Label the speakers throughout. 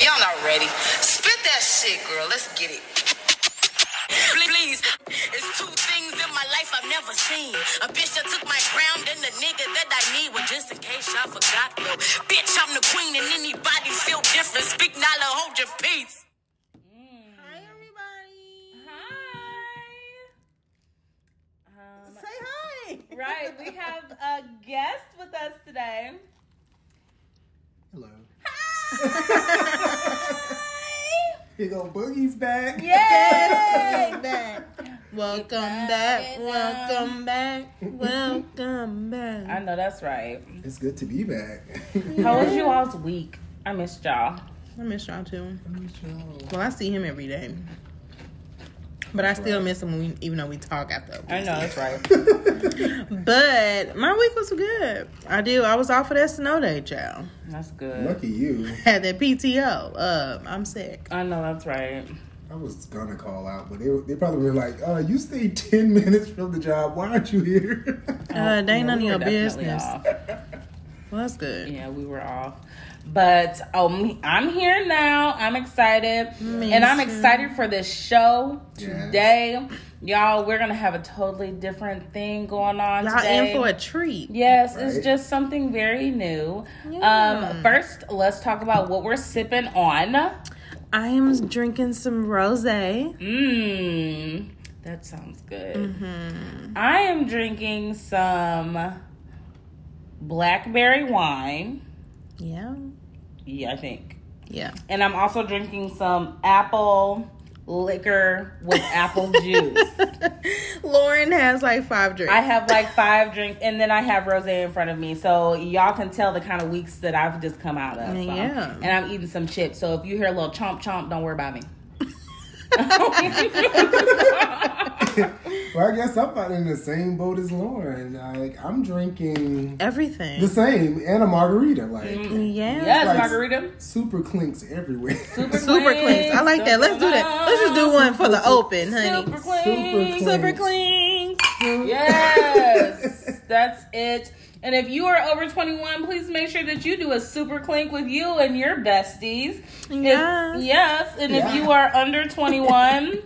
Speaker 1: Y'all not ready. Spit that shit, girl. Let's get it. Please, it's two things in my life I've never seen. A bitch that took my crown and the nigga that I need. Well, just in case y'all forgot, though. Bitch, I'm the queen and anybody feel different. Speak now or hold your peace. Hi, everybody.
Speaker 2: Hi. Um,
Speaker 1: Say hi.
Speaker 2: right, we have a guest with us today.
Speaker 3: Hello.
Speaker 2: Hi.
Speaker 3: Here go Boogie's back.
Speaker 2: Yay!
Speaker 4: back.
Speaker 2: We
Speaker 4: Welcome
Speaker 2: back
Speaker 4: back.
Speaker 2: in, um,
Speaker 4: Welcome back. Welcome
Speaker 2: I
Speaker 4: back.
Speaker 2: know that's right.
Speaker 3: It's good to be back.
Speaker 2: How was you all's week? I missed y'all.
Speaker 4: I miss y'all too.
Speaker 3: That's
Speaker 4: Well, I see him every day, but I still miss him when we, even though we talk after.
Speaker 2: I know that's right.
Speaker 3: right.
Speaker 4: But my week was good. I do. I was off for that snow day, child.
Speaker 2: That's good.
Speaker 3: Lucky you.
Speaker 4: Had that PTO. Uh, I'm sick.
Speaker 2: I know that's right.
Speaker 3: I was gonna call out, but they, they probably were like, uh, you stayed 10 minutes from the job. Why aren't you here?
Speaker 4: Uh,
Speaker 2: Oh,
Speaker 4: they ain't
Speaker 2: no,
Speaker 4: none
Speaker 2: we
Speaker 4: of
Speaker 2: were
Speaker 4: your
Speaker 2: definitely
Speaker 4: business.
Speaker 2: off.
Speaker 4: Well, that's good.
Speaker 2: Yeah, we were off. But um, I'm here now. I'm excited. and I'm
Speaker 4: too.
Speaker 2: excited for this show
Speaker 3: Yes.
Speaker 2: today. Y'all, we're going to have a totally different thing going on
Speaker 4: Y'all
Speaker 2: today.
Speaker 4: in for a treat.
Speaker 2: Yes,
Speaker 3: Right.
Speaker 2: it's just something very new. Um,
Speaker 4: Yeah.
Speaker 2: first, let's talk about what we're sipping on.
Speaker 4: I am drinking some rosé.
Speaker 2: Mmm, that sounds good.
Speaker 4: Mm-hmm.
Speaker 2: I am drinking some blackberry wine.
Speaker 4: Yeah.
Speaker 2: Yeah, I think.
Speaker 4: Yeah.
Speaker 2: And I'm also drinking some apple liquor with apple juice.
Speaker 4: Lauren has like five drinks.
Speaker 2: I have like five drinks, and then I have rosé in front of me, so y'all can tell the kind of weeks that I've just come out of. So.
Speaker 4: Yeah.
Speaker 2: And I'm eating some chips, so if you hear a little chomp chomp, don't worry about me.
Speaker 3: well, I guess I'm not in the same boat as Lauren. Like, I'm drinking
Speaker 4: Everything.
Speaker 3: the same and a margarita. Like,
Speaker 4: yeah.
Speaker 2: yes,
Speaker 3: Like-
Speaker 2: margarita.
Speaker 3: super clinks everywhere.
Speaker 4: Mm. Super clean. I like that. Let's do that. Let's just do one for the open, honey.
Speaker 2: Super
Speaker 3: Super
Speaker 2: clean.
Speaker 3: clean.
Speaker 4: Super clean.
Speaker 2: Yes, that's it. And if you are over 21, please make sure that you do a super clink with you and your besties. If,
Speaker 4: Yes.
Speaker 2: yes, and if
Speaker 3: Yeah.
Speaker 2: you are under 21,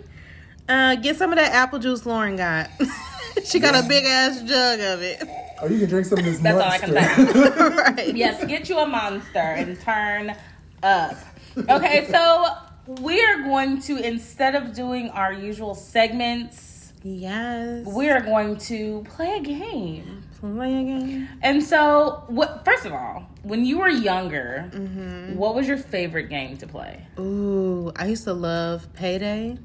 Speaker 4: Uh, get some of that apple juice Lauren got. she got a big ass jug of it.
Speaker 3: Oh, you can drink some of this
Speaker 2: That's all I can
Speaker 3: monster.
Speaker 4: right.
Speaker 2: yes, get you a monster and turn up. Okay, so we are going to, instead of doing our usual segments,
Speaker 4: Yes.
Speaker 2: we are going to play a game.
Speaker 4: play again.
Speaker 2: And so, what? First of all, when you were younger, what was your favorite game to play?
Speaker 4: Ooh, I used to love Payday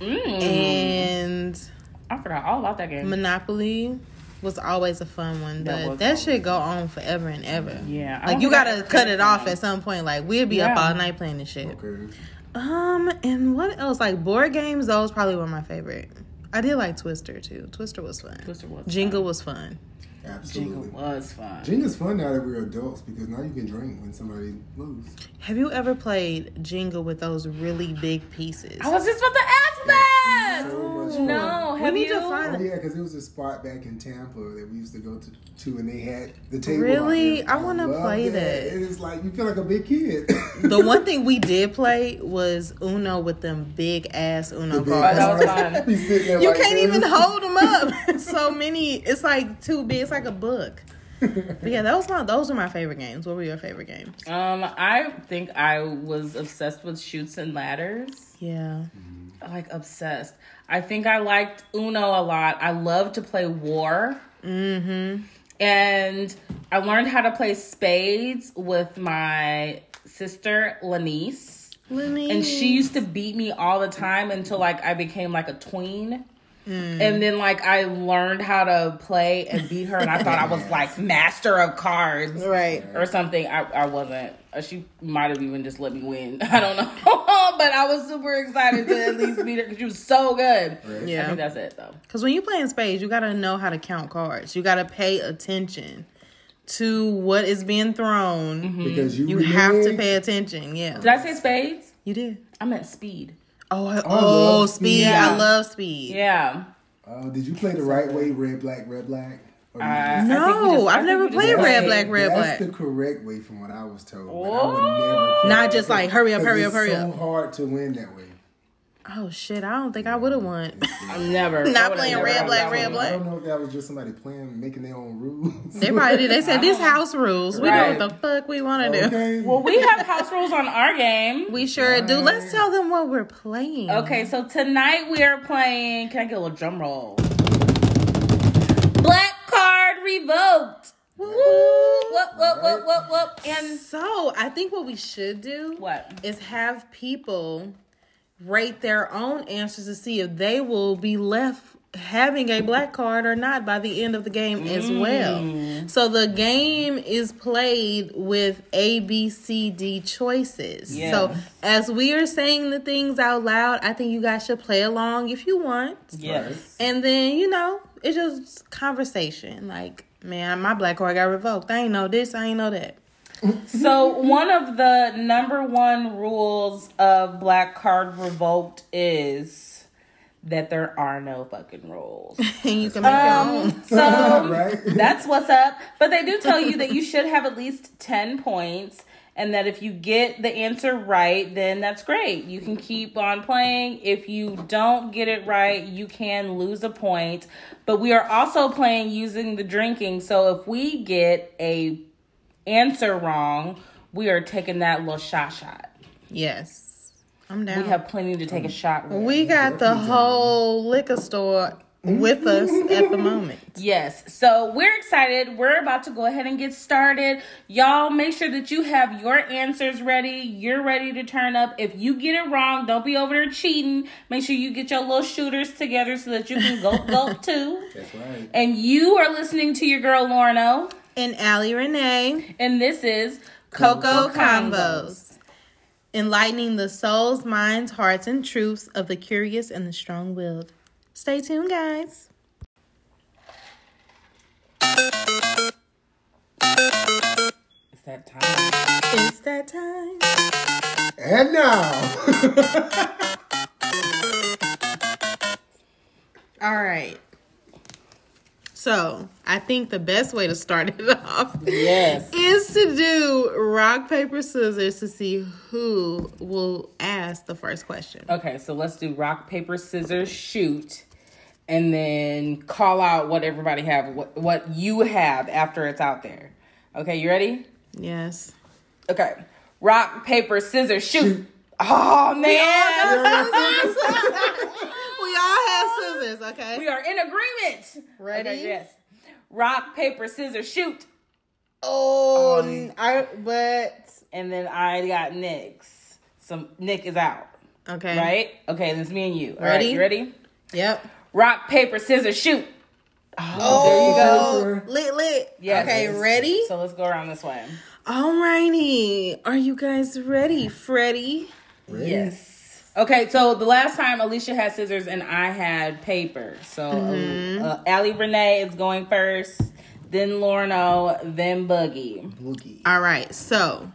Speaker 2: Mm,
Speaker 4: and
Speaker 2: I forgot all about that game.
Speaker 4: Monopoly was always a fun one,
Speaker 2: That was
Speaker 4: but
Speaker 2: fun.
Speaker 4: that should go on forever and ever.
Speaker 2: Yeah, I
Speaker 4: Like
Speaker 2: don't
Speaker 4: you
Speaker 2: think I ever
Speaker 4: gotta
Speaker 2: played
Speaker 4: cut
Speaker 2: it
Speaker 4: it
Speaker 2: for
Speaker 4: off
Speaker 2: long.
Speaker 4: at some point. Like we'll be up
Speaker 2: Yeah.
Speaker 4: all night playing this shit.
Speaker 3: okay.
Speaker 4: Um, and what else? Like board games, those probably were my favorite. I did like Twister too. Twister was fun.
Speaker 2: Twister was
Speaker 4: Jingle was fun.
Speaker 2: fun. Jingle
Speaker 3: Absolutely.
Speaker 2: was fun.
Speaker 3: Jenga's fun now that we're adults because now you can drink when somebody moves.
Speaker 4: Have you ever played Jingle with those really big pieces?
Speaker 2: I was just about to ask that.
Speaker 3: So much fun.
Speaker 2: No,
Speaker 4: We
Speaker 2: have
Speaker 4: need to
Speaker 2: you?
Speaker 4: find-
Speaker 3: Oh yeah, because it was a spot back in Tampa that we used to go to, to and they had the table. out
Speaker 4: Really?
Speaker 3: there.
Speaker 4: I wanna
Speaker 3: love
Speaker 4: play that.
Speaker 3: It is like you feel like a big kid.
Speaker 4: the one thing we did play was Uno with them big ass
Speaker 3: The
Speaker 4: Uno
Speaker 3: big
Speaker 4: cards.
Speaker 2: that was
Speaker 3: guy.
Speaker 2: fun.
Speaker 3: Be sitting there
Speaker 4: You
Speaker 3: like
Speaker 4: can't
Speaker 3: this.
Speaker 4: even hold them up. so many. It's like too big. It's like a book. But yeah, those my those are my favorite games. What were your favorite games?
Speaker 2: Um, I think I was obsessed with shoots and ladders.
Speaker 4: Yeah.
Speaker 2: Like obsessed. I think I liked Uno a lot. I love to play War. Mm-hmm. And I learned how to play spades with my sister Lanice.
Speaker 4: Let me.
Speaker 2: and she used to beat me all the time until like I became like a tween.
Speaker 4: Mm.
Speaker 2: And then like I learned how to play and beat her, and I thought I was like master of cards
Speaker 4: right.
Speaker 2: or something. I, I wasn't. Uh, She might have even just let me win. I don't know, but I was super excited to at least beat her because she was so good.
Speaker 3: Right.
Speaker 2: I think
Speaker 4: Yeah.
Speaker 2: that's it though.
Speaker 4: Because when you play in spades, you gotta know how to count cards. You gotta pay attention to what is being thrown.
Speaker 2: Mm-hmm.
Speaker 3: Because you
Speaker 4: You have to
Speaker 3: really-
Speaker 4: pay attention. Yeah.
Speaker 2: Did I say spades?
Speaker 4: you did.
Speaker 2: I meant speed.
Speaker 4: Oh, I,
Speaker 3: love
Speaker 4: oh, speed.
Speaker 3: speed.
Speaker 2: Yeah.
Speaker 4: I love speed.
Speaker 2: Yeah.
Speaker 3: Uh, did you play the right way? Red, black, red, black. Or
Speaker 2: I- I think
Speaker 3: you-
Speaker 2: we
Speaker 4: No,
Speaker 2: just- I
Speaker 4: I've
Speaker 2: think
Speaker 4: never
Speaker 2: we just
Speaker 4: played Red,
Speaker 2: played.
Speaker 4: Black, Red,
Speaker 3: That's
Speaker 4: Black.
Speaker 3: the correct way from what I was told. But I would never play
Speaker 4: Not
Speaker 3: it
Speaker 4: just like, hurry up,
Speaker 3: 'cause
Speaker 4: hurry
Speaker 3: it's
Speaker 4: up, hurry
Speaker 3: so
Speaker 4: up.
Speaker 3: hard to win that way.
Speaker 4: Oh shit! I don't think I would have won.
Speaker 2: I'm never
Speaker 4: Not
Speaker 2: I would've
Speaker 4: playing
Speaker 2: never
Speaker 4: red,
Speaker 2: gotten
Speaker 4: black,
Speaker 2: that
Speaker 4: red,
Speaker 2: one.
Speaker 4: black.
Speaker 3: I don't know if that was just somebody playing, making their own rules.
Speaker 4: They probably did. They said this house rules. We
Speaker 2: Right.
Speaker 4: do what the fuck we want to do.
Speaker 3: okay.
Speaker 2: Well, we have house rules on our game.
Speaker 4: We sure do. Let's tell them what we're playing.
Speaker 2: Okay, so tonight we are playing. Can I get a little drum roll? Black card revoked.
Speaker 4: Woo.
Speaker 2: Whoop whoop whoop whoop whoop. And
Speaker 4: So I think what we should do
Speaker 2: What?
Speaker 4: is have people rate their own answers to see if they will be left having a black card or not by the end of the game as
Speaker 2: Mm.
Speaker 4: well. So the game is played with A B C D choices.
Speaker 2: Yes.
Speaker 4: So as we are saying the things out loud, I think you guys should play along if you want.
Speaker 2: yes,
Speaker 4: And then, you know, it's just conversation. Like, man, my black card got revoked. I ain't know this, I ain't know that.
Speaker 2: So one of the number one rules of Black Card Revoked is that there are no fucking rules.
Speaker 4: And you can make your own.
Speaker 2: Um, so
Speaker 3: Right?
Speaker 2: that's what's up. But they do tell you that you should have at least 10 points and that if you get the answer right, then that's great. You can keep on playing. If you don't get it right, you can lose a point. But we are also playing using the drinking. So if we get a answer wrong, we are taking that little shot shot.
Speaker 4: Yes. I'm down.
Speaker 2: We
Speaker 4: We,
Speaker 2: have plenty to take a shot with.
Speaker 4: got the whole liquor store with us at the moment.
Speaker 2: Yes. So we're excited. We're about to go ahead and get started. Y'all make sure that you have your answers ready. You're ready to turn up. If you get it wrong, don't be over there cheating. Make sure you get your little shooters together so that you can go go too.
Speaker 3: That's right.
Speaker 2: And you are listening to your girl Lorno.
Speaker 4: And Allie Renee,
Speaker 2: And this is
Speaker 4: Coco
Speaker 2: Combos.
Speaker 4: Combos. Enlightening the souls, minds, hearts, and truths of the curious and the strong willed. Stay tuned, guys.
Speaker 2: It's that time.
Speaker 4: It's that time.
Speaker 3: And now,
Speaker 4: All right. So I think the best way to start it off
Speaker 2: Yes.
Speaker 4: is to do rock, paper, scissors to see who will ask the first question.
Speaker 2: Okay, so let's do rock, paper, scissors, shoot, and then call out what everybody have, what, what you have after it's out there. Okay, you ready?
Speaker 4: Yes.
Speaker 2: Okay. Rock, paper, scissors, shoot. Oh man.
Speaker 4: We all have scissors, okay?
Speaker 2: We are in agreement.
Speaker 4: Ready?
Speaker 2: Okay, yes. Rock, paper, scissors, shoot.
Speaker 4: Oh, n- I, but.
Speaker 2: And then I got Nick's. Some Nick is out.
Speaker 4: Okay.
Speaker 2: Right? Okay, then it's me and you. All right,
Speaker 4: Ready?
Speaker 2: you ready?
Speaker 4: Yep.
Speaker 2: Rock, paper, scissors, shoot.
Speaker 4: Oh,
Speaker 3: there you go.
Speaker 4: Lit, lit.
Speaker 2: Yes.
Speaker 4: Okay, ready?
Speaker 2: So let's go around this way.
Speaker 4: Alrighty. Are you guys ready, Freddie?
Speaker 3: Ready?
Speaker 2: Yes. Okay, so the last time Alicia had scissors and I had paper. So uh, uh, Allie Renee is going first, then Lorno, then Boogie.
Speaker 3: Boogie.
Speaker 4: All right. So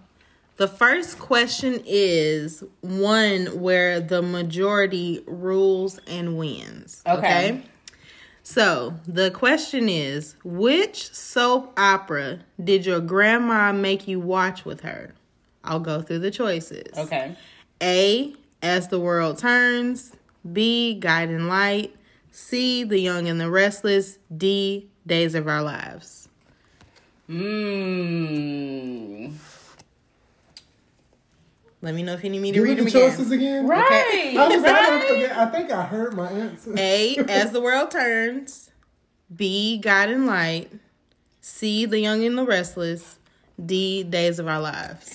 Speaker 4: the first question is one where the majority rules and wins. Okay.
Speaker 2: Okay.
Speaker 4: So the question is which soap opera did your grandma make you watch with her? I'll go through the choices.
Speaker 2: Okay.
Speaker 4: A, As the World Turns. B, Guiding Light. C, The Young and the Restless. D, Days of Our Lives.
Speaker 2: Mmm.
Speaker 4: Let me know if you need me to
Speaker 3: You
Speaker 4: read
Speaker 3: read
Speaker 4: them
Speaker 3: the
Speaker 4: again.
Speaker 3: choices again?
Speaker 2: Right.
Speaker 4: Oh.
Speaker 3: I, was- I
Speaker 2: right.
Speaker 3: don't forget- I think I heard my answer.
Speaker 4: A, As the World Turns. B, God and Light. C, The Young and the Restless. D, Days of Our Lives.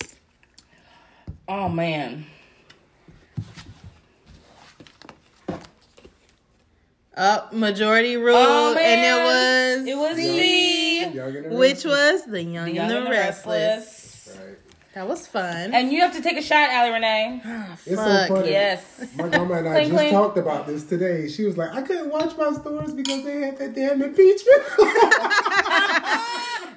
Speaker 2: Oh man.
Speaker 4: Up, majority rule,
Speaker 2: Oh man.
Speaker 4: and it
Speaker 2: It
Speaker 4: was
Speaker 2: was me.
Speaker 3: Y'all get it?
Speaker 4: which was The Young,
Speaker 2: Young
Speaker 4: and the,
Speaker 2: and the
Speaker 4: Restless.
Speaker 2: restless.
Speaker 3: Right.
Speaker 4: That was fun.
Speaker 2: And you have to take a shot, Allie Renee.
Speaker 3: It's
Speaker 4: Fuck,
Speaker 3: so funny.
Speaker 2: Yes.
Speaker 3: My grandma and I
Speaker 2: Cling,
Speaker 3: just
Speaker 2: cling.
Speaker 3: talked about this today. She was like, I couldn't watch my stores because they had that damn impeachment.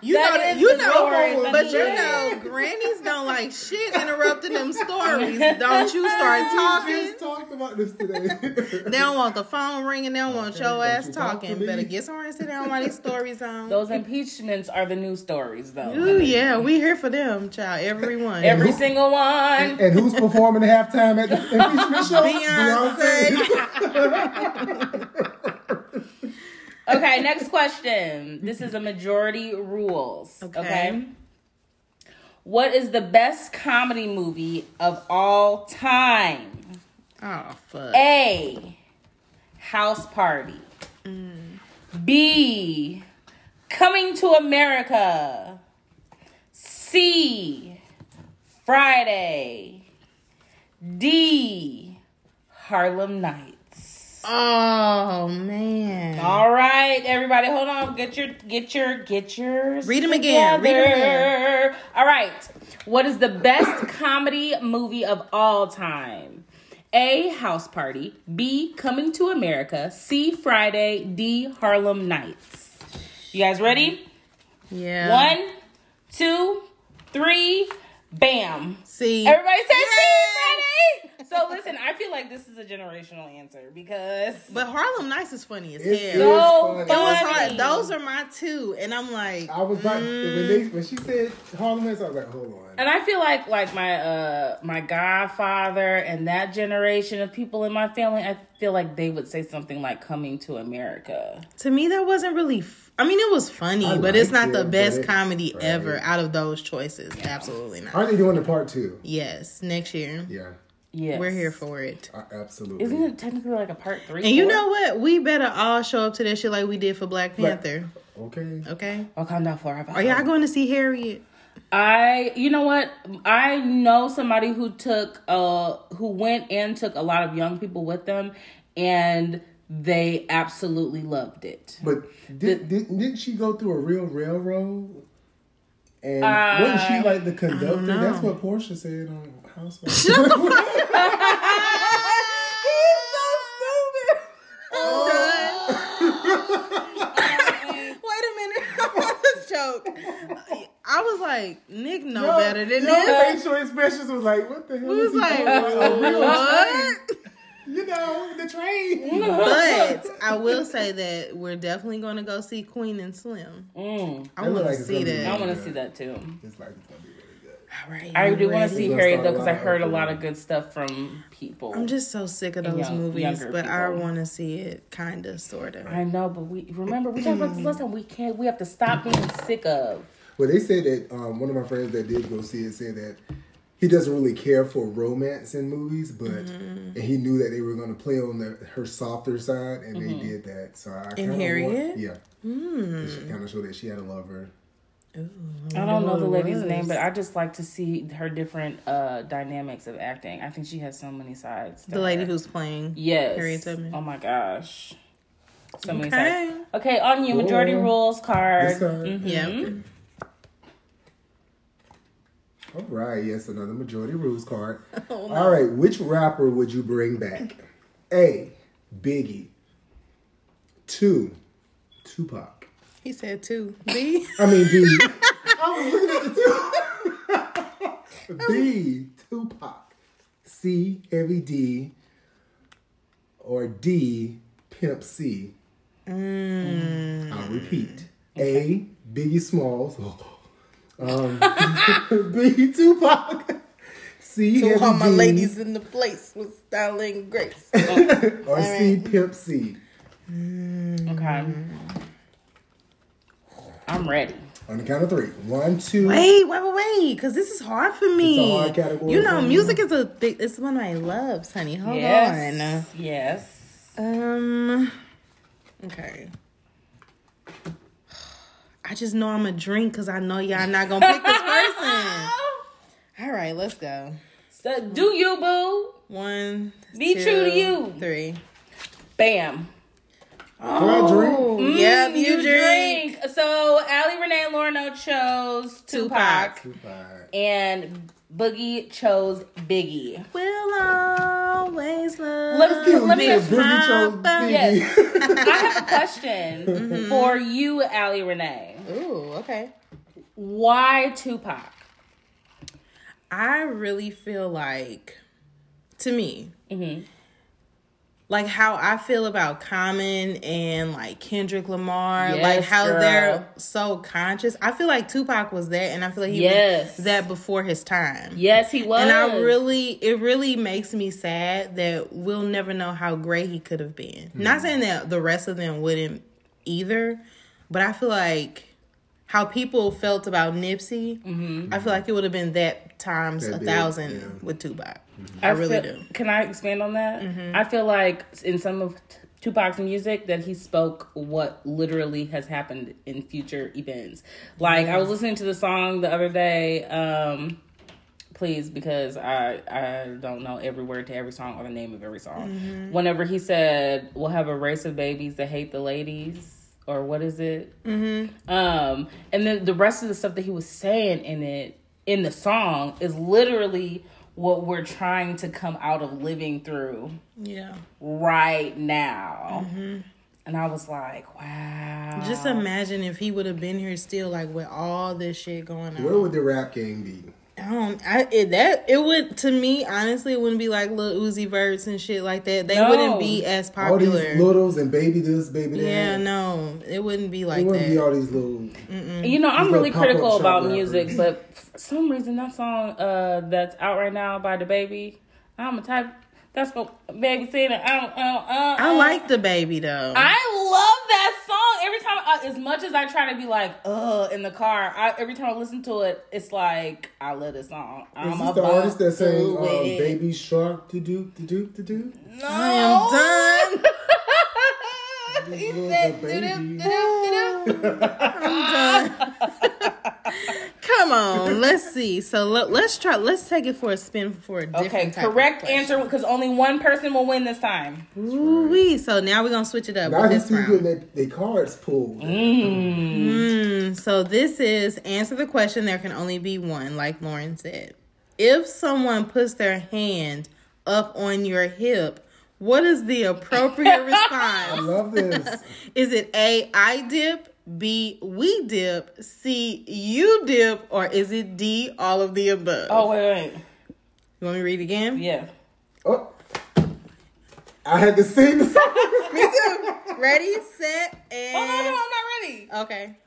Speaker 4: You
Speaker 2: That
Speaker 4: know,
Speaker 2: is
Speaker 4: that, you
Speaker 2: the
Speaker 4: know,
Speaker 2: story,
Speaker 4: but you
Speaker 2: but yeah.
Speaker 4: know, grannies don't like shit interrupting them stories. Don't you start talking?
Speaker 3: just talked about this today.
Speaker 4: They don't want the phone ringing. They don't want your
Speaker 3: Don't
Speaker 4: ass
Speaker 3: you talk to
Speaker 4: talking.
Speaker 3: me.
Speaker 4: Better get somewhere and sit down while these stories on.
Speaker 2: Those impeachments are the news stories, though.
Speaker 4: Ooh, yeah, we here for them, child. Everyone.
Speaker 2: Oh, Every single one.
Speaker 3: and who's performing at halftime at the impeachment show?
Speaker 4: Beyonce.
Speaker 2: Okay, next question. This is a majority rules. Okay.
Speaker 4: Okay.
Speaker 2: What is the best comedy movie of all time?
Speaker 4: Oh fuck.
Speaker 2: A. House Party. B. Coming to America. C. Friday. D. Harlem Nights.
Speaker 4: Oh man.
Speaker 2: All right, everybody, hold on. Get your, get your, get your.
Speaker 4: Read 'em again, read 'em again.
Speaker 2: All right. What is the best comedy movie of all time? A. House Party. B. Coming to America. C. Friday. D. Harlem Nights. You guys ready?
Speaker 4: Yeah.
Speaker 2: One, two, three. Bam.
Speaker 4: See.
Speaker 2: Everybody says C. Friday. So listen, I feel like this is a generational answer because
Speaker 4: But Harlem Nights is funny as
Speaker 3: It's
Speaker 4: hell.
Speaker 3: good.
Speaker 2: so
Speaker 3: funny.
Speaker 4: It was
Speaker 2: funny.
Speaker 4: hard. Those are my two, and I'm like,
Speaker 3: I was about when, they, when she said Harlem Nights, I was like, hold on.
Speaker 2: And I feel like like my uh my godfather and that generation of people in my family, I feel like they would say something like coming to America.
Speaker 4: to me that wasn't really. F- I mean, it was funny,
Speaker 3: I
Speaker 4: but it's not
Speaker 3: liked
Speaker 4: the
Speaker 3: it, but
Speaker 4: best
Speaker 3: it-
Speaker 4: comedy
Speaker 3: right.
Speaker 4: ever out of those choices. Absolutely not.
Speaker 3: Aren't they doing the part two?
Speaker 4: Yes, next year
Speaker 3: Yeah,
Speaker 2: Yeah.
Speaker 4: we're here for it.
Speaker 3: I- absolutely.
Speaker 2: Isn't it technically like a part three?
Speaker 4: And you
Speaker 2: four?
Speaker 4: know what? We better all show up to that shit like we did for Black Panther.
Speaker 3: okay?
Speaker 4: Okay.
Speaker 2: Wakanda forever.
Speaker 4: Are y'all going to see Harriet?
Speaker 2: I you know what? I know somebody who took uh who went and took a lot of young people with them and they absolutely loved it.
Speaker 3: But did, did, didn't she go through a real railroad? And wasn't she like the conductor? That's what Portia said on Housewives. Oh.
Speaker 4: Wait a minute. I was joke. I was like, Nick know better than
Speaker 3: Your
Speaker 4: this.
Speaker 3: facial expressions was like, what the hell?
Speaker 4: We was
Speaker 3: is he
Speaker 4: like,
Speaker 3: talking about?
Speaker 4: what?
Speaker 3: you know, the train.
Speaker 4: But I will say that we're definitely going to go see Queen and Slim.
Speaker 2: Mm,
Speaker 4: I
Speaker 3: That look
Speaker 4: want to
Speaker 3: like it's
Speaker 4: see
Speaker 3: gonna be
Speaker 2: I
Speaker 4: that.
Speaker 2: want to see that too.
Speaker 3: It's like, it's gonna be really good.
Speaker 4: All right,
Speaker 2: I
Speaker 4: I'm
Speaker 2: do want
Speaker 4: ready.
Speaker 2: to see
Speaker 3: Let's
Speaker 2: Harriet
Speaker 3: start
Speaker 2: though because I
Speaker 3: live.
Speaker 2: heard a lot of good stuff from people.
Speaker 4: I'm just so sick of those
Speaker 2: young-
Speaker 4: movies,
Speaker 2: younger
Speaker 4: but I
Speaker 2: people.
Speaker 4: want to see it, kind of, sort of.
Speaker 2: I know, but we remember we talked about this last time. We can't. We have to stop being sick of.
Speaker 3: Well, they said that um, one of my friends that did go see it said that he doesn't really care for romance in movies, but and
Speaker 4: Mm-hmm.
Speaker 3: he knew that they were going to play on the, her softer side, and they did that. So I kinda
Speaker 4: Mm-hmm.
Speaker 3: want-
Speaker 4: Harriet? Hmm.
Speaker 3: yeah, she kind of showed that she had a lover.
Speaker 2: I don't know the lady's name, but I just like to see her different uh, dynamics of acting. I think she has so many sides. to
Speaker 4: The lady
Speaker 2: her.
Speaker 4: who's playing.
Speaker 2: yes,
Speaker 4: Harriet Tubman.
Speaker 2: Oh my gosh, so many
Speaker 4: Okay.
Speaker 2: sides. Okay, on you. Majority
Speaker 3: Cool.
Speaker 2: rules card.
Speaker 3: This time.
Speaker 4: Yeah.
Speaker 2: Mm-hmm.
Speaker 3: All right, yes, another majority rules card. All right, which rapper would you bring back? A. Biggie. Two. Tupac.
Speaker 4: He said two. B.
Speaker 3: I mean B. I was
Speaker 4: Oh,
Speaker 3: looking at the two. B. Tupac. C. Heavy D. Or D. Pimp C.
Speaker 4: Mm.
Speaker 3: will repeat. A. Biggie Smalls. Um, B. Tupac. C.
Speaker 4: to all
Speaker 3: Heavy
Speaker 4: my
Speaker 3: D.
Speaker 4: ladies in the place with style and grace.
Speaker 3: Or C. Pimp C.
Speaker 2: Okay, I'm ready.
Speaker 3: On the count of three. One, two.
Speaker 4: Wait, wait, wait, wait, because this is hard for me.
Speaker 3: It's a hard category
Speaker 4: You know,
Speaker 3: for me.
Speaker 4: music is a thing. It's one of my loves, honey. Hold
Speaker 2: yes, yes.
Speaker 4: on. Um, okay. I just know I'm a drink because I know y'all not gonna pick this person. All right, let's go.
Speaker 2: So do you boo?
Speaker 4: One,
Speaker 2: Be
Speaker 4: two,
Speaker 2: true to you.
Speaker 4: Three.
Speaker 2: Bam.
Speaker 3: Can I drink?
Speaker 4: Oh, yep,
Speaker 2: Mm, you, drink. So Allie Renee Lorno chose Tupac,
Speaker 4: Tupac.
Speaker 3: Tupac.
Speaker 2: and Boogie chose Biggie.
Speaker 4: Will always love.
Speaker 2: Let me,
Speaker 3: Dude,
Speaker 2: let me
Speaker 3: yeah,
Speaker 2: ask,
Speaker 3: Boogie chose Biggie.
Speaker 2: Yes. I have a question for you, Allie Renee.
Speaker 4: Ooh, okay.
Speaker 2: Why Tupac?
Speaker 4: I really feel like, to me, like how I feel about Common and like Kendrick Lamar,
Speaker 2: Yes,
Speaker 4: like how
Speaker 2: girl.
Speaker 4: they're so conscious. I feel like Tupac was that, and I feel like he
Speaker 2: Yes.
Speaker 4: was that before his time.
Speaker 2: Yes, he was.
Speaker 4: And I really, it really makes me sad that we'll never know how great he could have been.
Speaker 3: Hmm.
Speaker 4: Not saying that the rest of them wouldn't either, but I feel like how people felt about Nipsey,
Speaker 2: Mm-hmm.
Speaker 4: I feel like it would have been that times
Speaker 3: That
Speaker 4: a
Speaker 3: big,
Speaker 4: thousand
Speaker 3: yeah.
Speaker 4: with Tupac. I really
Speaker 2: feel,
Speaker 4: do. Mm-hmm.
Speaker 2: Can I expand on that? I feel like in some of T- Tupac's music that he spoke what literally has happened in future events. Like I was
Speaker 4: Mm-hmm.
Speaker 2: listening to the song the other day. Um, please, because I I don't know every word to every song or the name of every song.
Speaker 4: Mm-hmm.
Speaker 2: Whenever he said, "We'll have a race of babies that hate the ladies." Or what is it? Um, and then the rest of the stuff that he was saying in it in the song is literally what we're trying to come out of living through
Speaker 4: Yeah.
Speaker 2: right now. And I was like, wow.
Speaker 4: Just imagine if he would have been here still, like with all this shit going on.
Speaker 3: Where would the rap game be?
Speaker 4: I don't. I it, that it would to me honestly. It wouldn't be like little Uzi Verts and shit like that. They
Speaker 2: No.
Speaker 4: wouldn't be as
Speaker 3: All these
Speaker 4: popular.
Speaker 3: littles and baby this, baby that.
Speaker 4: Yeah, no, it wouldn't be
Speaker 3: It
Speaker 4: like
Speaker 3: wouldn't be
Speaker 4: that.
Speaker 3: all these little.
Speaker 2: you know, I'm
Speaker 3: no
Speaker 2: really
Speaker 3: pop-up
Speaker 2: critical
Speaker 3: shop
Speaker 2: about
Speaker 3: rappers.
Speaker 2: music, but for some reason that song uh, that's out right now by the baby, I'm a type that's what baby said. I don't, I don't, uh,
Speaker 4: I
Speaker 2: uh.
Speaker 4: like the baby though.
Speaker 2: I love that song. Every time, I, as much as I try to be like, ugh, in the car, I, every time I listen to it, it's like, I love this song. I'm
Speaker 3: Is this
Speaker 2: about
Speaker 3: the artist that sang
Speaker 2: to
Speaker 3: um,
Speaker 2: it.
Speaker 3: "Baby Shark"? To do, to do, to do.
Speaker 2: No.
Speaker 4: I am done.
Speaker 2: he
Speaker 3: Little
Speaker 2: said,
Speaker 3: baby.
Speaker 2: "Do-do, do-do, do-do."
Speaker 4: Come on, let's see. So let, let's try. Let's take it for a spin for a different
Speaker 2: Okay,
Speaker 4: type of
Speaker 2: correct
Speaker 4: question.
Speaker 2: answer because only one person will win this time.
Speaker 4: Ooh-wee. So now we're gonna switch it up
Speaker 3: Now
Speaker 4: with
Speaker 3: you
Speaker 4: this
Speaker 3: see getting
Speaker 4: round.
Speaker 3: their, their cards pulled.
Speaker 4: Mm, So this is answer the question. There can only be one, like Lauren said. If someone puts their hand up on your hip, what is the appropriate response?
Speaker 3: Love this.
Speaker 4: Is it A, I dip, B, we dip, C, you dip, or is it D, all of the above?
Speaker 2: Oh, wait, wait.
Speaker 4: You want me to read again?
Speaker 2: Yeah.
Speaker 3: Oh, I had to sing the song.
Speaker 4: Ready, set,
Speaker 2: Oh, no, no, I'm
Speaker 4: and.
Speaker 2: not ready.
Speaker 4: Okay.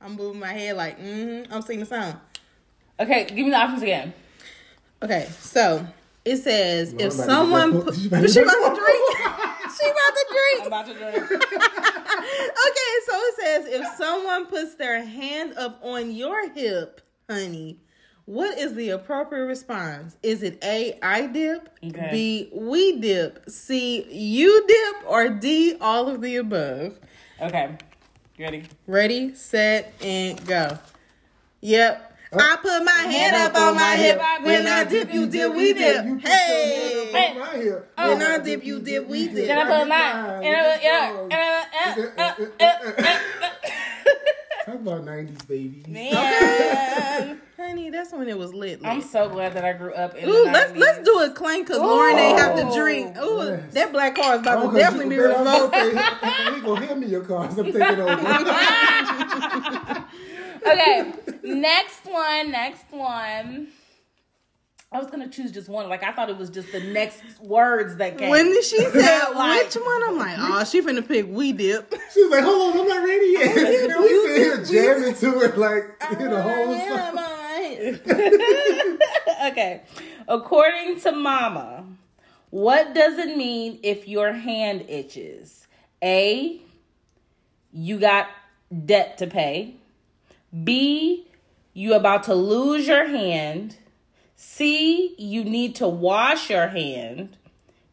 Speaker 4: I'm moving my head like, mm hmm. I'm singing the song.
Speaker 2: Okay, give me the options again.
Speaker 4: Okay, so it says if
Speaker 3: I'm about to
Speaker 4: someone.
Speaker 3: get
Speaker 4: Pu-
Speaker 3: that
Speaker 4: she
Speaker 3: book.
Speaker 4: about to drink. she about to drink.
Speaker 2: I'm about to drink.
Speaker 4: okay, so it says if someone puts their hand up on your hip, honey, what is the appropriate response? Is it A, I dip,
Speaker 2: Okay.
Speaker 4: B, we dip, C, you dip, or D, all of the above?
Speaker 2: Okay, you ready?
Speaker 4: Ready, set, and go. Yep. I put my hand up on my hip. When I dip, you dip, we dip. Hey.
Speaker 2: Hey.
Speaker 4: When I dip, you dip, we dip.
Speaker 2: Can I put mine? And I put- yeah, and I put- uh, uh, uh, uh, uh.
Speaker 3: Talk about nineties baby.
Speaker 2: Man.
Speaker 4: Honey, that's when it was lit. lit.
Speaker 2: I'm so glad that I grew up in
Speaker 4: Ooh,
Speaker 2: the
Speaker 4: let's
Speaker 2: 90s.
Speaker 4: let's do a clank because Lauren ain't have to drink. Ooh,
Speaker 3: yes.
Speaker 4: that black car is about
Speaker 3: Oh,
Speaker 4: to definitely be revoked.
Speaker 3: He gonna hand me your cards. I'm taking over.
Speaker 2: okay, next one, next one. I was gonna choose just one. Like I thought it was just the next words that came.
Speaker 4: When she said
Speaker 2: Like-
Speaker 4: which one, I'm like, oh, she finna pick we dip.
Speaker 3: She's like, hold on, I'm not ready yet.
Speaker 4: you
Speaker 3: we sit here jamming to it like you know, the whole song.
Speaker 4: Who
Speaker 2: okay, according to Mama, what does it mean if your hand itches? A, you got debt to pay. B, you about to lose your hand. C, you need to wash your hand.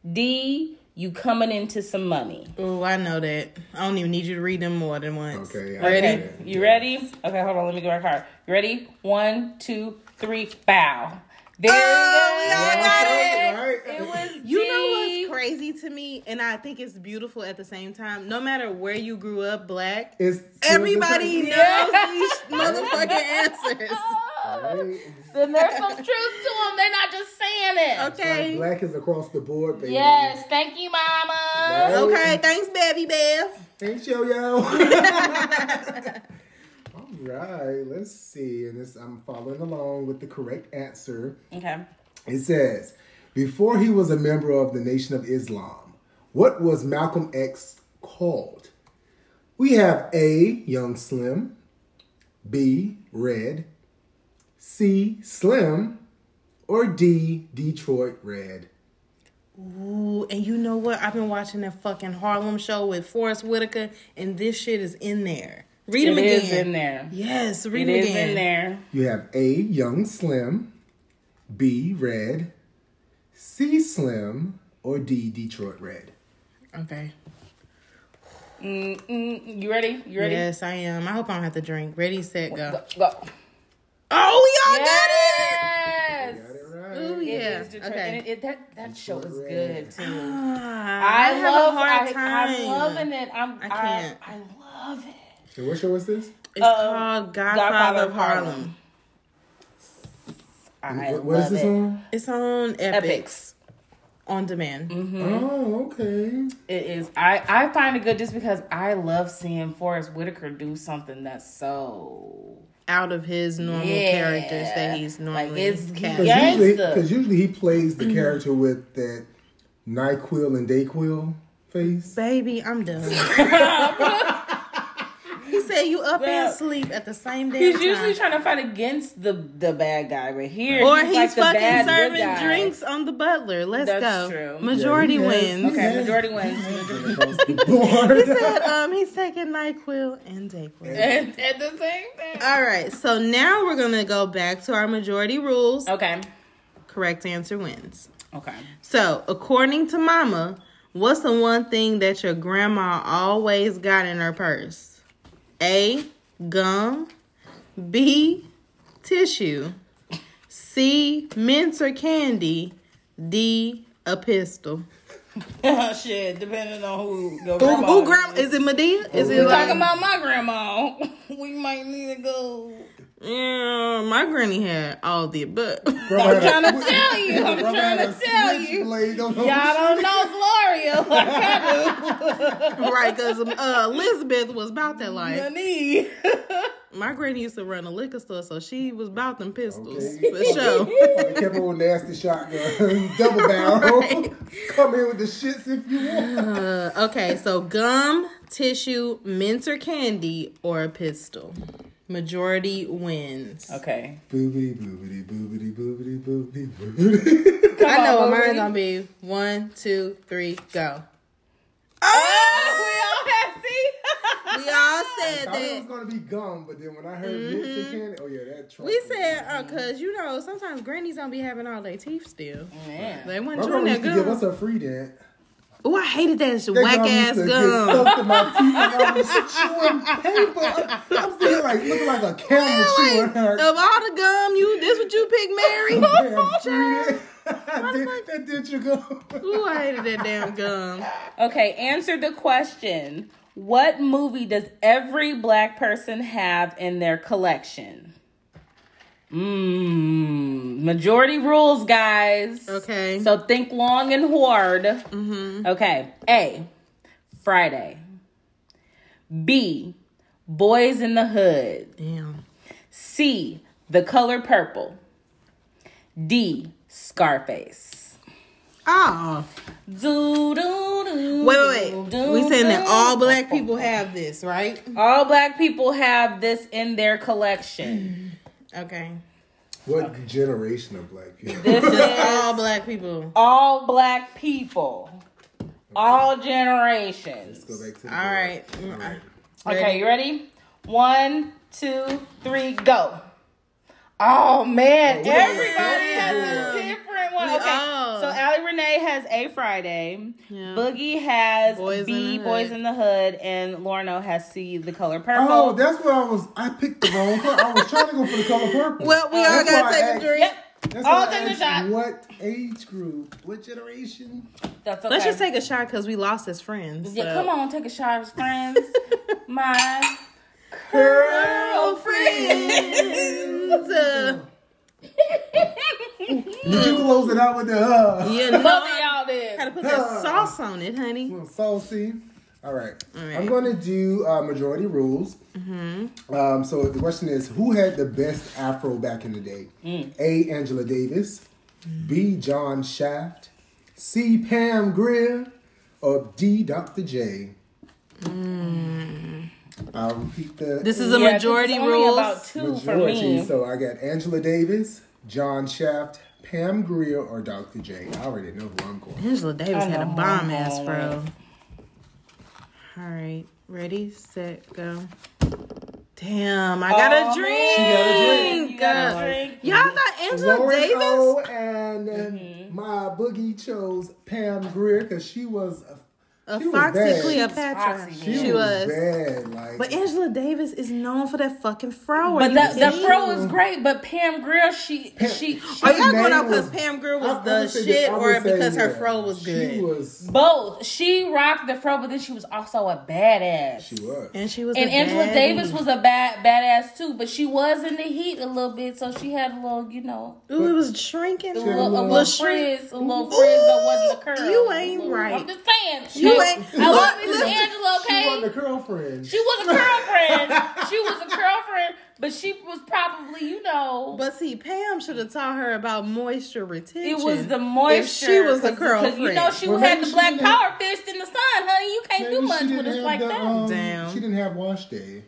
Speaker 2: D, you coming into some money.
Speaker 4: Ooh, I know that. I don't even need you to read them more than once.
Speaker 3: Okay, I
Speaker 4: ready?
Speaker 2: Okay, you ready? Okay, hold on. Let me get my card. You ready? One, two, three. Bow. There
Speaker 4: Oh,
Speaker 2: you
Speaker 4: we
Speaker 2: go.
Speaker 4: all got
Speaker 3: it.
Speaker 2: It was
Speaker 4: You know
Speaker 2: deep.
Speaker 4: what's crazy to me, and I think it's beautiful at the same time. No matter where you grew up, black,
Speaker 3: It's
Speaker 4: everybody
Speaker 3: it's-
Speaker 4: knows these motherfucking answers.
Speaker 3: Right?
Speaker 2: Then there's some truth to them. They're not just saying it.
Speaker 4: Okay.
Speaker 3: Black is across the board, baby.
Speaker 2: Yes. Thank you, Mama.
Speaker 3: Right?
Speaker 4: Okay, thanks, baby Beth.
Speaker 3: Thanks, yo yo. All right, let's see. And this, I'm following along with the correct answer.
Speaker 2: Okay.
Speaker 3: It says, before he was a member of the Nation of Islam, what was Malcolm X called? We have A, Young Slim, B, Red, C, Slim, or D, Detroit Red.
Speaker 4: Ooh, and you know what? I've been watching that fucking Harlem show with Forrest Whitaker, and this shit is in there. Read them
Speaker 2: It
Speaker 4: again.
Speaker 2: is in there.
Speaker 4: Yes, read
Speaker 2: It
Speaker 4: them
Speaker 2: is
Speaker 4: again.
Speaker 2: in there.
Speaker 3: You have A, Young Slim, B, Red, C, Slim, or D, Detroit Red.
Speaker 4: Okay.
Speaker 2: Mm-mm. You ready? You ready?
Speaker 4: Yes, I am. I hope I don't have to drink. Ready, set, go.
Speaker 2: Go. go.
Speaker 4: Oh, we all
Speaker 2: Yes.
Speaker 3: Got
Speaker 4: got
Speaker 3: it
Speaker 4: it.
Speaker 3: right.
Speaker 4: Ooh, yeah.
Speaker 2: It's Detroit- and
Speaker 4: Okay.
Speaker 2: it- it- that that show is
Speaker 3: Red.
Speaker 2: good too.
Speaker 4: I,
Speaker 2: I, love.
Speaker 4: have a hard
Speaker 2: I,
Speaker 4: time.
Speaker 2: am loving it. I'm. I
Speaker 4: can't.
Speaker 2: I, love it.
Speaker 3: And what show was this?
Speaker 4: It's called Godfather, of Harlem.
Speaker 2: I
Speaker 3: What- what
Speaker 2: love
Speaker 3: is this
Speaker 2: it.
Speaker 3: on?
Speaker 4: It's on Epics,
Speaker 2: Epics.
Speaker 4: on demand.
Speaker 2: Mm-hmm.
Speaker 3: Oh, okay.
Speaker 2: It is. I I find it good just because I love seeing Forrest Whitaker do something that's so
Speaker 4: Out of his normal
Speaker 2: Yeah.
Speaker 4: characters that he's
Speaker 2: like
Speaker 4: normally
Speaker 2: it's
Speaker 4: cast.
Speaker 2: yeah,
Speaker 3: Because usually,
Speaker 2: it's the-
Speaker 3: 'cause usually he plays the character with that Nyquil and Dayquil face.
Speaker 4: Baby, I'm done. he said you up
Speaker 2: Well,
Speaker 4: and sleep at the same damn
Speaker 2: He's
Speaker 4: time.
Speaker 2: usually trying to fight against the the bad guy right here.
Speaker 4: or
Speaker 2: he's,
Speaker 4: he's,
Speaker 2: like the
Speaker 4: fucking
Speaker 2: bad good
Speaker 4: serving
Speaker 2: guy.
Speaker 4: drinks on the butler. Let's
Speaker 2: That's
Speaker 4: go.
Speaker 2: true.
Speaker 4: Majority
Speaker 3: Yeah, he has-
Speaker 4: wins.
Speaker 2: Okay, majority wins.
Speaker 3: Across the board.
Speaker 4: But, um, he's taking NyQuil and Dayquil.
Speaker 2: and, and the same thing.
Speaker 4: All right, so now we're gonna go back to our majority rules.
Speaker 2: Okay.
Speaker 4: Correct answer wins.
Speaker 2: Okay.
Speaker 4: So, according to Mama, what's the one thing that your grandma always got in her purse? A. Gum. B. Tissue. C. Mints or candy. D. A pistol.
Speaker 2: Oh, Shit, depending on who your
Speaker 4: Who,
Speaker 2: grandma
Speaker 4: who
Speaker 2: is.
Speaker 4: grandma? Is it Medea? Is
Speaker 2: We
Speaker 4: it like,
Speaker 2: talking about my grandma. we might need to go.
Speaker 4: yeah, my granny had all the above.
Speaker 2: I'm trying to tell you. I'm
Speaker 3: Bro
Speaker 2: trying
Speaker 3: had a
Speaker 2: to tell you.
Speaker 3: switchblade on
Speaker 2: Y'all
Speaker 3: him.
Speaker 2: don't know Gloria like I
Speaker 4: right, because uh, Elizabeth was about that life.
Speaker 2: do. The knee.
Speaker 4: My granny used to run a liquor store, so she was about them pistols
Speaker 3: Okay.
Speaker 4: for sure.
Speaker 3: They kept on nasty shotgun, double barrel. Come in with the shits if you want.
Speaker 4: Uh, okay, so gum, tissue, mint or candy, or a pistol. Majority wins.
Speaker 2: okay.
Speaker 3: Boobity boobity boobity boobity boobity boobity.
Speaker 4: I know
Speaker 2: on,
Speaker 4: what mine's
Speaker 2: Marie.
Speaker 4: gonna be. One, two, three, go.
Speaker 2: Oh, we all have see.
Speaker 4: We all said
Speaker 3: I thought it was
Speaker 4: that.
Speaker 3: gonna be gum, but then when I heard
Speaker 2: Mm-hmm.
Speaker 3: mm again, oh yeah, that.
Speaker 4: We said, uh, cause you know sometimes grannies don't be having all their teeth still.
Speaker 2: Man.
Speaker 4: They weren't
Speaker 3: My
Speaker 4: chewing
Speaker 3: grandma
Speaker 4: that
Speaker 3: Mm. used to give us
Speaker 4: gum.
Speaker 3: a free dent.
Speaker 4: Oh, I hated that
Speaker 3: That
Speaker 4: whack
Speaker 3: gum used
Speaker 4: ass
Speaker 3: to get
Speaker 4: gum.
Speaker 3: stuck in my teeth and I was chewing paper. I'm sitting here like looking like a camel
Speaker 4: Like,
Speaker 3: chewing her.
Speaker 4: of all the gum, you this what you pick, Mary? Oh,
Speaker 3: Damn, Judy. I did, that did you go.
Speaker 4: Ooh, I hated that damn gum.
Speaker 2: Okay, answer the question. What movie does every black person have in their collection? Mmm. Majority rules, guys.
Speaker 4: Okay.
Speaker 2: So think long and hard. Mm-hmm. Okay. A. Friday. B. Boys in the Hood.
Speaker 4: Damn.
Speaker 2: C. The Color Purple. D. Scarface.
Speaker 4: Oh.
Speaker 2: Do, do, do,
Speaker 4: Wait, wait, wait.
Speaker 2: do,
Speaker 4: We saying that
Speaker 2: do.
Speaker 4: all black people have this, right?
Speaker 2: All black people have this in their collection.
Speaker 4: Okay.
Speaker 3: What generation of black people?
Speaker 4: all black people.
Speaker 2: All black people. All generations.
Speaker 3: Go back to the
Speaker 4: All right.
Speaker 3: board. All right.
Speaker 2: Okay, you ready? One, two, three, go. Oh man,
Speaker 3: we
Speaker 2: everybody
Speaker 3: all
Speaker 2: has a different one.
Speaker 4: We
Speaker 2: okay.
Speaker 4: all.
Speaker 2: So Allie Renee has A Friday.
Speaker 4: Yeah.
Speaker 2: Boogie has
Speaker 4: Boys in
Speaker 2: B
Speaker 4: the
Speaker 2: Boys
Speaker 4: Hood.
Speaker 2: in the Hood. And Lorno has C the color purple.
Speaker 3: Oh, that's what I was. I picked the wrong color. I was trying to go for the color purple.
Speaker 4: Well, we all
Speaker 3: That's
Speaker 4: gotta
Speaker 3: why I
Speaker 4: take a
Speaker 3: asked-
Speaker 4: drink.
Speaker 2: yep.
Speaker 3: That's
Speaker 2: All
Speaker 3: why I
Speaker 2: take a
Speaker 3: asked
Speaker 2: shot.
Speaker 3: What age group? What generation?
Speaker 2: That's okay.
Speaker 4: Let's just take a shot because we lost as friends.
Speaker 2: Yeah,
Speaker 4: so.
Speaker 2: come on, take a shot as friends. My
Speaker 4: Oh, Friends. Uh,
Speaker 3: Did you close it out with the uh,
Speaker 4: yeah, no.
Speaker 2: y'all did.
Speaker 4: Gotta put that sauce on it, honey.
Speaker 3: saucy? Mm, All right. I'm going to do uh, majority rules. Um, so the question is who had the best afro back in the day? A. Angela Davis, B. John Shaft, C. Pam Grier, or D. Dr. J? will repeat the
Speaker 4: This is a
Speaker 2: Yeah, 'cause it's
Speaker 4: majority
Speaker 2: only
Speaker 4: rules.
Speaker 2: About two for
Speaker 3: majority.
Speaker 2: me.
Speaker 3: So I got Angela Davis, John Shaft, Pam Grier, or Dr. J. I already know who I'm going.
Speaker 4: Angela Davis had a
Speaker 2: know,
Speaker 4: bomb
Speaker 2: I know,
Speaker 4: ass,
Speaker 2: I
Speaker 4: bro. All right, ready, set, go. Damn, I got
Speaker 2: Oh,
Speaker 4: a
Speaker 2: man.
Speaker 4: drink.
Speaker 2: She
Speaker 3: got a
Speaker 2: drink. You got a drink.
Speaker 4: Y'all got Angela
Speaker 3: Lauren
Speaker 4: Davis. Mm-hmm.
Speaker 3: O and my boogie chose Pam Grier because she was
Speaker 4: a
Speaker 3: she was
Speaker 4: Foxy
Speaker 3: bad.
Speaker 4: Cleopatra.
Speaker 2: Foxy,
Speaker 3: she,
Speaker 2: man.
Speaker 4: she was.
Speaker 3: bad. Like
Speaker 4: But Angela Davis is known for that fucking fro. Are
Speaker 2: But
Speaker 4: you
Speaker 2: that the
Speaker 4: kidding?
Speaker 2: fro is great. But Pam Grier, she she, she
Speaker 4: Are y'all going out
Speaker 3: name was-
Speaker 4: because Pam Grier
Speaker 3: I- I
Speaker 4: was
Speaker 3: would
Speaker 4: the
Speaker 3: say that-
Speaker 4: shit,
Speaker 3: I would
Speaker 4: or
Speaker 3: say
Speaker 4: because her
Speaker 3: that
Speaker 4: fro was good?
Speaker 3: She was.
Speaker 2: both she rocked the fro, but then she was also a badass.
Speaker 3: She was.
Speaker 4: and she was.
Speaker 2: and
Speaker 4: a
Speaker 2: Angela
Speaker 4: baddie.
Speaker 2: Davis was a bad badass too, but she was in the heat a little bit, so she had a little, you know,
Speaker 4: Ooh, it was shrinking.
Speaker 2: a little, a
Speaker 4: Little
Speaker 2: little
Speaker 4: shrink.
Speaker 2: frizz, a little frizz that wasn't a
Speaker 4: Ooh,
Speaker 2: curl.
Speaker 4: you ain't
Speaker 2: A little-
Speaker 4: right.
Speaker 2: I'm just saying.
Speaker 4: You
Speaker 2: She-
Speaker 4: ain't-
Speaker 2: I
Speaker 4: Look,
Speaker 2: love Miss
Speaker 4: listen.
Speaker 2: Angela.
Speaker 3: She wasn't
Speaker 2: Okay,
Speaker 3: a girlfriend.
Speaker 2: she was a girlfriend. she was a girlfriend, but she was probably, you know,
Speaker 4: But see, Pam should have taught her about moisture retention.
Speaker 2: it was the moisture.
Speaker 4: If she was a
Speaker 2: 'cause- 'cause
Speaker 4: girlfriend,
Speaker 2: You know, she
Speaker 3: Well,
Speaker 2: had
Speaker 3: maybe
Speaker 2: the
Speaker 3: she
Speaker 2: black
Speaker 3: didn't have-
Speaker 2: power fist in the sun, honey. You can't
Speaker 3: Maybe
Speaker 2: do
Speaker 3: she
Speaker 2: much
Speaker 3: didn't
Speaker 2: with us
Speaker 3: have
Speaker 2: like
Speaker 3: the,
Speaker 2: that.
Speaker 3: um,
Speaker 4: Damn.
Speaker 3: She didn't have wash day.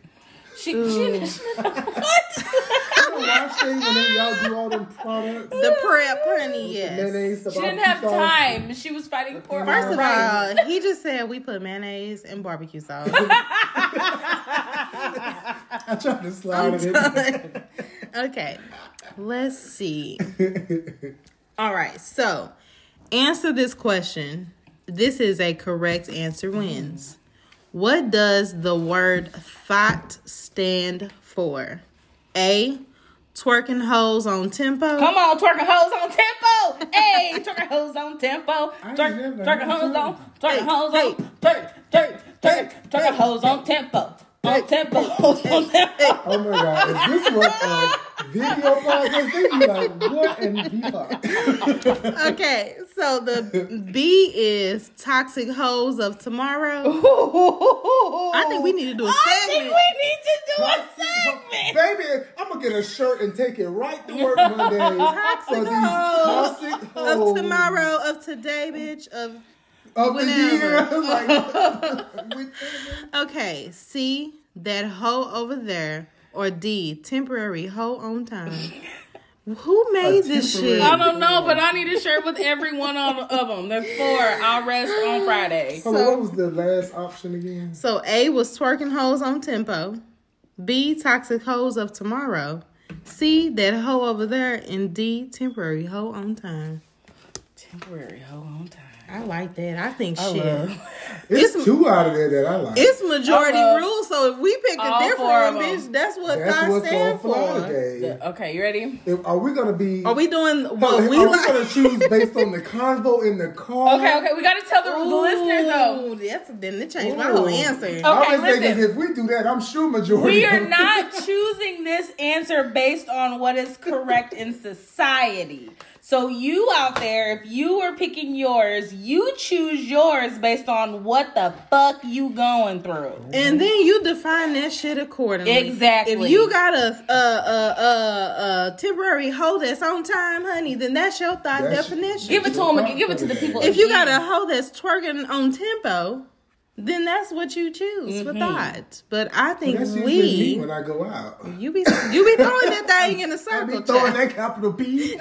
Speaker 2: she, she, what?
Speaker 3: You know, wash day when they, y'all do all them products.
Speaker 4: the prep, honey. Yes.
Speaker 3: Mayonnaise, the
Speaker 2: She didn't
Speaker 3: barbecue
Speaker 2: have
Speaker 3: sauce.
Speaker 2: time. She was fighting for
Speaker 4: First
Speaker 2: her
Speaker 4: of
Speaker 2: rights.
Speaker 4: all, he just said we put mayonnaise and barbecue sauce.
Speaker 3: I tried to slide it in.
Speaker 4: okay, let's see. All right, so answer this question. This is a correct answer wins. What does the word thought stand for? A. Twerking hoes on tempo.
Speaker 2: Come on, twerking hoes on tempo. Hey, twerking hoes on tempo.
Speaker 3: ain't
Speaker 2: Twerk,
Speaker 3: never
Speaker 2: twerking hoes
Speaker 3: heard
Speaker 2: on,
Speaker 4: Hey,
Speaker 2: twerking hoes on,
Speaker 4: hey.
Speaker 2: twerk, twerk, twerk, twerking hoes on tempo. On tempo, hoes on tempo.
Speaker 3: Oh my god, if this was a video podcast, they'd be like, what in the
Speaker 4: Okay, so the B is toxic hoes of tomorrow. I think we need to do a
Speaker 2: I think
Speaker 4: segment.
Speaker 2: we need to do a segment.
Speaker 3: Baby, I'm gonna get a shirt and take it right to work Monday. Toxic for these
Speaker 4: hoes
Speaker 3: toxic
Speaker 4: Of
Speaker 3: hoes
Speaker 4: tomorrow, of today, bitch. Of
Speaker 3: of the year.
Speaker 4: whenever.
Speaker 3: Like, with-
Speaker 4: okay, C that hoe over there, or D temporary hoe on time. Who made this
Speaker 3: temporary-
Speaker 4: shit?
Speaker 2: I don't know, but I need a shirt with every one on, of them. That's four. I'll rest on Friday.
Speaker 3: Hold on, what was the last option again?
Speaker 4: So A was twerking hoes on tempo, B toxic hoes of tomorrow, C that hoe over there, and D temporary hoe on time.
Speaker 2: Temporary hoe on time.
Speaker 4: I like that. I think shit.
Speaker 3: It's,
Speaker 4: It's-
Speaker 3: two out of there that I like.
Speaker 4: It's majority
Speaker 2: Uh-huh.
Speaker 4: rule, so if we pick a
Speaker 2: All
Speaker 4: different
Speaker 2: four of
Speaker 4: one,
Speaker 2: them.
Speaker 4: bitch, that's what
Speaker 3: That's
Speaker 4: thought
Speaker 3: what's on
Speaker 4: stand
Speaker 3: Florida
Speaker 4: for.
Speaker 3: Day.
Speaker 2: Okay, you ready?
Speaker 3: If- Are we gonna be?
Speaker 4: Are we doing
Speaker 3: Are
Speaker 4: what
Speaker 3: we
Speaker 4: we like?
Speaker 3: gonna choose based on the convo in the car?
Speaker 2: Okay, okay. We got to tell the, the listeners though.
Speaker 4: Ooh, That's then it changed my whole
Speaker 3: Ooh.
Speaker 4: answer.
Speaker 2: Oh.
Speaker 3: I was
Speaker 2: Okay,
Speaker 3: thinking
Speaker 2: listen.
Speaker 3: if we do that, I'm sure majority.
Speaker 2: We are
Speaker 3: of-
Speaker 2: not choosing this answer based on what is correct in society. So you out there, if you were picking yours, you choose yours based on what the fuck you going through.
Speaker 4: And then you define that shit accordingly.
Speaker 2: Exactly.
Speaker 4: If you got a a a, a, a temporary hoe that's on time, honey, then that's your thought
Speaker 3: That's-
Speaker 4: definition.
Speaker 2: Give it to them. Give it to the people.
Speaker 4: if you got
Speaker 2: again.
Speaker 4: a hoe that's twerking on tempo, then that's what you choose
Speaker 2: Mm-hmm.
Speaker 4: for thought. But I think
Speaker 3: That's usually me
Speaker 4: we
Speaker 3: when I go out.
Speaker 4: you be you be throwing that thing in a
Speaker 3: I
Speaker 4: circle.
Speaker 3: be throwing
Speaker 4: child.
Speaker 3: that capital P.
Speaker 4: He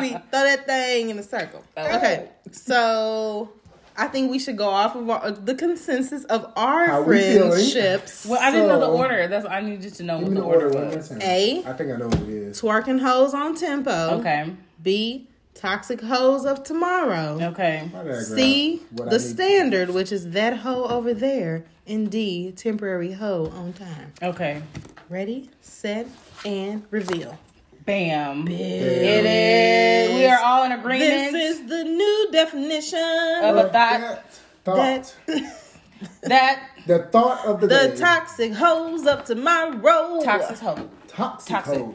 Speaker 4: be throw that thing in a circle.
Speaker 2: Oh.
Speaker 4: Okay, so I think we should go off of our, the consensus of our
Speaker 3: How we feeling?
Speaker 4: friendships.
Speaker 2: Well, I didn't know the
Speaker 3: So-
Speaker 2: order. That's I needed to know
Speaker 3: Give
Speaker 2: what
Speaker 3: me
Speaker 2: the
Speaker 3: the order
Speaker 2: order
Speaker 3: one more
Speaker 2: was.
Speaker 3: time.
Speaker 4: A.
Speaker 3: I think I know what it is.
Speaker 4: Twerking hoes on tempo.
Speaker 2: Okay.
Speaker 4: B. Toxic hoes of tomorrow.
Speaker 2: Okay.
Speaker 3: Why did I grab
Speaker 4: C.
Speaker 3: what I
Speaker 4: the
Speaker 3: need?
Speaker 4: standard, which is that hoe over there. And D. Temporary hoe on time.
Speaker 2: Okay.
Speaker 4: Ready, set, and reveal.
Speaker 2: Bam. It is. We are all in agreement.
Speaker 4: This is the new definition
Speaker 2: Of
Speaker 4: of
Speaker 2: a thought.
Speaker 3: thought.
Speaker 4: that.
Speaker 2: that
Speaker 3: the thought of the,
Speaker 4: The
Speaker 3: day.
Speaker 4: toxic hoes up to my road.
Speaker 2: toxic hope.
Speaker 3: toxic.
Speaker 2: toxic.
Speaker 3: hoes.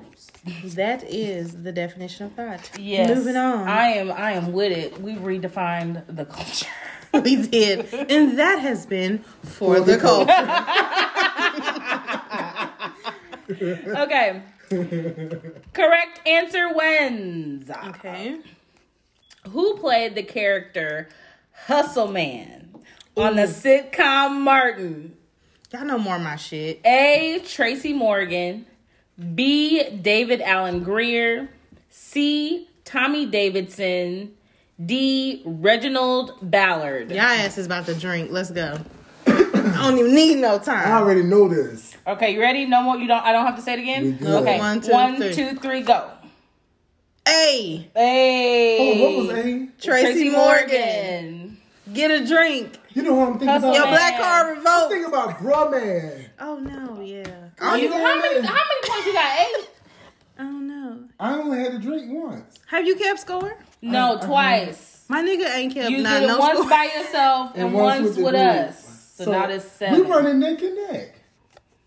Speaker 4: That is the definition of thought.
Speaker 2: Yes.
Speaker 4: Moving on.
Speaker 2: I am I am with it. We redefined the culture.
Speaker 4: we did. And that has been For, the,
Speaker 3: the
Speaker 4: Culture.
Speaker 2: Okay. Correct answer wins.
Speaker 4: Okay.
Speaker 2: Who played the character Hustle Man on the sitcom Martin?
Speaker 4: Y'all know more of my shit.
Speaker 2: A. Tracy Morgan. B. David Allen Greer. C. Tommy Davidson. D. Reginald Ballard.
Speaker 4: Y'all ass is about to drink. Let's go. I don't even need no
Speaker 3: I
Speaker 4: time.
Speaker 3: already know this.
Speaker 2: Okay, you ready? No more. You don't. I don't have to say it
Speaker 3: We
Speaker 2: again.
Speaker 3: good.
Speaker 2: Okay,
Speaker 4: One,
Speaker 2: one,
Speaker 4: two,
Speaker 2: two, three,
Speaker 4: three.
Speaker 2: go.
Speaker 4: Hey,
Speaker 2: Hey,
Speaker 3: Oh, what was A?
Speaker 4: Tracy, Morgan, get a drink.
Speaker 3: You know who I'm thinking
Speaker 2: Hustle
Speaker 4: Your
Speaker 2: Man.
Speaker 3: about?
Speaker 4: black card
Speaker 3: I'm
Speaker 4: revolt.
Speaker 3: thinking about Bruh Man.
Speaker 4: Oh no, yeah.
Speaker 3: I,
Speaker 2: You,
Speaker 3: only
Speaker 2: how many? How
Speaker 3: had,
Speaker 2: many points you got? Eight.
Speaker 4: I don't know.
Speaker 3: I only had to drink once.
Speaker 4: Have you kept score?
Speaker 2: No, twice.
Speaker 4: My nigga ain't kept
Speaker 2: You
Speaker 4: Uh-huh. not
Speaker 2: did it
Speaker 4: no
Speaker 2: once
Speaker 4: score.
Speaker 2: by yourself and, once, with,
Speaker 3: the group.
Speaker 2: us. So, now it's
Speaker 3: We
Speaker 2: seven.
Speaker 3: running neck and neck.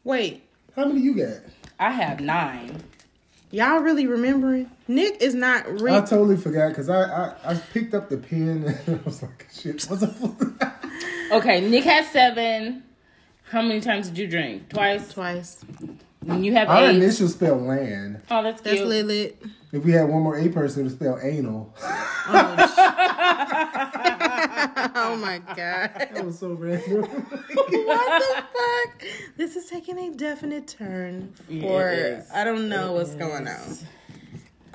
Speaker 4: Wait,
Speaker 3: How many you got?
Speaker 2: I have nine.
Speaker 4: y'all really remembering? Nick is not
Speaker 3: I
Speaker 4: real.
Speaker 3: totally forgot because I, I I picked up the pen and I was like, shit, what's up?
Speaker 2: Okay, Nick has seven. How many times did you drink? Twice.
Speaker 4: twice.
Speaker 2: And you have
Speaker 3: Our
Speaker 2: eight.
Speaker 3: initial spell land.
Speaker 2: oh, that's
Speaker 4: That's
Speaker 2: cute.
Speaker 4: lit. Lilith.
Speaker 3: If we had one more A person to spell anal,
Speaker 4: Oh my god.
Speaker 3: that was so random.
Speaker 4: what the fuck? This is taking a definite turn for
Speaker 2: is.
Speaker 4: I don't know what's going on.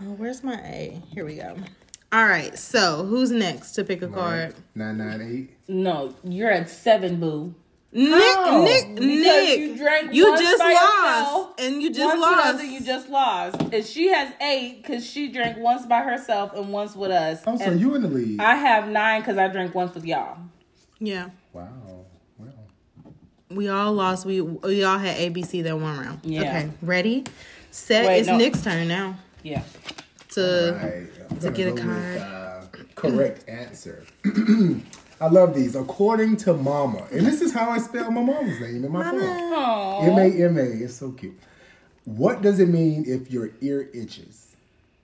Speaker 4: Oh, where's my A? Here we go. All right, so who's next to pick a card?
Speaker 3: Nine nine eight.
Speaker 2: No, you're at seven, boo.
Speaker 4: Nick,
Speaker 2: Oh,
Speaker 4: Nick,
Speaker 2: because
Speaker 4: Nick.
Speaker 2: you drank once
Speaker 4: just
Speaker 2: by
Speaker 4: lost,
Speaker 2: yourself,
Speaker 4: and you just
Speaker 2: Once with
Speaker 4: lost.
Speaker 2: us and you just lost. And she has eight because she drank once by herself and once with us.
Speaker 3: Oh, so
Speaker 2: And
Speaker 3: you in the lead?
Speaker 2: I have nine because I drank once with y'all.
Speaker 4: yeah,
Speaker 3: wow. Wow.
Speaker 4: we all lost. We we all had ABC that one round.
Speaker 2: Yeah.
Speaker 4: Okay, ready, set.
Speaker 2: Wait,
Speaker 4: it's
Speaker 2: no.
Speaker 4: Nick's turn now.
Speaker 2: Yeah.
Speaker 4: To
Speaker 3: Alright, I'm gonna
Speaker 4: get a
Speaker 3: go
Speaker 4: card.
Speaker 3: uh, correct answer. I love these. According to Mama, and this is how I spell my mama's name in my phone.
Speaker 2: Oh.
Speaker 3: M A M A. It's so cute. What does it mean if your ear itches?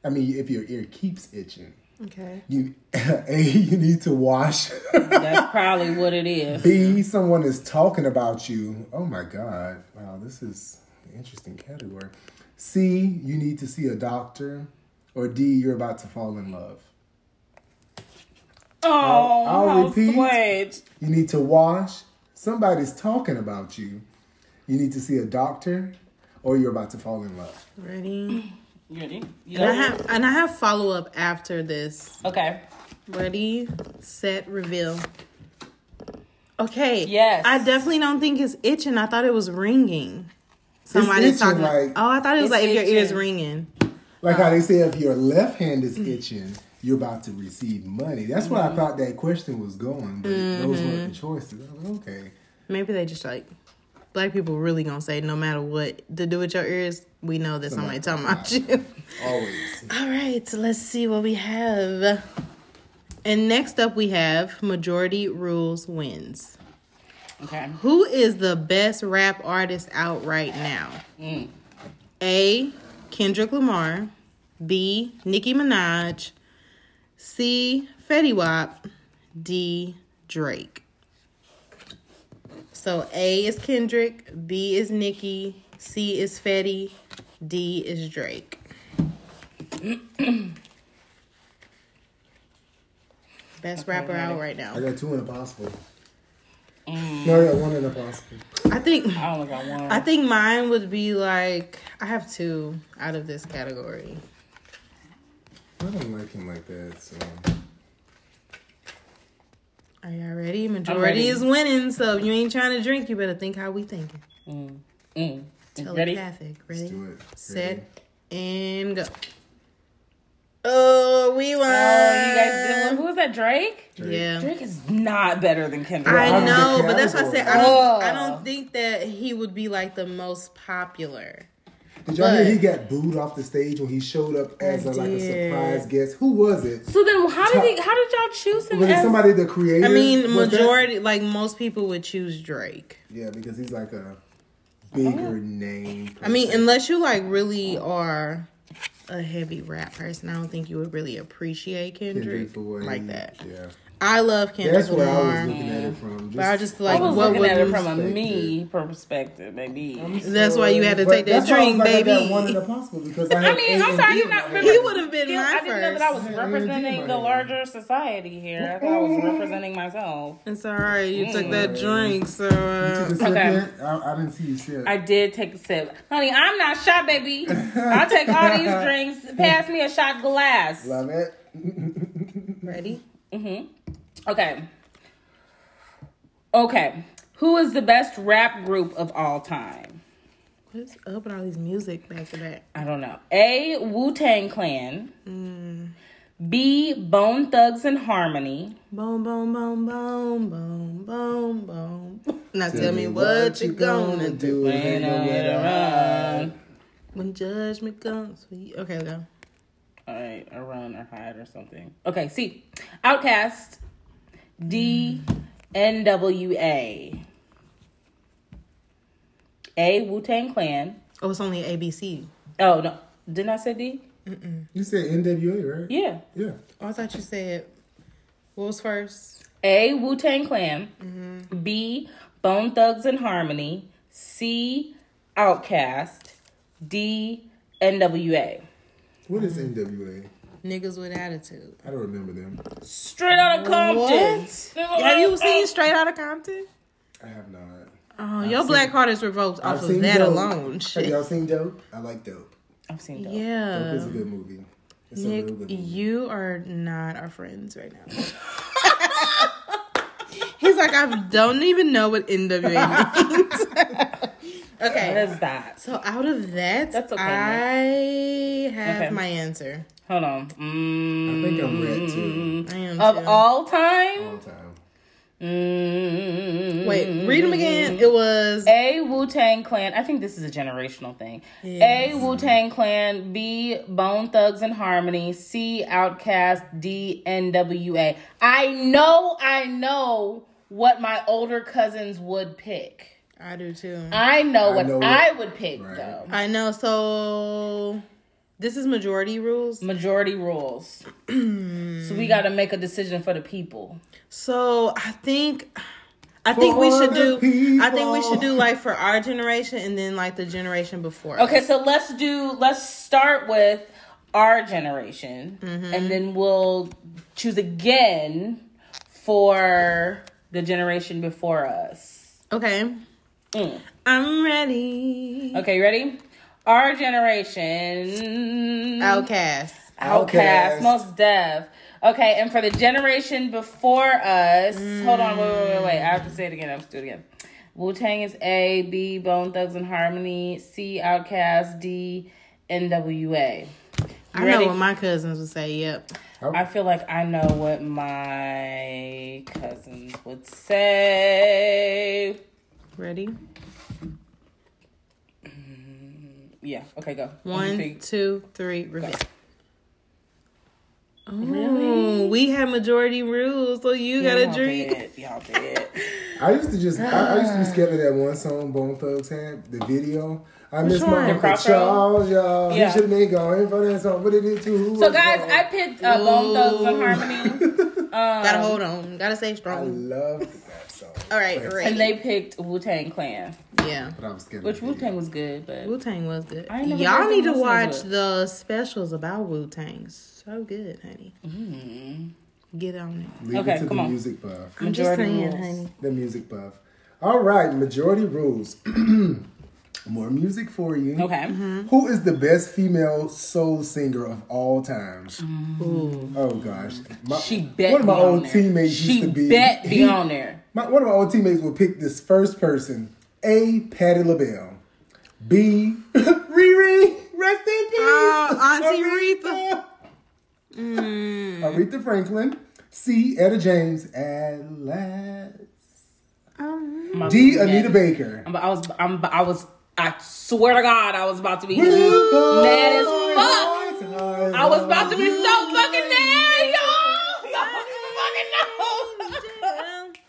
Speaker 3: I mean, if your ear keeps itching.
Speaker 4: okay.
Speaker 3: You A, you need to wash.
Speaker 2: That's probably what it is.
Speaker 3: B, someone is talking about you. Oh my God. Wow, this is an interesting category. C, you need to see a doctor. Or D, you're about to fall in love.
Speaker 2: Oh,
Speaker 3: I'll
Speaker 2: how
Speaker 3: repeat.
Speaker 2: sweet.
Speaker 3: You need to wash. Somebody's talking about you. You need to see a doctor. Or you're about to fall in love.
Speaker 4: Ready?
Speaker 2: You ready? You
Speaker 4: And I
Speaker 2: know-
Speaker 4: have and I have follow up after this.
Speaker 2: okay.
Speaker 4: Ready, set, reveal. Okay.
Speaker 2: Yes.
Speaker 4: I definitely don't think it's itching. I thought it was ringing. Somebody's
Speaker 3: itching,
Speaker 4: talking.
Speaker 3: like-
Speaker 4: oh, I thought it was
Speaker 2: It's
Speaker 4: like if your ears
Speaker 2: itching.
Speaker 4: ringing.
Speaker 3: Like how they say if your left hand is itching, you're about to receive money. That's where
Speaker 4: Mm-hmm.
Speaker 3: I thought that question was going, but those weren't the choices. I was like, okay.
Speaker 4: Maybe they just like black people really gonna say no matter what to do with your ears. We know that somebody, talking about you.
Speaker 3: Always.
Speaker 4: All right, so let's see what we have. And next up, we have majority rules wins.
Speaker 2: Okay.
Speaker 4: Who is the best rap artist out right now? A. Kendrick Lamar. B. Nicki Minaj. C. Fetty Wap. D. Drake. So A is Kendrick. B is Nicki. C is Fetty. D is Drake. Best rapper out right
Speaker 3: I
Speaker 4: now.
Speaker 3: got two in a possible.
Speaker 4: Mm.
Speaker 3: No, I got one in a possible.
Speaker 4: I think.
Speaker 2: I only got one.
Speaker 4: I think mine would be like I have two out of this category.
Speaker 3: I don't like him like that. So
Speaker 4: Are y'all ready? Majority
Speaker 2: ready.
Speaker 4: is winning, so if you ain't trying to drink, you better think how we thinking.
Speaker 2: Mm. Ready?
Speaker 4: Telepathic. Ready?
Speaker 3: do it.
Speaker 4: Set and go. Oh, we won.
Speaker 2: Oh, you guys did one. Who was that? Drake?
Speaker 4: Yeah.
Speaker 2: Drake is not better than Kendrick.
Speaker 4: I
Speaker 3: out of the
Speaker 4: know, but that's why I said I don't
Speaker 2: Oh.
Speaker 4: I don't think that he would be like the most popular.
Speaker 3: Did y'all hear
Speaker 4: But-
Speaker 3: he got booed off the stage when he showed up as
Speaker 4: I
Speaker 3: a, like a
Speaker 4: did.
Speaker 3: surprise guest? Who was it?
Speaker 2: so then, how did he, how did y'all choose him?
Speaker 3: Was it
Speaker 2: As,
Speaker 3: somebody the creator?
Speaker 4: I mean,
Speaker 3: Was that-
Speaker 4: majority like most people would choose Drake.
Speaker 3: Yeah, because he's like a bigger name.
Speaker 4: Oh. I mean, unless you like really are a heavy rap person, I don't think you would really appreciate Kendrick,
Speaker 3: for what
Speaker 4: like
Speaker 3: he-
Speaker 4: that.
Speaker 3: Yeah.
Speaker 4: I love Kendrick
Speaker 3: That's where I
Speaker 4: Lamar.
Speaker 3: was looking at it from. Just,
Speaker 4: But I just
Speaker 2: I
Speaker 4: like
Speaker 2: was
Speaker 4: what
Speaker 2: looking
Speaker 4: would
Speaker 2: at it
Speaker 4: you
Speaker 2: from a
Speaker 3: perspective.
Speaker 2: me perspective, baby.
Speaker 4: That's why you had to
Speaker 3: But
Speaker 4: take that
Speaker 3: that's why I was
Speaker 4: drink,
Speaker 3: like, I got
Speaker 4: baby.
Speaker 3: one in the possible because I,
Speaker 2: I
Speaker 3: had
Speaker 2: mean,
Speaker 3: A
Speaker 2: I'm
Speaker 3: and
Speaker 2: sorry,
Speaker 3: B
Speaker 2: you
Speaker 3: in
Speaker 2: not
Speaker 3: my
Speaker 2: remember.
Speaker 4: He would have been
Speaker 2: Still,
Speaker 4: my
Speaker 2: I didn't know that I was
Speaker 4: first.
Speaker 2: representing the larger society here. I thought I was representing myself.
Speaker 4: It's all right. You took
Speaker 2: Mm.
Speaker 4: that drink, so uh,
Speaker 3: Took a sip
Speaker 2: Okay.
Speaker 3: yet? I, I didn't see you sip.
Speaker 2: I did take a sip. Honey, I'm not shy, baby. I'll take all these drinks. Pass me a shot glass.
Speaker 3: Love it.
Speaker 4: ready.
Speaker 2: Okay. Okay. Who is the best rap group of all time?
Speaker 4: What's up with all these music back to back?
Speaker 2: I don't know. A. Wu Tang Clan. B. Bone Thugs and Harmony.
Speaker 4: Boom, boom, boom, boom, boom, boom, boom. Now tell, me what you gonna do
Speaker 3: Ain't no way to
Speaker 4: when judgment comes. for you. Okay, go.
Speaker 2: All right, or run or hide or something. Okay, C. Outcast. D. NWA. A. Wu Tang Clan.
Speaker 4: Oh, it's only ABC.
Speaker 2: Oh, no. Didn't I say D?
Speaker 3: You said NWA, right?
Speaker 2: Yeah.
Speaker 3: Yeah.
Speaker 4: Oh, I thought you said what was first.
Speaker 2: A. Wu Tang Clan. B. Bone Thugs and Harmony. C. Outcast. D. NWA.
Speaker 3: What is NWA?
Speaker 4: Niggas with attitude.
Speaker 3: I don't remember them.
Speaker 2: Straight out of Compton.
Speaker 4: Have you seen Straight Outta Compton?
Speaker 3: I have not.
Speaker 4: Oh, your black heart is revoked
Speaker 3: I've
Speaker 4: off of
Speaker 3: seen
Speaker 4: that
Speaker 3: Dope.
Speaker 4: alone.
Speaker 3: Have
Speaker 4: Shit.
Speaker 3: y'all seen Dope? I like Dope.
Speaker 2: I've seen that.
Speaker 4: Oh.
Speaker 3: Dope is
Speaker 2: Um,
Speaker 4: Yeah.
Speaker 3: a good movie. It's a
Speaker 4: Nick,
Speaker 3: real good movie.
Speaker 4: you are not our friends right now. He's like, I don't even know what NWA means.
Speaker 2: What
Speaker 4: okay.
Speaker 2: is that?
Speaker 4: So out of that,
Speaker 2: That's okay,
Speaker 4: I have
Speaker 2: Okay.
Speaker 4: my answer.
Speaker 2: Hold on. Mm.
Speaker 3: I think I'm red too.
Speaker 4: I am
Speaker 2: Of
Speaker 4: too.
Speaker 2: all time?
Speaker 3: All time.
Speaker 2: Mm.
Speaker 4: Wait, read them again. It was
Speaker 2: A Wu Tang Clan. I think this is a generational thing. A Wu Tang Clan. B Bone Thugs and Harmony. C Outcast. D NWA. I know, I know what my older cousins would pick.
Speaker 4: I do too.
Speaker 2: I know
Speaker 3: I
Speaker 2: what
Speaker 3: know
Speaker 2: I
Speaker 3: what-
Speaker 2: would pick
Speaker 3: right.
Speaker 2: though.
Speaker 4: I know. So this is majority rules.
Speaker 2: Majority rules. so we got to make a decision for the people.
Speaker 4: So I think. I think we
Speaker 3: For
Speaker 4: should
Speaker 3: the
Speaker 4: do. I think we
Speaker 3: people.
Speaker 4: should do like for our generation and then like the generation before.
Speaker 2: Okay, so let's do. Let's start with our generation, and then we'll choose again for the generation before us.
Speaker 4: Okay.
Speaker 2: Mm.
Speaker 4: I'm ready.
Speaker 2: Okay, you ready? Our generation.
Speaker 4: Outcast.
Speaker 2: Outcast,
Speaker 3: Outkast.
Speaker 2: most deaf. Okay, and for the generation before us, hold on, wait, wait, wait, wait. I have to say it again. I have to do it again. Wu Tang is A, B, Bone Thugs and Harmony, C, Outcast, D, NWA.
Speaker 4: I
Speaker 2: ready?
Speaker 4: know what my cousins would say. Yep.
Speaker 2: I feel like I know what my cousins would say.
Speaker 4: Ready?
Speaker 2: Yeah, okay, go. What do you
Speaker 4: One,
Speaker 2: think?
Speaker 4: two, three. Reveal.
Speaker 2: Oh,
Speaker 4: Really? We had majority rules, so you got a
Speaker 2: Y'all
Speaker 4: drink.
Speaker 2: did. Y'all did.
Speaker 3: I used to just I, I used to be scared of that one song Bone Thugs had, the video. I miss
Speaker 4: one?
Speaker 3: my
Speaker 4: The
Speaker 3: Uncle
Speaker 2: Crossroads?
Speaker 3: Charles, y'all.
Speaker 2: Yeah.
Speaker 3: He should have been going for that song. What did it do? Who
Speaker 2: So,
Speaker 3: was
Speaker 2: guys,
Speaker 3: wrong?
Speaker 2: I picked uh, Bone Thugs and
Speaker 4: Ooh.
Speaker 2: Harmony.
Speaker 4: Gotta hold on. Gotta stay
Speaker 3: I
Speaker 4: strong.
Speaker 3: love that song.
Speaker 4: All right,
Speaker 3: But-
Speaker 4: ready?
Speaker 2: And they picked Wu Tang Clan,
Speaker 4: Yeah.
Speaker 3: But I was scared.
Speaker 2: which
Speaker 3: of the
Speaker 2: Wu Tang
Speaker 3: video.
Speaker 2: was good, but
Speaker 4: Wu Tang was good.
Speaker 2: ain't never
Speaker 4: Y'all
Speaker 2: heard
Speaker 4: need to
Speaker 2: them listen to
Speaker 4: watch
Speaker 2: it.
Speaker 4: the specials about Wu Tang. So good, honey. Get on it.
Speaker 3: Leave
Speaker 2: Okay,
Speaker 3: it to
Speaker 2: come
Speaker 3: the
Speaker 2: on.
Speaker 3: music buff.
Speaker 4: I'm just
Speaker 2: Mm-hmm. Majority
Speaker 4: saying,
Speaker 2: rules.
Speaker 4: honey.
Speaker 3: The music buff. All right, majority rules. More music for you.
Speaker 2: okay.
Speaker 4: mm-hmm.
Speaker 3: Who is the best female soul singer of all time?
Speaker 4: Ooh.
Speaker 3: Oh gosh, my,
Speaker 2: Mm-hmm. She bet
Speaker 3: one of my
Speaker 2: be on
Speaker 3: old
Speaker 2: there.
Speaker 3: teammates
Speaker 2: She
Speaker 3: used to be.
Speaker 2: bet be
Speaker 3: he-
Speaker 2: on there.
Speaker 3: My, one of my old teammates would pick this first person: A. Patty LaBelle, B. Riri, rest in peace.
Speaker 4: Oh, Auntie Aretha.
Speaker 3: Aretha. Mm. Aretha Franklin, C. Etta James, and last
Speaker 4: Um,
Speaker 2: My
Speaker 3: D.
Speaker 2: bad.
Speaker 3: Anita Baker.
Speaker 2: I'm, I was, I'm, I was, I swear to God, I was about to be mad as fuck.
Speaker 3: fuck.
Speaker 2: I was about to be so fucking mad, y'all. Y'all fucking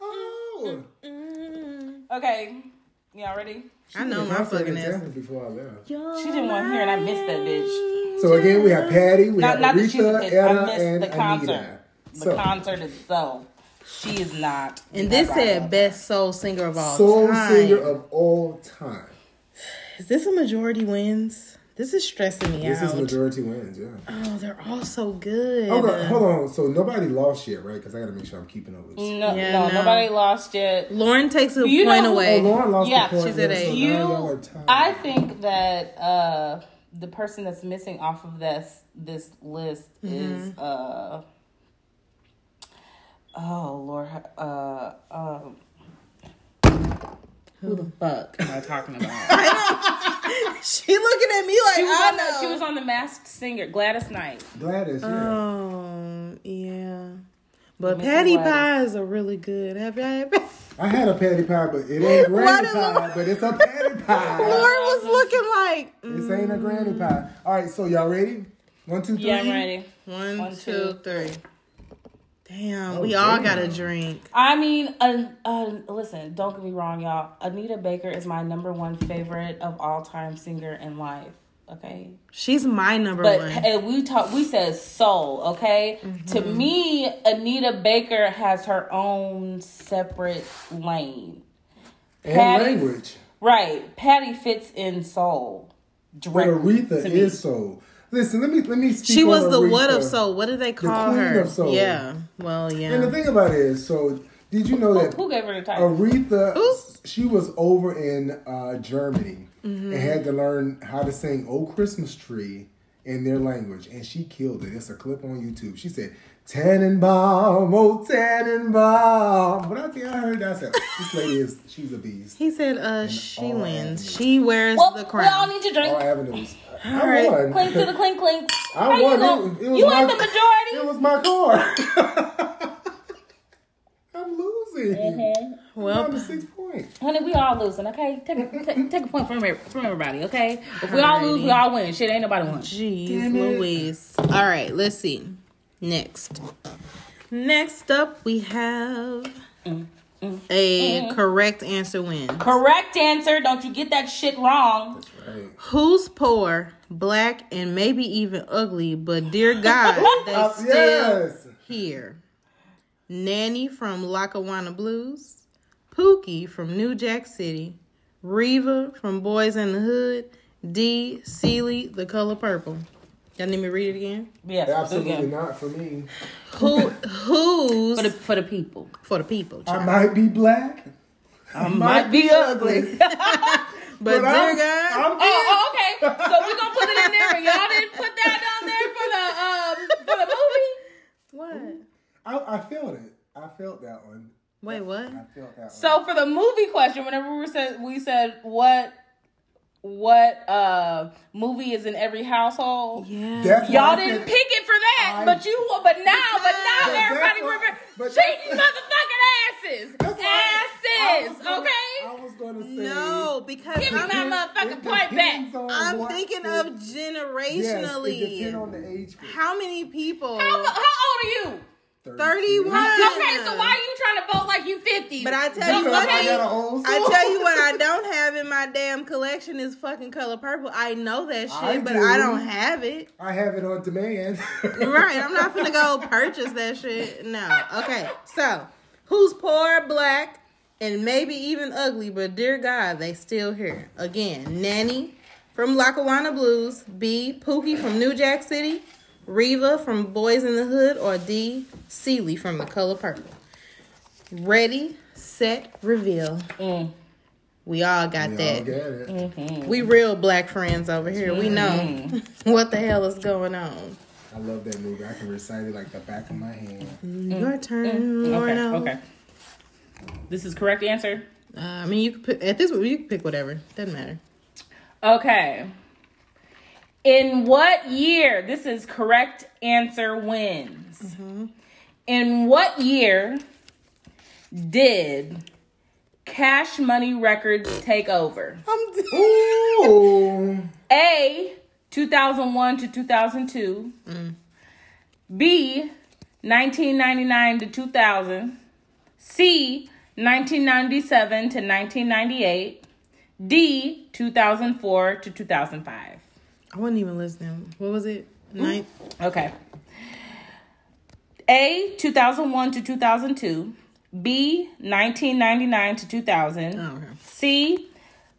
Speaker 3: Oh.
Speaker 2: know. Okay, y'all ready?
Speaker 4: I know my fucking ass.
Speaker 3: Before I left.
Speaker 2: She didn't want to hear, and I missed that bitch.
Speaker 3: So again, we have Patty, we
Speaker 2: Not-
Speaker 3: have
Speaker 2: not that she's a
Speaker 3: Aretha,
Speaker 2: bitch. I
Speaker 3: Etta,
Speaker 2: missed
Speaker 3: and
Speaker 2: the concert.
Speaker 3: Anita.
Speaker 2: the
Speaker 3: So-
Speaker 2: concert itself. She is not.
Speaker 4: And this
Speaker 2: nobody.
Speaker 4: said best soul singer of all
Speaker 3: Soul
Speaker 4: time.
Speaker 3: singer of all time.
Speaker 4: is this a majority wins? This is stressing me
Speaker 3: This
Speaker 4: out.
Speaker 3: is majority wins, yeah.
Speaker 4: oh, they're all so good.
Speaker 3: Okay, hold on. So nobody lost yet, right? Because I got to make sure I'm keeping up with this.
Speaker 2: No,
Speaker 4: Yeah,
Speaker 2: no,
Speaker 4: no.
Speaker 2: nobody lost it.
Speaker 4: Lauren takes a
Speaker 2: You
Speaker 4: point
Speaker 2: know who-
Speaker 3: Oh,
Speaker 4: away.
Speaker 3: Lauren lost
Speaker 2: Yeah,
Speaker 3: the point.
Speaker 2: she's
Speaker 4: at
Speaker 3: yeah, so
Speaker 4: eight.
Speaker 3: now y'all are
Speaker 2: You,
Speaker 3: tied.
Speaker 2: I think that uh, the person that's missing off of this this list is uh, oh Lord, uh, um, who the fuck am I talking about?
Speaker 4: she looking at me like
Speaker 2: she was
Speaker 4: I
Speaker 2: on the
Speaker 4: know.
Speaker 2: she was on the Masked Singer, Gladys Knight.
Speaker 3: Gladys, yeah.
Speaker 4: Um, yeah. But
Speaker 2: Miss
Speaker 4: patty
Speaker 2: Gladys.
Speaker 4: pies are really good. Have y'all had patty
Speaker 3: I had a patty pie, but it ain't granny
Speaker 4: Oh. did
Speaker 3: pie,
Speaker 4: Lauren-
Speaker 3: but it's a patty pie.
Speaker 4: Lauren was looking like mm,
Speaker 3: this ain't a granny pie. All right, so y'all ready? One, two, three.
Speaker 2: Yeah, I'm ready.
Speaker 4: one,
Speaker 2: One, two.
Speaker 4: two, three. Damn,
Speaker 3: Oh,
Speaker 4: we all
Speaker 3: damn.
Speaker 4: got a drink.
Speaker 2: I mean, uh, uh, listen, don't get me wrong, y'all. Anita Baker is my number one favorite of all time singer in life. Okay,
Speaker 4: She's my number
Speaker 2: but
Speaker 4: one.
Speaker 2: and we talk, we said soul. Okay, to me, Anita Baker has her own separate lane.
Speaker 3: And
Speaker 2: Patty-
Speaker 3: language.
Speaker 2: Right, Patty fits in soul.
Speaker 3: But
Speaker 2: directly
Speaker 3: Aretha
Speaker 2: to me.
Speaker 3: is soul. Listen, let me let me speak
Speaker 4: she
Speaker 3: on
Speaker 4: was the
Speaker 3: Aretha.
Speaker 4: what of soul. What did they call
Speaker 3: queen
Speaker 4: her?
Speaker 3: of soul.
Speaker 4: Yeah. Well,
Speaker 3: And the
Speaker 4: yeah.
Speaker 3: thing about it is, so did you know that
Speaker 2: Who gave her the title?
Speaker 3: Aretha,
Speaker 4: Who's- Mm-hmm.
Speaker 3: she was over in uh, Germany and had to learn how to sing "Oh Christmas Tree" in their language, and she killed it. It's a clip on YouTube. She said, "Tannenbaum, oh Tannenbaum." When I think I heard that, I said, "This lady is she's a beast."
Speaker 4: He said, "Uh, she
Speaker 3: all
Speaker 4: wins.
Speaker 3: avenues.
Speaker 4: She wears
Speaker 2: Well,
Speaker 4: the
Speaker 2: we all
Speaker 4: crown."
Speaker 2: need to
Speaker 3: All
Speaker 2: drink.
Speaker 3: avenues. I
Speaker 4: All right.
Speaker 3: won.
Speaker 2: Clink to the clink clink.
Speaker 3: Oh, I
Speaker 2: How you
Speaker 3: won.
Speaker 2: know?
Speaker 3: It was- it was
Speaker 2: you
Speaker 3: my-
Speaker 2: ain't the majority.
Speaker 3: It was my car. I'm losing.
Speaker 2: Mm-hmm.
Speaker 4: Well,
Speaker 3: I'm a six point.
Speaker 2: Honey, we all losing, okay? Take a, take, take a point from, every- from everybody, okay? If we all lose, we all win. Shit, ain't nobody win.
Speaker 4: Jeez
Speaker 3: Damn it.
Speaker 4: Louise. All right, let's see. Next. Next up, we have
Speaker 2: Mm-hmm.
Speaker 4: a correct answer win.
Speaker 2: Correct answer. Don't you get that shit wrong.
Speaker 3: Right.
Speaker 4: Who's poor, black, and maybe even ugly, but dear God, they
Speaker 3: Uh,
Speaker 4: still
Speaker 3: yes.
Speaker 4: here? Nanny from Lackawanna Blues, Pookie from New Jack City, Reva from Boys in the Hood, D. Seeley, The Color Purple. Y'all need me to read it again?
Speaker 2: Yeah,
Speaker 3: Absolutely
Speaker 2: again.
Speaker 3: not for me.
Speaker 4: Who who's
Speaker 2: For the, for the people.
Speaker 4: for the people,
Speaker 3: I
Speaker 4: child.
Speaker 3: might be black,
Speaker 2: I might be ugly.
Speaker 4: but
Speaker 3: but
Speaker 4: dear
Speaker 3: I'm,
Speaker 4: God,
Speaker 3: I'm
Speaker 2: oh, oh, okay. So we're going to put it in there, but y'all didn't put that down there for the, um, for the movie?
Speaker 4: what?
Speaker 3: I, I felt it. I felt that one.
Speaker 4: Wait, what?
Speaker 3: I felt that one.
Speaker 2: So for the movie question, whenever we said, we said what... What uh movie is in every household?
Speaker 4: Yeah,
Speaker 3: That's why I
Speaker 2: Y'all
Speaker 3: said-
Speaker 2: didn't pick it for that,
Speaker 3: I-
Speaker 2: but you, but now, but now
Speaker 3: But that's
Speaker 2: everybody
Speaker 3: what-
Speaker 2: remember
Speaker 3: but that's-
Speaker 2: cheating motherfucking asses,
Speaker 3: that's why I- I
Speaker 2: asses,
Speaker 3: was gonna-
Speaker 2: okay?
Speaker 3: I was gonna say.
Speaker 4: no, because
Speaker 2: Give me
Speaker 4: I'm,
Speaker 2: my
Speaker 3: it
Speaker 2: motherfucking point back.
Speaker 3: depends on
Speaker 4: I'm
Speaker 3: what
Speaker 4: thinking
Speaker 3: the-
Speaker 4: of
Speaker 3: Yes, it
Speaker 4: generationally.
Speaker 3: depends on the age group.
Speaker 4: How many people?
Speaker 2: How, how old are you?
Speaker 4: 31.
Speaker 2: Okay, so why are you trying to vote like you fifty?
Speaker 4: But I tell you
Speaker 3: Because
Speaker 4: what,
Speaker 3: I got
Speaker 4: I,
Speaker 3: an old soul.
Speaker 4: tell you what, I don't have in my damn collection is fucking color purple. I know that shit,
Speaker 3: I
Speaker 4: but
Speaker 3: do.
Speaker 4: I don't have it.
Speaker 3: I have it on demand.
Speaker 4: Right, I'm not gonna go purchase that shit. No. Okay, so who's poor, black, and maybe even ugly, but dear God, they still here. Again, Nanny from Lackawanna Blues, B. Pookie from New Jack City, Reva from Boys in the Hood, or D. Seeley from The Color Purple. Ready, set, reveal. We all got that.
Speaker 3: Y'all get it.
Speaker 4: We real black friends over here. We know what the hell is going on.
Speaker 3: I love that movie. I can recite it like the back of my hand.
Speaker 4: Your turn,
Speaker 2: Mm. Okay,
Speaker 4: Lorna.
Speaker 2: okay. This is correct answer.
Speaker 4: Uh, I mean, you could pick, at this you can pick whatever. Doesn't matter.
Speaker 2: Okay. In what year? This is correct answer wins. In what year did Cash Money Records take over?
Speaker 3: Ooh.
Speaker 2: A, 2001 to 2002. B, 1999 to 2000. C, 1997 to 1998. D, 2004 to 2005.
Speaker 4: I wasn't even listening. What was it? Ninth.
Speaker 2: Okay. A 2001 to 2002, B 1999 to 2000,
Speaker 3: Oh,
Speaker 2: C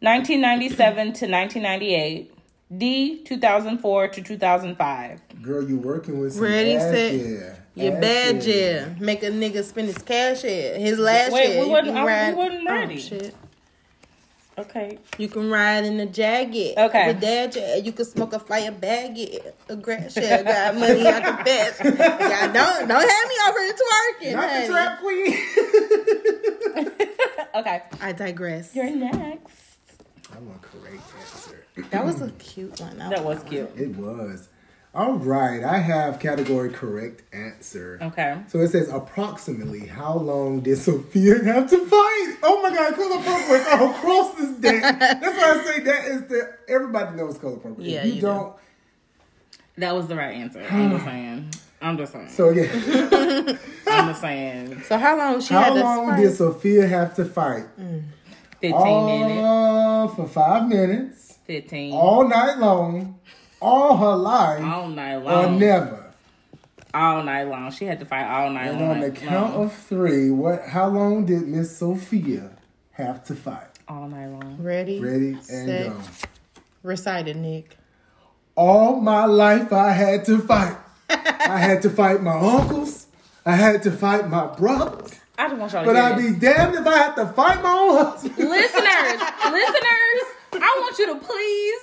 Speaker 2: 1997 to 1998, D 2004 to 2005.
Speaker 3: Girl, you working with some
Speaker 4: Ready,
Speaker 3: ass
Speaker 4: set,
Speaker 3: hair.
Speaker 4: Your
Speaker 3: Ass
Speaker 4: bad
Speaker 3: hair.
Speaker 4: yeah. Make a nigga spend his cash yeah. His last
Speaker 2: Wait,
Speaker 4: year.
Speaker 2: we
Speaker 4: You
Speaker 2: wasn't-
Speaker 4: can
Speaker 2: I- we
Speaker 4: ride-
Speaker 2: wasn't
Speaker 4: oh,
Speaker 2: ready.
Speaker 4: shit.
Speaker 2: Okay.
Speaker 4: You can ride in a jacket.
Speaker 2: Okay.
Speaker 4: With dad yeah. You can smoke a fire bagget. A grass yeah. Got money out the best. Y'all don't don't have me over here twerking.
Speaker 3: Not
Speaker 4: honey.
Speaker 3: the trap queen.
Speaker 2: Okay.
Speaker 4: I digress.
Speaker 2: You're next.
Speaker 3: I'm a correct answer.
Speaker 4: That was a cute one. I
Speaker 2: That was cute.
Speaker 3: It was. All right, I have category correct answer.
Speaker 2: Okay.
Speaker 3: So it says approximately how long did Sophia have to fight? Oh my God, color purple is all across this deck. That's why I say that is the everybody knows color purple.
Speaker 4: Yeah,
Speaker 3: if you,
Speaker 4: you do.
Speaker 3: don't.
Speaker 2: That was the right answer. I'm just saying. I'm just saying.
Speaker 3: So yeah,
Speaker 2: I'm just saying.
Speaker 4: So how long she
Speaker 3: how
Speaker 4: had
Speaker 3: long
Speaker 4: to
Speaker 3: did
Speaker 4: this?
Speaker 3: Sophia have to fight?
Speaker 2: 15 Mm,
Speaker 3: Oh.
Speaker 2: minutes.
Speaker 3: All for five minutes,
Speaker 2: 15. All,
Speaker 3: all night long, all her life,
Speaker 2: night
Speaker 3: or
Speaker 2: long.
Speaker 3: never.
Speaker 2: all night long. She had to fight all night
Speaker 3: And
Speaker 2: long.
Speaker 3: on the count
Speaker 2: long.
Speaker 3: of three, what? How long did Miss Sophia have to fight?
Speaker 2: all night long.
Speaker 4: Ready,
Speaker 3: Ready and
Speaker 4: set,
Speaker 3: go.
Speaker 4: Recite it, Nick.
Speaker 3: All my life I had to fight. I had to fight my uncles. I had to fight my brothers.
Speaker 2: I just want y'all to
Speaker 3: But
Speaker 2: hear
Speaker 3: I'd
Speaker 2: this.
Speaker 3: be damned if I had to fight my own husband.
Speaker 2: listeners, listeners, I want you to please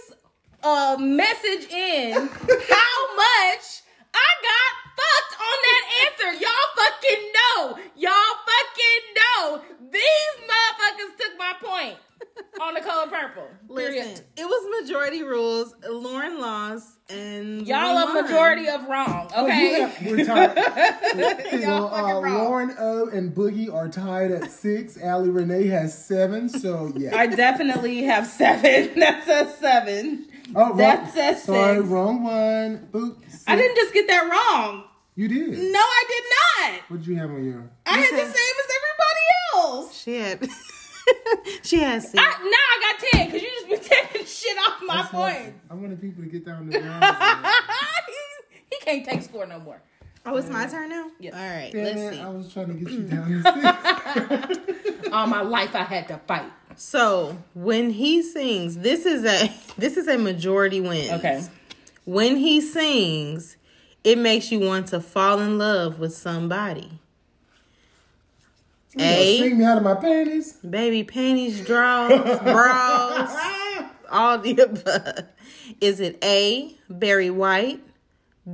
Speaker 2: uh message in how much I got fucked on that answer. Y'all fucking know. Y'all fucking know. These motherfuckers took my point on the color purple. Period.
Speaker 4: Listen, it was majority rules. Lauren lost, and
Speaker 2: Y'all
Speaker 4: Lauren
Speaker 2: a
Speaker 4: won.
Speaker 2: majority of wrong, okay?
Speaker 3: We're tied.
Speaker 2: Y'all
Speaker 3: well,
Speaker 2: fucking
Speaker 3: uh,
Speaker 2: wrong.
Speaker 3: Lauren O and Boogie are tied at six. Allie Renee has seven. So yeah.
Speaker 2: I definitely have seven. That's a seven.
Speaker 3: oh,
Speaker 2: that's a
Speaker 3: Sorry,
Speaker 2: six.
Speaker 3: wrong one. Oops.
Speaker 2: I didn't just get that wrong.
Speaker 3: You did.
Speaker 2: No, I did not.
Speaker 3: What'd you have on your?
Speaker 2: I had the same
Speaker 4: said-
Speaker 2: as everybody else.
Speaker 4: She had, she had six.
Speaker 2: I, now I got 10 because you just be taking shit off my
Speaker 3: That's what-
Speaker 2: points.
Speaker 3: I wanted people to get down the ground.
Speaker 2: he, he can't take score no more.
Speaker 4: oh, it's my turn now.
Speaker 2: Yes.
Speaker 4: All right,
Speaker 3: Damn
Speaker 4: let's
Speaker 3: it,
Speaker 4: see.
Speaker 3: I was trying to get you down to six.
Speaker 2: All my life I had to fight.
Speaker 4: So when he sings, this is a this is a majority win.
Speaker 2: Okay.
Speaker 4: When he sings, it makes you want to fall in love with somebody.
Speaker 3: You
Speaker 4: A
Speaker 3: Sing me out of my panties.
Speaker 4: baby panties, draws, bras. all the above. Is it A, Barry White,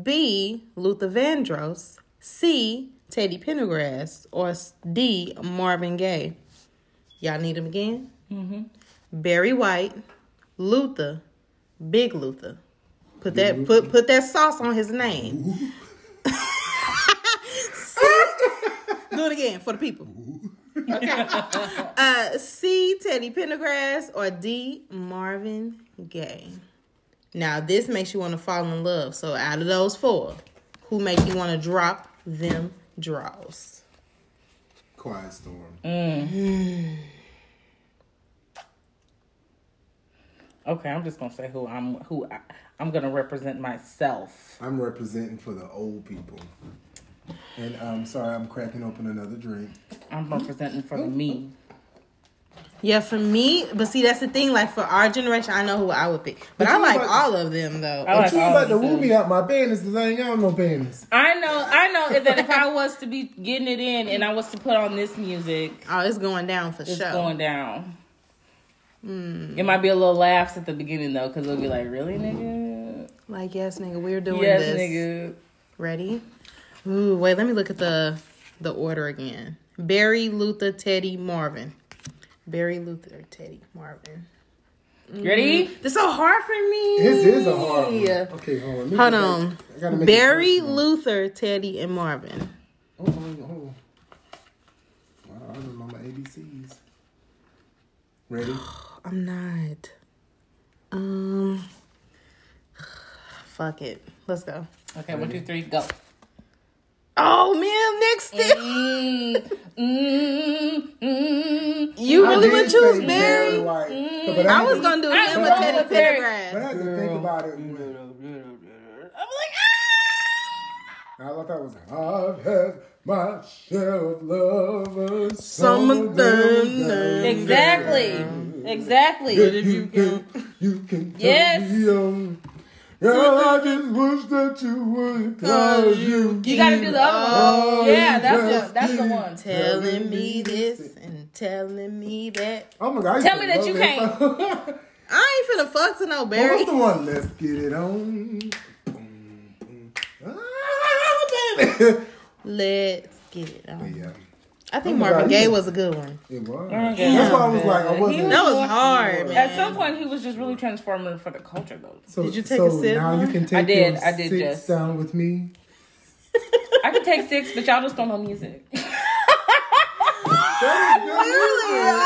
Speaker 4: B, Luther Vandross, C, Teddy Pendergrass, or s- D, Marvin Gaye? Y'all need him again? Mm-hmm. Barry White, Luther, Big Luther. Put that put put that sauce on his name. Do it again for the people. Uh, C. Teddy Pendergrass or D. Marvin Gaye. Now this makes you want to fall in love. So out of those four, who make you want to drop them draws?
Speaker 3: Quiet storm.
Speaker 2: Okay, I'm just gonna say who I'm who I, I'm gonna represent myself.
Speaker 3: I'm representing for the old people. And I'm sorry, I'm cracking open another drink.
Speaker 2: I'm representing for the me.
Speaker 4: Yeah, for me, but see that's the thing. Like for our generation, I know who I would pick, but,
Speaker 3: But
Speaker 4: I
Speaker 3: you
Speaker 4: like
Speaker 3: like-
Speaker 4: all um, of them though.
Speaker 2: I like-
Speaker 3: You about to
Speaker 2: all
Speaker 3: woo me out my panties because I ain't got no panties.
Speaker 2: I know, I know that if I was to be getting it in and I was to put on this music,
Speaker 4: Oh, it's going down for
Speaker 2: it's
Speaker 4: sure.
Speaker 2: going down. It might be a little laughs at the beginning though, because it'll be like, really, nigga?
Speaker 4: like yes, nigga, we're doing
Speaker 2: Yes,
Speaker 4: this.
Speaker 2: nigga.
Speaker 4: Ready? Ooh, wait. Let me look at the the order again. Barry, Luther, Teddy, Marvin. Barry, Luther, Teddy, Marvin.
Speaker 2: Ready?
Speaker 4: It's so hard for me.
Speaker 3: This is a hard one.
Speaker 4: Yeah.
Speaker 3: Okay, hold on. let me
Speaker 4: Hold
Speaker 3: get
Speaker 4: on.
Speaker 3: back. I gotta make
Speaker 4: Barry,
Speaker 3: it personal.
Speaker 4: Luther, Teddy, and Marvin.
Speaker 3: Hold on, hold on. Wow, I remember my ABCs. Ready?
Speaker 4: I'm not. Um. Fuck it. Let's go.
Speaker 2: Okay, one, two, three, go.
Speaker 4: Oh man, next thing.
Speaker 2: Mm, mm, mm.
Speaker 4: You really
Speaker 3: I
Speaker 4: would
Speaker 3: did
Speaker 4: choose
Speaker 3: say
Speaker 4: Barry? Mm.
Speaker 3: White, but
Speaker 4: I
Speaker 3: had
Speaker 4: was
Speaker 3: to-
Speaker 4: gonna do
Speaker 2: I
Speaker 4: him
Speaker 2: was
Speaker 4: with
Speaker 2: wrong
Speaker 4: Teddy
Speaker 2: with Barry.
Speaker 3: But I
Speaker 4: Pendergrass.
Speaker 3: had to think about it. when-
Speaker 2: I'm like, ah!
Speaker 3: And all I thought was, I've had my share of lovers.
Speaker 4: Some of them
Speaker 3: that
Speaker 5: Exactly. Exactly.
Speaker 3: You can, you can tell
Speaker 5: Yes.
Speaker 3: me on. Girl, I just wish that you would, cause you Oh,
Speaker 5: You gotta do the other one. Yeah, that's
Speaker 3: yes.
Speaker 5: the that's the one.
Speaker 4: Telling me this and telling me that.
Speaker 3: Oh my god. I used
Speaker 5: Tell
Speaker 3: to
Speaker 5: me that
Speaker 3: love
Speaker 5: you
Speaker 3: that song.
Speaker 4: I ain't finna fuck to no
Speaker 3: What
Speaker 4: Barry.
Speaker 3: was the one? Let's get it on. Boom, boom. Ah, baby.
Speaker 4: Let's get it on.
Speaker 3: yeah,
Speaker 4: I think
Speaker 3: Oh my
Speaker 4: Marvin
Speaker 3: God, you-
Speaker 4: Gaye was a good one.
Speaker 3: it was.
Speaker 5: Okay.
Speaker 3: That's why I was like, I
Speaker 4: That
Speaker 3: wasn't.
Speaker 4: was hard, man.
Speaker 5: At some point, he was just really transformative for the culture, though.
Speaker 3: So,
Speaker 4: Did you take
Speaker 3: so
Speaker 4: a sip,
Speaker 3: Now you
Speaker 4: Lauren?
Speaker 3: can take
Speaker 5: I did,
Speaker 3: your
Speaker 5: I did,
Speaker 3: six
Speaker 5: Jess.
Speaker 3: down with me.
Speaker 5: I could take six, but y'all just don't know music.
Speaker 3: That is good
Speaker 4: Really,
Speaker 3: music.
Speaker 4: I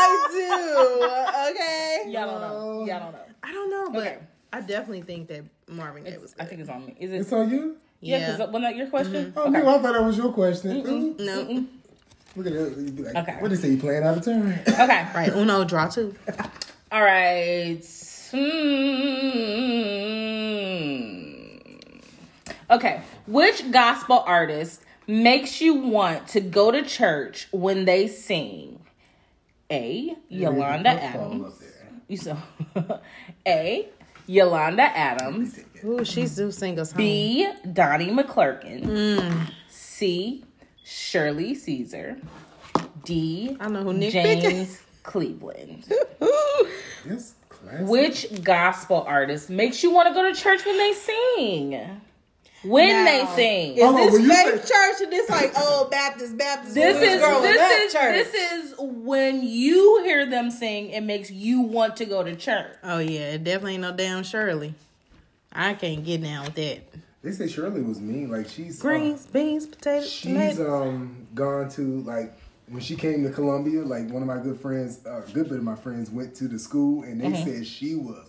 Speaker 4: do. Uh, Okay.
Speaker 5: Y'all don't know. Y'all don't know.
Speaker 4: I don't know, but
Speaker 5: Okay.
Speaker 4: I definitely think that Marvin Gaye was. Good.
Speaker 5: I think it's on me. Is it?
Speaker 3: It's on you.
Speaker 5: yeah, because
Speaker 4: yeah.
Speaker 5: wasn't that your question?
Speaker 3: Oh
Speaker 5: Okay. Mm-hmm.
Speaker 3: no, I thought that was your question. Ooh,
Speaker 4: No.
Speaker 3: Look at that. You'd be like,
Speaker 5: Okay.
Speaker 3: What do you say? You playing out of turn?
Speaker 5: Okay.
Speaker 4: Right. Uno draw two.
Speaker 5: All right. Hmm. Okay. Which gospel artist makes you want to go to church when they sing? A. Yolanda
Speaker 3: Fall
Speaker 5: Adams.
Speaker 3: up there.
Speaker 5: You saw. A. Yolanda Adams.
Speaker 4: Ooh, she do sing us home.
Speaker 5: B. Donnie McClurkin. C. Shirley Caesar. D.
Speaker 4: I know who Nick Pick is.
Speaker 5: James Cleveland.
Speaker 3: Yes, classic.
Speaker 5: Which gospel artist makes you want to go to church when they sing? When
Speaker 4: Now,
Speaker 5: they sing.
Speaker 4: Is
Speaker 3: Hold on, when you
Speaker 4: this faith
Speaker 3: say-
Speaker 4: church and this like old Baptist Baptist?
Speaker 5: this
Speaker 4: when we
Speaker 5: is
Speaker 4: was growing up
Speaker 5: this is
Speaker 4: church.
Speaker 5: this is when you hear them sing, it makes you want to go to church.
Speaker 4: Oh yeah, it definitely ain't no damn Shirley. I can't get down with that.
Speaker 3: They say Shirley was mean. Like she's uh,
Speaker 4: Greens, beans, potatoes,
Speaker 3: She's
Speaker 4: tomatoes.
Speaker 3: um gone to like when she came to Columbia, like one of my good friends, uh, a good bit of my friends went to the school and
Speaker 4: Mm-hmm.
Speaker 3: they said she was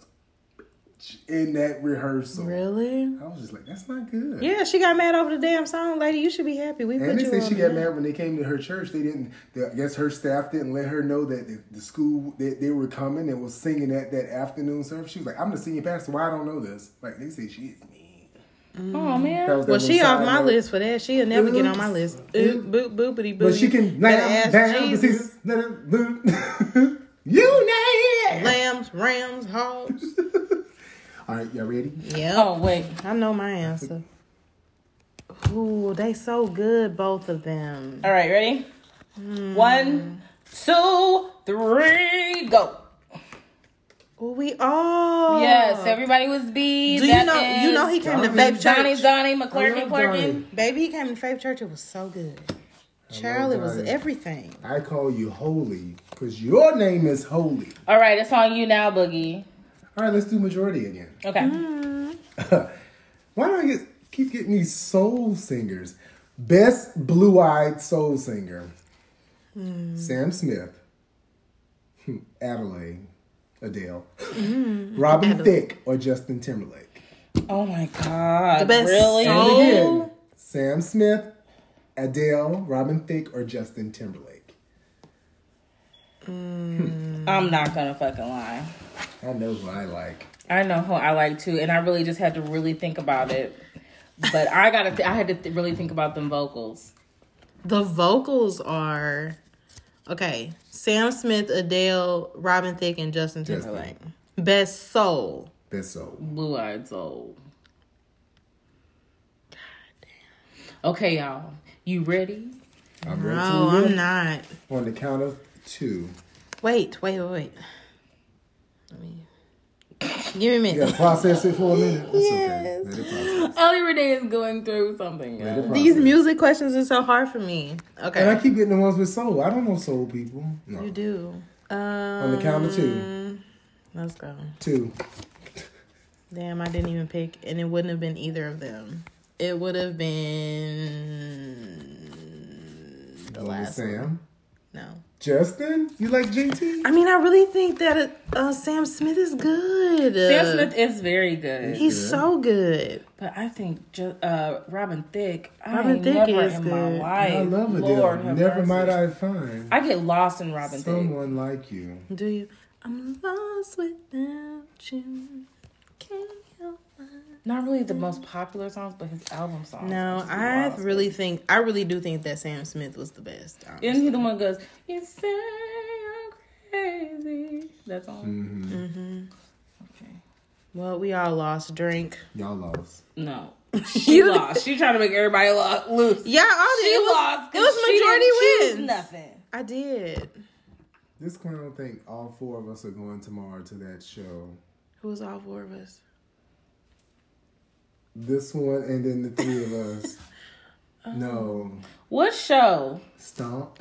Speaker 3: in that rehearsal.
Speaker 4: really?
Speaker 3: I was just like, that's not good.
Speaker 4: Yeah, she got mad over the damn song, lady. You should be happy. We
Speaker 3: And
Speaker 4: put
Speaker 3: they
Speaker 4: you
Speaker 3: said
Speaker 4: on
Speaker 3: she got
Speaker 4: that.
Speaker 3: mad when they came to her church. They didn't. The, I guess her staff didn't let her know that the, the school that they were coming and was singing at that afternoon service. She was like, "I'm the senior pastor. Why I don't know this?" Like they say, she is mean.
Speaker 4: Mm.
Speaker 5: Oh man.
Speaker 3: That was that
Speaker 4: Well,
Speaker 3: little
Speaker 4: she off
Speaker 3: side
Speaker 4: my
Speaker 3: note.
Speaker 4: list for that. She'll never get on my
Speaker 3: Oops.
Speaker 4: list. Oop, boop, boopity, boop.
Speaker 3: But she can lamb, down,
Speaker 4: Jesus.
Speaker 3: Jesus, let it loop. You name it.
Speaker 4: Lambs, rams, hogs.
Speaker 3: All right, y'all ready?
Speaker 4: yeah.
Speaker 5: Oh wait.
Speaker 4: I know my answer. Ooh, they so good, both of them.
Speaker 5: All right, ready?
Speaker 4: Hmm.
Speaker 5: One, two, three, go.
Speaker 4: Ooh, we all.
Speaker 5: Yes, everybody was B.
Speaker 4: Oh. Do you
Speaker 5: That
Speaker 4: know? you
Speaker 5: is
Speaker 4: know he came to
Speaker 3: Johnny-
Speaker 4: Faith
Speaker 5: Johnny,
Speaker 4: Church.
Speaker 5: Johnny,
Speaker 3: I
Speaker 5: McClurkin,
Speaker 3: love
Speaker 5: McClurkin.
Speaker 3: Johnny.
Speaker 4: Baby, he came to Faith Church. It was so good. Charlie was
Speaker 3: Johnny.
Speaker 4: everything.
Speaker 3: I call you holy because your name is holy.
Speaker 5: All right, it's on you now, Boogie.
Speaker 3: All right, let's do majority again.
Speaker 5: Okay.
Speaker 4: Hmm.
Speaker 3: Why do I get keep getting these soul singers? Best blue-eyed soul singer: Sam Smith, Hmm, Adelaide, Adele, Robin Thicke, or Justin Timberlake.
Speaker 5: Oh my god.
Speaker 4: The best
Speaker 5: really?
Speaker 4: song.
Speaker 3: And
Speaker 4: Oh.
Speaker 3: again, Sam Smith, Adele, Robin Thicke, or Justin Timberlake.
Speaker 5: I'm not gonna fucking lie.
Speaker 3: I know who I like.
Speaker 5: I know who I like too, and I really just had to really think about it. But I gotta, th- I had to th- really think about them vocals.
Speaker 4: The vocals are okay. Sam Smith, Adele, Robin Thicke, and Justin
Speaker 3: Justin.
Speaker 4: Timberlake. Best soul.
Speaker 3: That's so.
Speaker 5: Blue oh. Eyed Soul. Okay, y'all, you ready?
Speaker 3: I'm ready
Speaker 4: No,
Speaker 3: to
Speaker 4: Oh,
Speaker 5: Mm-hmm.
Speaker 4: I'm
Speaker 3: live.
Speaker 4: not.
Speaker 3: On the count of two.
Speaker 4: Wait, wait, wait, wait. Let me give me a
Speaker 3: You gotta
Speaker 4: minute.
Speaker 3: process it for a minute. It's okay. Let it process.
Speaker 5: Ellie Renee is going through something.
Speaker 3: Let
Speaker 5: Y'all.
Speaker 3: it process.
Speaker 4: These music questions are so hard for me. Okay,
Speaker 3: and I keep getting the ones with soul. I don't know soul people. No.
Speaker 4: you do.
Speaker 3: On
Speaker 4: Um,
Speaker 3: the count of two.
Speaker 4: let's go.
Speaker 3: Two.
Speaker 4: Damn, I didn't even pick, and it wouldn't have been either of them. It would have been the
Speaker 3: Only
Speaker 4: last.
Speaker 3: Sam.
Speaker 4: No,
Speaker 3: Justin? You like JT?
Speaker 4: I mean, I really think that uh, Sam Smith is good.
Speaker 5: Sam Smith is very good,
Speaker 4: He's so good.
Speaker 5: but I think ju- uh, Robin Thicke. I
Speaker 4: Robin
Speaker 5: ain't
Speaker 4: Thicke
Speaker 5: never
Speaker 4: is
Speaker 5: in my
Speaker 4: good.
Speaker 5: life.
Speaker 3: I love Adele.
Speaker 5: Lord have
Speaker 3: Never
Speaker 5: mercy.
Speaker 3: might I find
Speaker 5: I get lost in Robin Thicke.
Speaker 3: someone like you.
Speaker 4: Do you? I'm lost without you. Can't help
Speaker 5: Not really the most popular songs, but his album songs.
Speaker 4: No, I really think I really do think that Sam Smith was the best. Um, honestly.
Speaker 5: Isn't he the one that goes, You say I'm crazy? That song?
Speaker 3: Hmm.
Speaker 5: Mm-hmm. Okay.
Speaker 4: Well, we all lost drink.
Speaker 3: Y'all lost.
Speaker 5: No. She lost. She trying to make everybody lo- lose.
Speaker 4: Yeah, all
Speaker 5: She
Speaker 4: it was,
Speaker 5: lost.
Speaker 4: It
Speaker 5: 'cause
Speaker 4: was
Speaker 5: she didn't
Speaker 4: majority
Speaker 5: choose
Speaker 4: wins.
Speaker 5: Nothing.
Speaker 4: I did.
Speaker 3: This clown think all four of us are going tomorrow to that show.
Speaker 4: Who was all four of us?
Speaker 3: This one and then the three of us.
Speaker 5: Um,
Speaker 3: No.
Speaker 5: What show?
Speaker 3: Stomp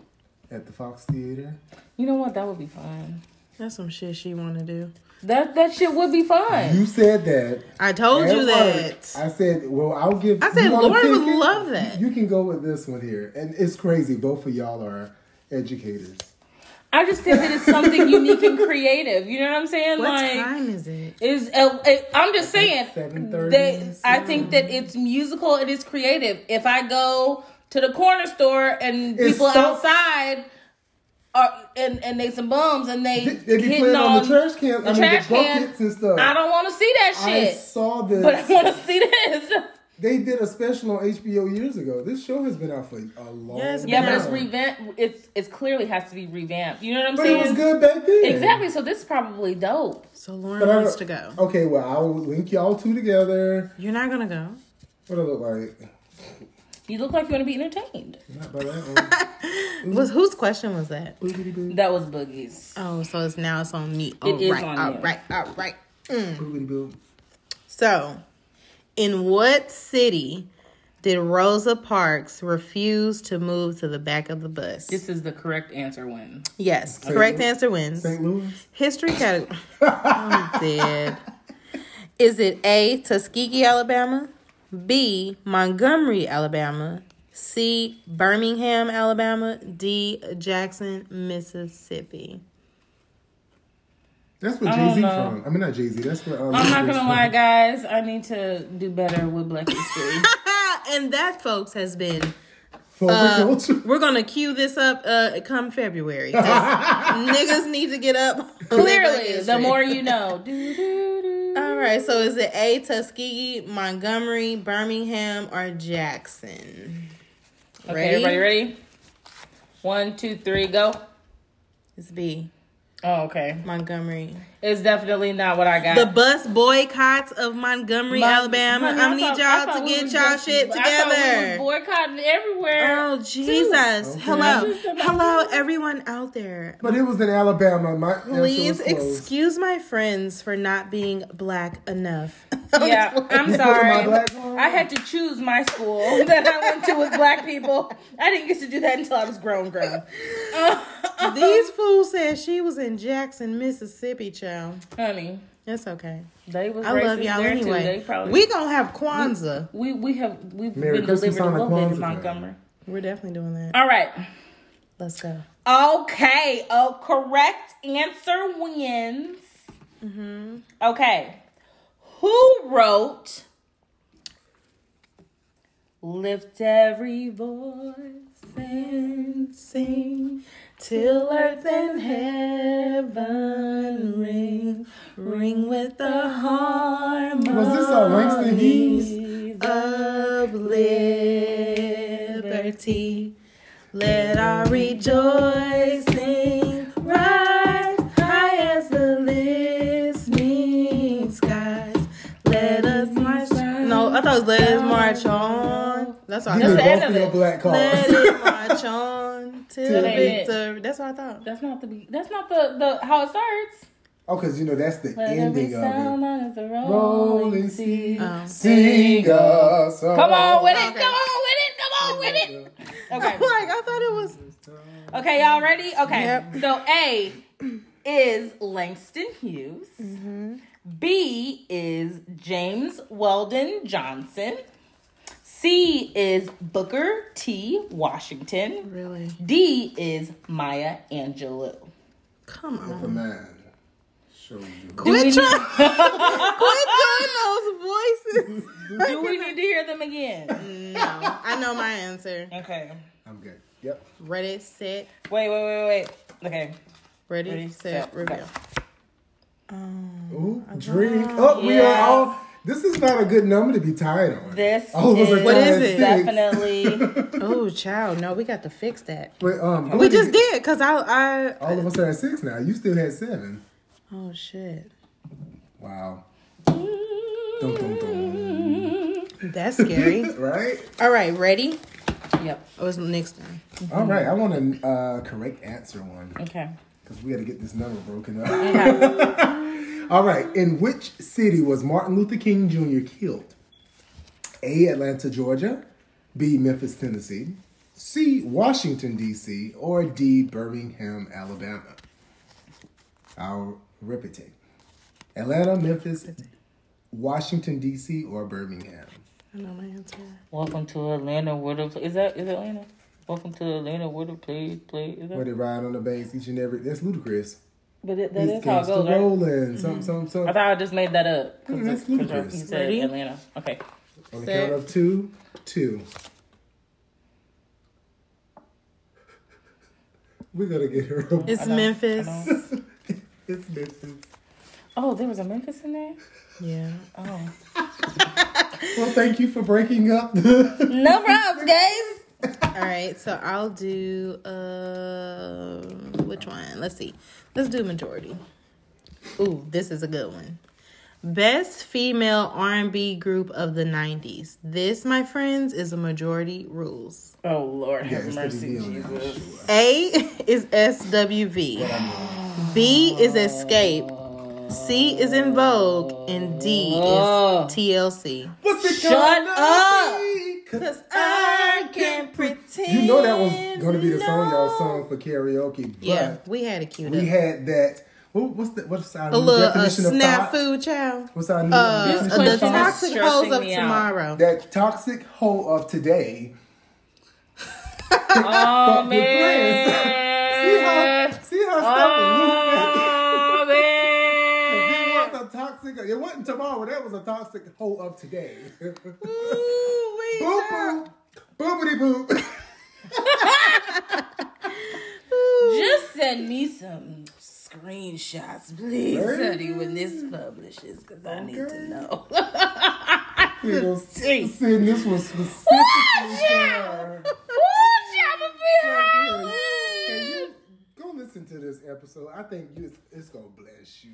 Speaker 3: at the Fox Theater.
Speaker 5: You know what? That would be fun.
Speaker 4: That's some shit she want to do.
Speaker 5: That that shit would be fun.
Speaker 3: You said that.
Speaker 4: I told
Speaker 3: At
Speaker 4: you
Speaker 3: work.
Speaker 4: that.
Speaker 3: I said, well, I'll give.
Speaker 4: I said
Speaker 3: you want a
Speaker 4: Lauren would
Speaker 3: ticket?
Speaker 4: love that.
Speaker 3: You can go with this one here, and it's crazy. Both of y'all are educators.
Speaker 5: I just think that it's something unique and creative. You know what I'm saying?
Speaker 4: What
Speaker 5: like
Speaker 4: time is it?
Speaker 5: is uh, uh, I'm just saying
Speaker 3: Seven thirty.
Speaker 5: they I think that it's musical, it is creative. If I go to the corner store and
Speaker 3: It's
Speaker 5: people
Speaker 3: so-
Speaker 5: outside are and and they some bums and they,
Speaker 3: They- they be
Speaker 5: hitting
Speaker 3: playing
Speaker 5: on,
Speaker 3: on the trash cans- I mean, the
Speaker 5: trash can,
Speaker 3: buckets and stuff.
Speaker 5: I don't want to see that
Speaker 3: I
Speaker 5: shit,
Speaker 3: saw this.
Speaker 5: but I want to see this.
Speaker 3: They did a special on HBO years ago. This show has been out for a long.
Speaker 4: Yeah, it's been
Speaker 5: Yeah,
Speaker 3: time.
Speaker 5: but it's revamp. It's it's clearly has to be revamped. You know what I'm
Speaker 3: But
Speaker 5: saying?
Speaker 3: it was good back then.
Speaker 5: Exactly. So this is probably dope.
Speaker 4: So Lauren
Speaker 3: But I-
Speaker 4: wants to go.
Speaker 3: Okay, well, I will link y'all two together.
Speaker 4: You're not gonna go.
Speaker 3: What do I look like?
Speaker 5: You look like you want to be entertained.
Speaker 3: Not by that
Speaker 4: Was whose question was that?
Speaker 3: one. Boogity boo,
Speaker 5: That was boogies.
Speaker 4: Oh, so it's now it's on me. All
Speaker 5: It
Speaker 4: right,
Speaker 5: is on
Speaker 4: all
Speaker 5: you.
Speaker 4: right, all right.
Speaker 3: boogity boo.
Speaker 4: So, in what city did Rosa Parks refuse to move to the back of the bus?
Speaker 5: This is the correct answer. Win.
Speaker 4: yes, correct answer wins.
Speaker 3: St. Louis.
Speaker 4: History category. I'm dead. Is it A, Tuskegee, Alabama? B, Montgomery, Alabama? C, Birmingham, Alabama? D, Jackson, Mississippi?
Speaker 3: That's where
Speaker 5: don't
Speaker 3: Jay Z
Speaker 5: know.
Speaker 3: from. I mean, not Jay Z. That's where. Um,
Speaker 5: I'm not
Speaker 3: Ludacris
Speaker 5: gonna
Speaker 3: from.
Speaker 5: lie, guys. I need to do better with Black History.
Speaker 4: and that, folks, has been.
Speaker 3: Forward
Speaker 5: uh,
Speaker 3: culture.
Speaker 4: We're gonna cue this up uh, come February. 'cause niggas need to get up.
Speaker 5: Clearly, the more you know. Do, do, do.
Speaker 4: All right, so is it A, Tuskegee, Montgomery, Birmingham, or Jackson?
Speaker 5: Okay, everybody ready? One, two, three, go.
Speaker 4: It's B,
Speaker 5: Oh, okay.
Speaker 4: Montgomery.
Speaker 5: It's definitely not what I got.
Speaker 4: The bus boycotts of Montgomery,
Speaker 5: Mon-
Speaker 4: Alabama.
Speaker 5: Honey,
Speaker 4: I'm
Speaker 5: I
Speaker 4: need
Speaker 5: thought- I
Speaker 4: y'all
Speaker 5: thought
Speaker 4: to
Speaker 5: we
Speaker 4: get
Speaker 5: was
Speaker 4: y'all
Speaker 5: just-
Speaker 4: shit
Speaker 5: I thought we was
Speaker 4: together.
Speaker 5: boycotting everywhere.
Speaker 4: Oh Jesus! Hello,
Speaker 5: Okay.
Speaker 4: hello, everyone out there.
Speaker 3: But it was in Alabama. My
Speaker 4: Please
Speaker 3: excuse.
Speaker 4: excuse my friends for not being black enough.
Speaker 5: Yeah, I'm
Speaker 3: You put my
Speaker 5: sorry.
Speaker 3: black on?
Speaker 5: I had to choose my school that I went to with black people. I didn't get to do that until I was grown, grown.
Speaker 4: These fools said she was in Jackson, Mississippi, child.
Speaker 5: Honey,
Speaker 4: That's okay.
Speaker 5: they was
Speaker 4: I
Speaker 5: racist
Speaker 4: love y'all
Speaker 5: there Too. They
Speaker 4: anyway.
Speaker 5: probably,
Speaker 4: We gonna have Kwanzaa.
Speaker 5: we we have we've
Speaker 3: Merry
Speaker 5: been
Speaker 3: Christmas
Speaker 5: delivered a
Speaker 3: on the
Speaker 5: little
Speaker 3: Kwanzaa
Speaker 5: bit in
Speaker 3: time.
Speaker 5: Montgomery.
Speaker 4: We're definitely doing that.
Speaker 5: All right.
Speaker 4: Let's go.
Speaker 5: Okay. A correct answer wins.
Speaker 4: Mm-hmm.
Speaker 5: Okay. Who wrote Lift Every Voice and Sing Till Earth and Heaven Ring? Ring with the harmony.
Speaker 3: Was this a Langston Hughes?
Speaker 4: Of liberty, let our rejoicing rise high as the listening skies. Let us march. No, I thought it was let us march on. That's all. I
Speaker 3: You
Speaker 4: thought.
Speaker 3: did
Speaker 5: the end
Speaker 3: both
Speaker 5: of
Speaker 3: of your
Speaker 5: it.
Speaker 3: black
Speaker 4: Let
Speaker 3: cars.
Speaker 4: it march on till
Speaker 3: Till the
Speaker 5: end.
Speaker 4: victory. That's what I thought.
Speaker 5: That's not the be- that's not the, the how it starts.
Speaker 3: Oh, because you know that's the
Speaker 5: Let every
Speaker 3: ending of
Speaker 5: sound
Speaker 3: it.
Speaker 5: on is a rolling
Speaker 3: Rolling
Speaker 5: sea.
Speaker 3: sea,
Speaker 4: Oh.
Speaker 3: sing a song.
Speaker 5: Come on with it.
Speaker 4: Okay.
Speaker 5: Come on with it. Come on with it. Okay.
Speaker 4: Like I thought it was.
Speaker 5: Okay, y'all ready? Okay.
Speaker 4: Yep.
Speaker 5: So A is Langston Hughes. B is James Weldon Johnson. C is Booker T. Washington.
Speaker 4: Really?
Speaker 5: D is Maya Angelou.
Speaker 4: Come on.
Speaker 3: The man showed you.
Speaker 5: Do we,
Speaker 4: Quit
Speaker 5: need,
Speaker 4: trying. Quit doing those voices.
Speaker 5: do we need to hear them again?
Speaker 4: No, I know my answer.
Speaker 5: Okay.
Speaker 3: I'm good. Yep.
Speaker 4: Ready, set,
Speaker 5: Wait, wait, wait, wait. Okay.
Speaker 4: ready,
Speaker 5: Ready,
Speaker 4: set,
Speaker 5: set,
Speaker 4: reveal.
Speaker 5: go.
Speaker 3: Ooh, drink up. Oh, We are all. This is not a good number to be tied on.
Speaker 2: This
Speaker 3: All of us are
Speaker 2: is
Speaker 4: What is
Speaker 3: tied
Speaker 4: it?
Speaker 3: six.
Speaker 2: definitely
Speaker 4: Oh, child, no, we got to fix that.
Speaker 3: But um,
Speaker 4: We just did because I, I.
Speaker 3: All of us are at six now. You still had seven.
Speaker 4: Oh shit,
Speaker 3: Wow. Dum, dum, dum.
Speaker 4: that's scary.
Speaker 3: Right?
Speaker 4: All right, ready?
Speaker 2: yep.
Speaker 4: Oh, it's next time.
Speaker 3: All right. I want a uh, correct answer one
Speaker 2: Okay.
Speaker 3: because we got to get this number broken up. All right. In which city was Martin Luther King Jr. killed? A. Atlanta, Georgia. B. Memphis, Tennessee. C. Washington, D.C. Or D. Birmingham, Alabama. I'll repeat it Atlanta, Memphis, Washington, D.C. or Birmingham.
Speaker 4: I know my answer.
Speaker 2: Welcome to Atlanta. Where the play is that? Is Atlanta? Welcome to Atlanta. Where the play play is
Speaker 3: Where
Speaker 2: that?
Speaker 3: they ride on the banks each and every. That's ludicrous.
Speaker 2: But it, that
Speaker 3: These
Speaker 2: is how it
Speaker 3: gangsta
Speaker 2: goes. Right? Mm-hmm.
Speaker 3: rolling. Something, something,
Speaker 2: I
Speaker 3: something.
Speaker 2: thought I just made that up
Speaker 3: Mm, that's
Speaker 2: because he
Speaker 3: ludicrous.
Speaker 2: said
Speaker 4: Ready?
Speaker 2: Atlanta. Okay.
Speaker 3: On the count of two, two. We gotta get her. Up.
Speaker 4: It's Memphis.
Speaker 3: It's Memphis.
Speaker 2: Oh, there was a Memphis in there.
Speaker 4: Yeah.
Speaker 2: Oh,
Speaker 3: Well, thank you for breaking up. the-
Speaker 2: no problems, guys.
Speaker 4: All right, so I'll do uh, which one? Let's see. Let's do majority. Ooh, this is a good one. Best female R&B group of the 90s. This, my friends, is a majority rules.
Speaker 2: Oh Lord, have
Speaker 3: it's the
Speaker 2: mercy,
Speaker 3: DB on that,
Speaker 2: Jesus.
Speaker 4: A is SWV. B is Escape. C is In Vogue and D is
Speaker 2: Oh.
Speaker 4: TLC.
Speaker 3: What's it
Speaker 2: Shut
Speaker 3: gonna
Speaker 2: up.
Speaker 3: be? 'Cause
Speaker 4: Cause I can't pretend.
Speaker 3: You know that was gonna be the song y'all sung for karaoke, but
Speaker 4: Yeah, we had it queued
Speaker 3: we
Speaker 4: up.
Speaker 3: had that. What, what's the what's our
Speaker 4: a
Speaker 3: new
Speaker 4: little uh,
Speaker 3: definition of
Speaker 4: snap
Speaker 3: thought?
Speaker 4: food child.
Speaker 3: What's our new
Speaker 4: Uh,
Speaker 2: This
Speaker 4: the
Speaker 2: question is
Speaker 4: toxic hoes
Speaker 2: stressing
Speaker 4: of
Speaker 2: me out.
Speaker 4: tomorrow.
Speaker 3: that toxic hoe of today?
Speaker 2: Oh
Speaker 3: See how
Speaker 2: man.
Speaker 3: see how stuff.
Speaker 2: Oh man.
Speaker 3: It was a toxic. It wasn't tomorrow. That was a toxic hoe of today. boop
Speaker 4: Ooh-wee, child.
Speaker 3: boop, boopity boop.
Speaker 2: Just send me some screenshots, please, honey, when this publishes, because I need to know.
Speaker 3: You know,
Speaker 2: Dang.
Speaker 3: Sin, this was specifically for- Hey, you Go listen to this episode. I think you, it's gonna bless you.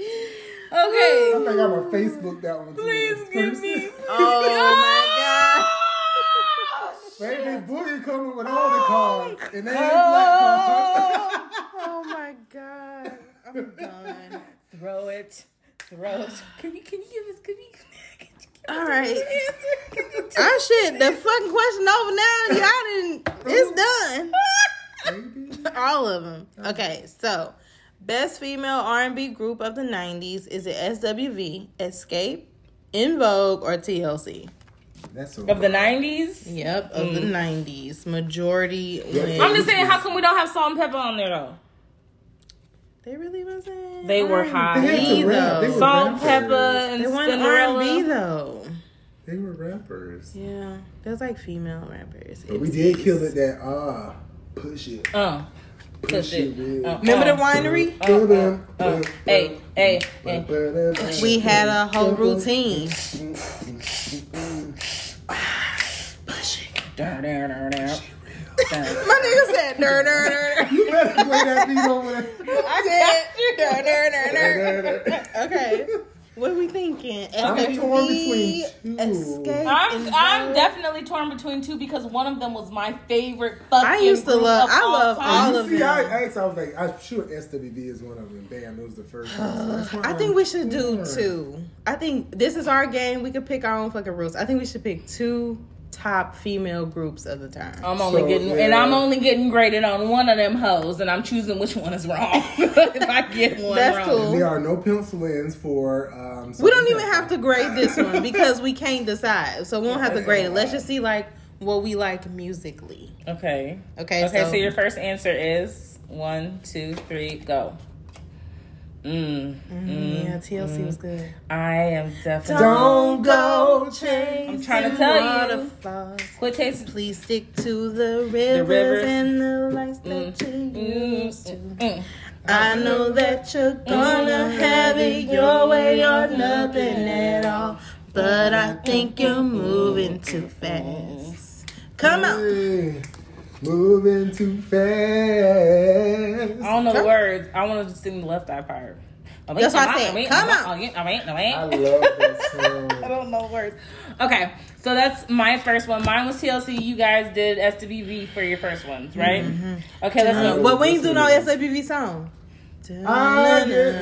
Speaker 3: I
Speaker 2: Okay.
Speaker 3: think I'm gonna Facebook that one. Please
Speaker 2: Give me.
Speaker 4: Oh
Speaker 3: Baby Boogie coming with all the cards, and they ain't black cards.
Speaker 2: Oh.
Speaker 4: my god. Oh my god. I'm done.
Speaker 2: Throw it. Throw it. Can you, can you give us, can you, can you give us
Speaker 4: All right.
Speaker 2: an answer? Can you tell
Speaker 4: Oh shit, the fucking question over now. Y'all didn't it's done.
Speaker 3: Baby.
Speaker 2: Oh.
Speaker 4: All of them. Okay, so best female R&B group of the 90s is it SWV, Escape, In Vogue or TLC?
Speaker 3: That's so
Speaker 2: Of the 90s?
Speaker 4: Yep, of
Speaker 2: Mm.
Speaker 4: the 90s. Majority wins.
Speaker 2: I'm just saying, how come we don't have salt and pepper on there, though? Mm.
Speaker 4: They really wasn't.
Speaker 2: They were
Speaker 4: R&B,
Speaker 2: high. They
Speaker 3: had to rap. They
Speaker 4: though.
Speaker 3: were-
Speaker 2: Salt,
Speaker 3: rappers.
Speaker 2: pepper, and
Speaker 4: They weren't
Speaker 2: Cinderella.
Speaker 4: R&B though.
Speaker 3: They were rappers.
Speaker 4: Yeah, there's like female rappers.
Speaker 3: But we did kill it that ah, push it.
Speaker 2: Uh,
Speaker 3: Push it real.
Speaker 4: Remember the
Speaker 3: oh,
Speaker 4: winery?
Speaker 2: Hey, hey, hey.
Speaker 3: oh.
Speaker 4: We had a whole routine. My nigga said, "Dur dur dur."
Speaker 3: You better play that beat over there.
Speaker 4: I did. Dur dur dur dur.
Speaker 3: I'm
Speaker 4: Okay. What are we thinking?
Speaker 3: torn between two.
Speaker 4: Escape.
Speaker 2: I'm
Speaker 4: and
Speaker 2: I'm
Speaker 4: Vogue.
Speaker 2: definitely torn between two because one of them was my favorite fucking.
Speaker 4: I used to
Speaker 2: group
Speaker 4: love-
Speaker 2: of
Speaker 4: I
Speaker 2: all
Speaker 4: love
Speaker 2: time.
Speaker 4: all of
Speaker 3: See,
Speaker 4: them.
Speaker 3: I asked, I was like, I'm sure SWV is one of them. Bam, it was the first one. So that's
Speaker 4: I
Speaker 3: why
Speaker 4: think
Speaker 3: I'm-
Speaker 4: we should do two. I think this is our game. We could pick our own fucking rules. I think we should pick two top female groups of the time.
Speaker 2: I'm only
Speaker 3: So,
Speaker 2: getting and I'm
Speaker 3: yeah.
Speaker 2: only getting graded on one of them hoes, and I'm choosing which one is wrong. if I get one
Speaker 4: That's
Speaker 2: wrong.
Speaker 4: cool.
Speaker 3: There are no pencilings for. Um,
Speaker 4: We don't even have to grade this one because we can't decide. So we won't have to grade it. Let's just see like what we like musically.
Speaker 2: Okay.
Speaker 4: Okay.
Speaker 2: Okay, so, your first answer is one, two, three, go. Mm.
Speaker 4: yeah, TLC was
Speaker 2: Mm-hmm.
Speaker 4: good.
Speaker 2: I am definitely
Speaker 3: Don't go
Speaker 4: change.
Speaker 2: I'm trying to tell you.
Speaker 4: Waterfalls.
Speaker 2: quit chasing.
Speaker 4: Please stick to the rivers,
Speaker 2: rivers. Mm-hmm.
Speaker 4: and the lights that you used to.
Speaker 2: Mm.
Speaker 4: I know that you're gonna
Speaker 2: Mm-hmm.
Speaker 4: have it your way or nothing at all. But I
Speaker 2: Mm-hmm.
Speaker 4: think you're moving too fast. Come
Speaker 2: Mm-hmm.
Speaker 4: on.
Speaker 3: Hey, moving too fast.
Speaker 5: I don't know the words. I want to just sing the left eye part.
Speaker 4: That's what I said. Come on.
Speaker 3: I love that song.
Speaker 5: I don't know words. Okay, so that's my first one. Mine was TLC. You guys did SWV for your first ones, right? Okay, let's go.
Speaker 4: But we ain't do no SABV song.
Speaker 2: Ah,
Speaker 3: I get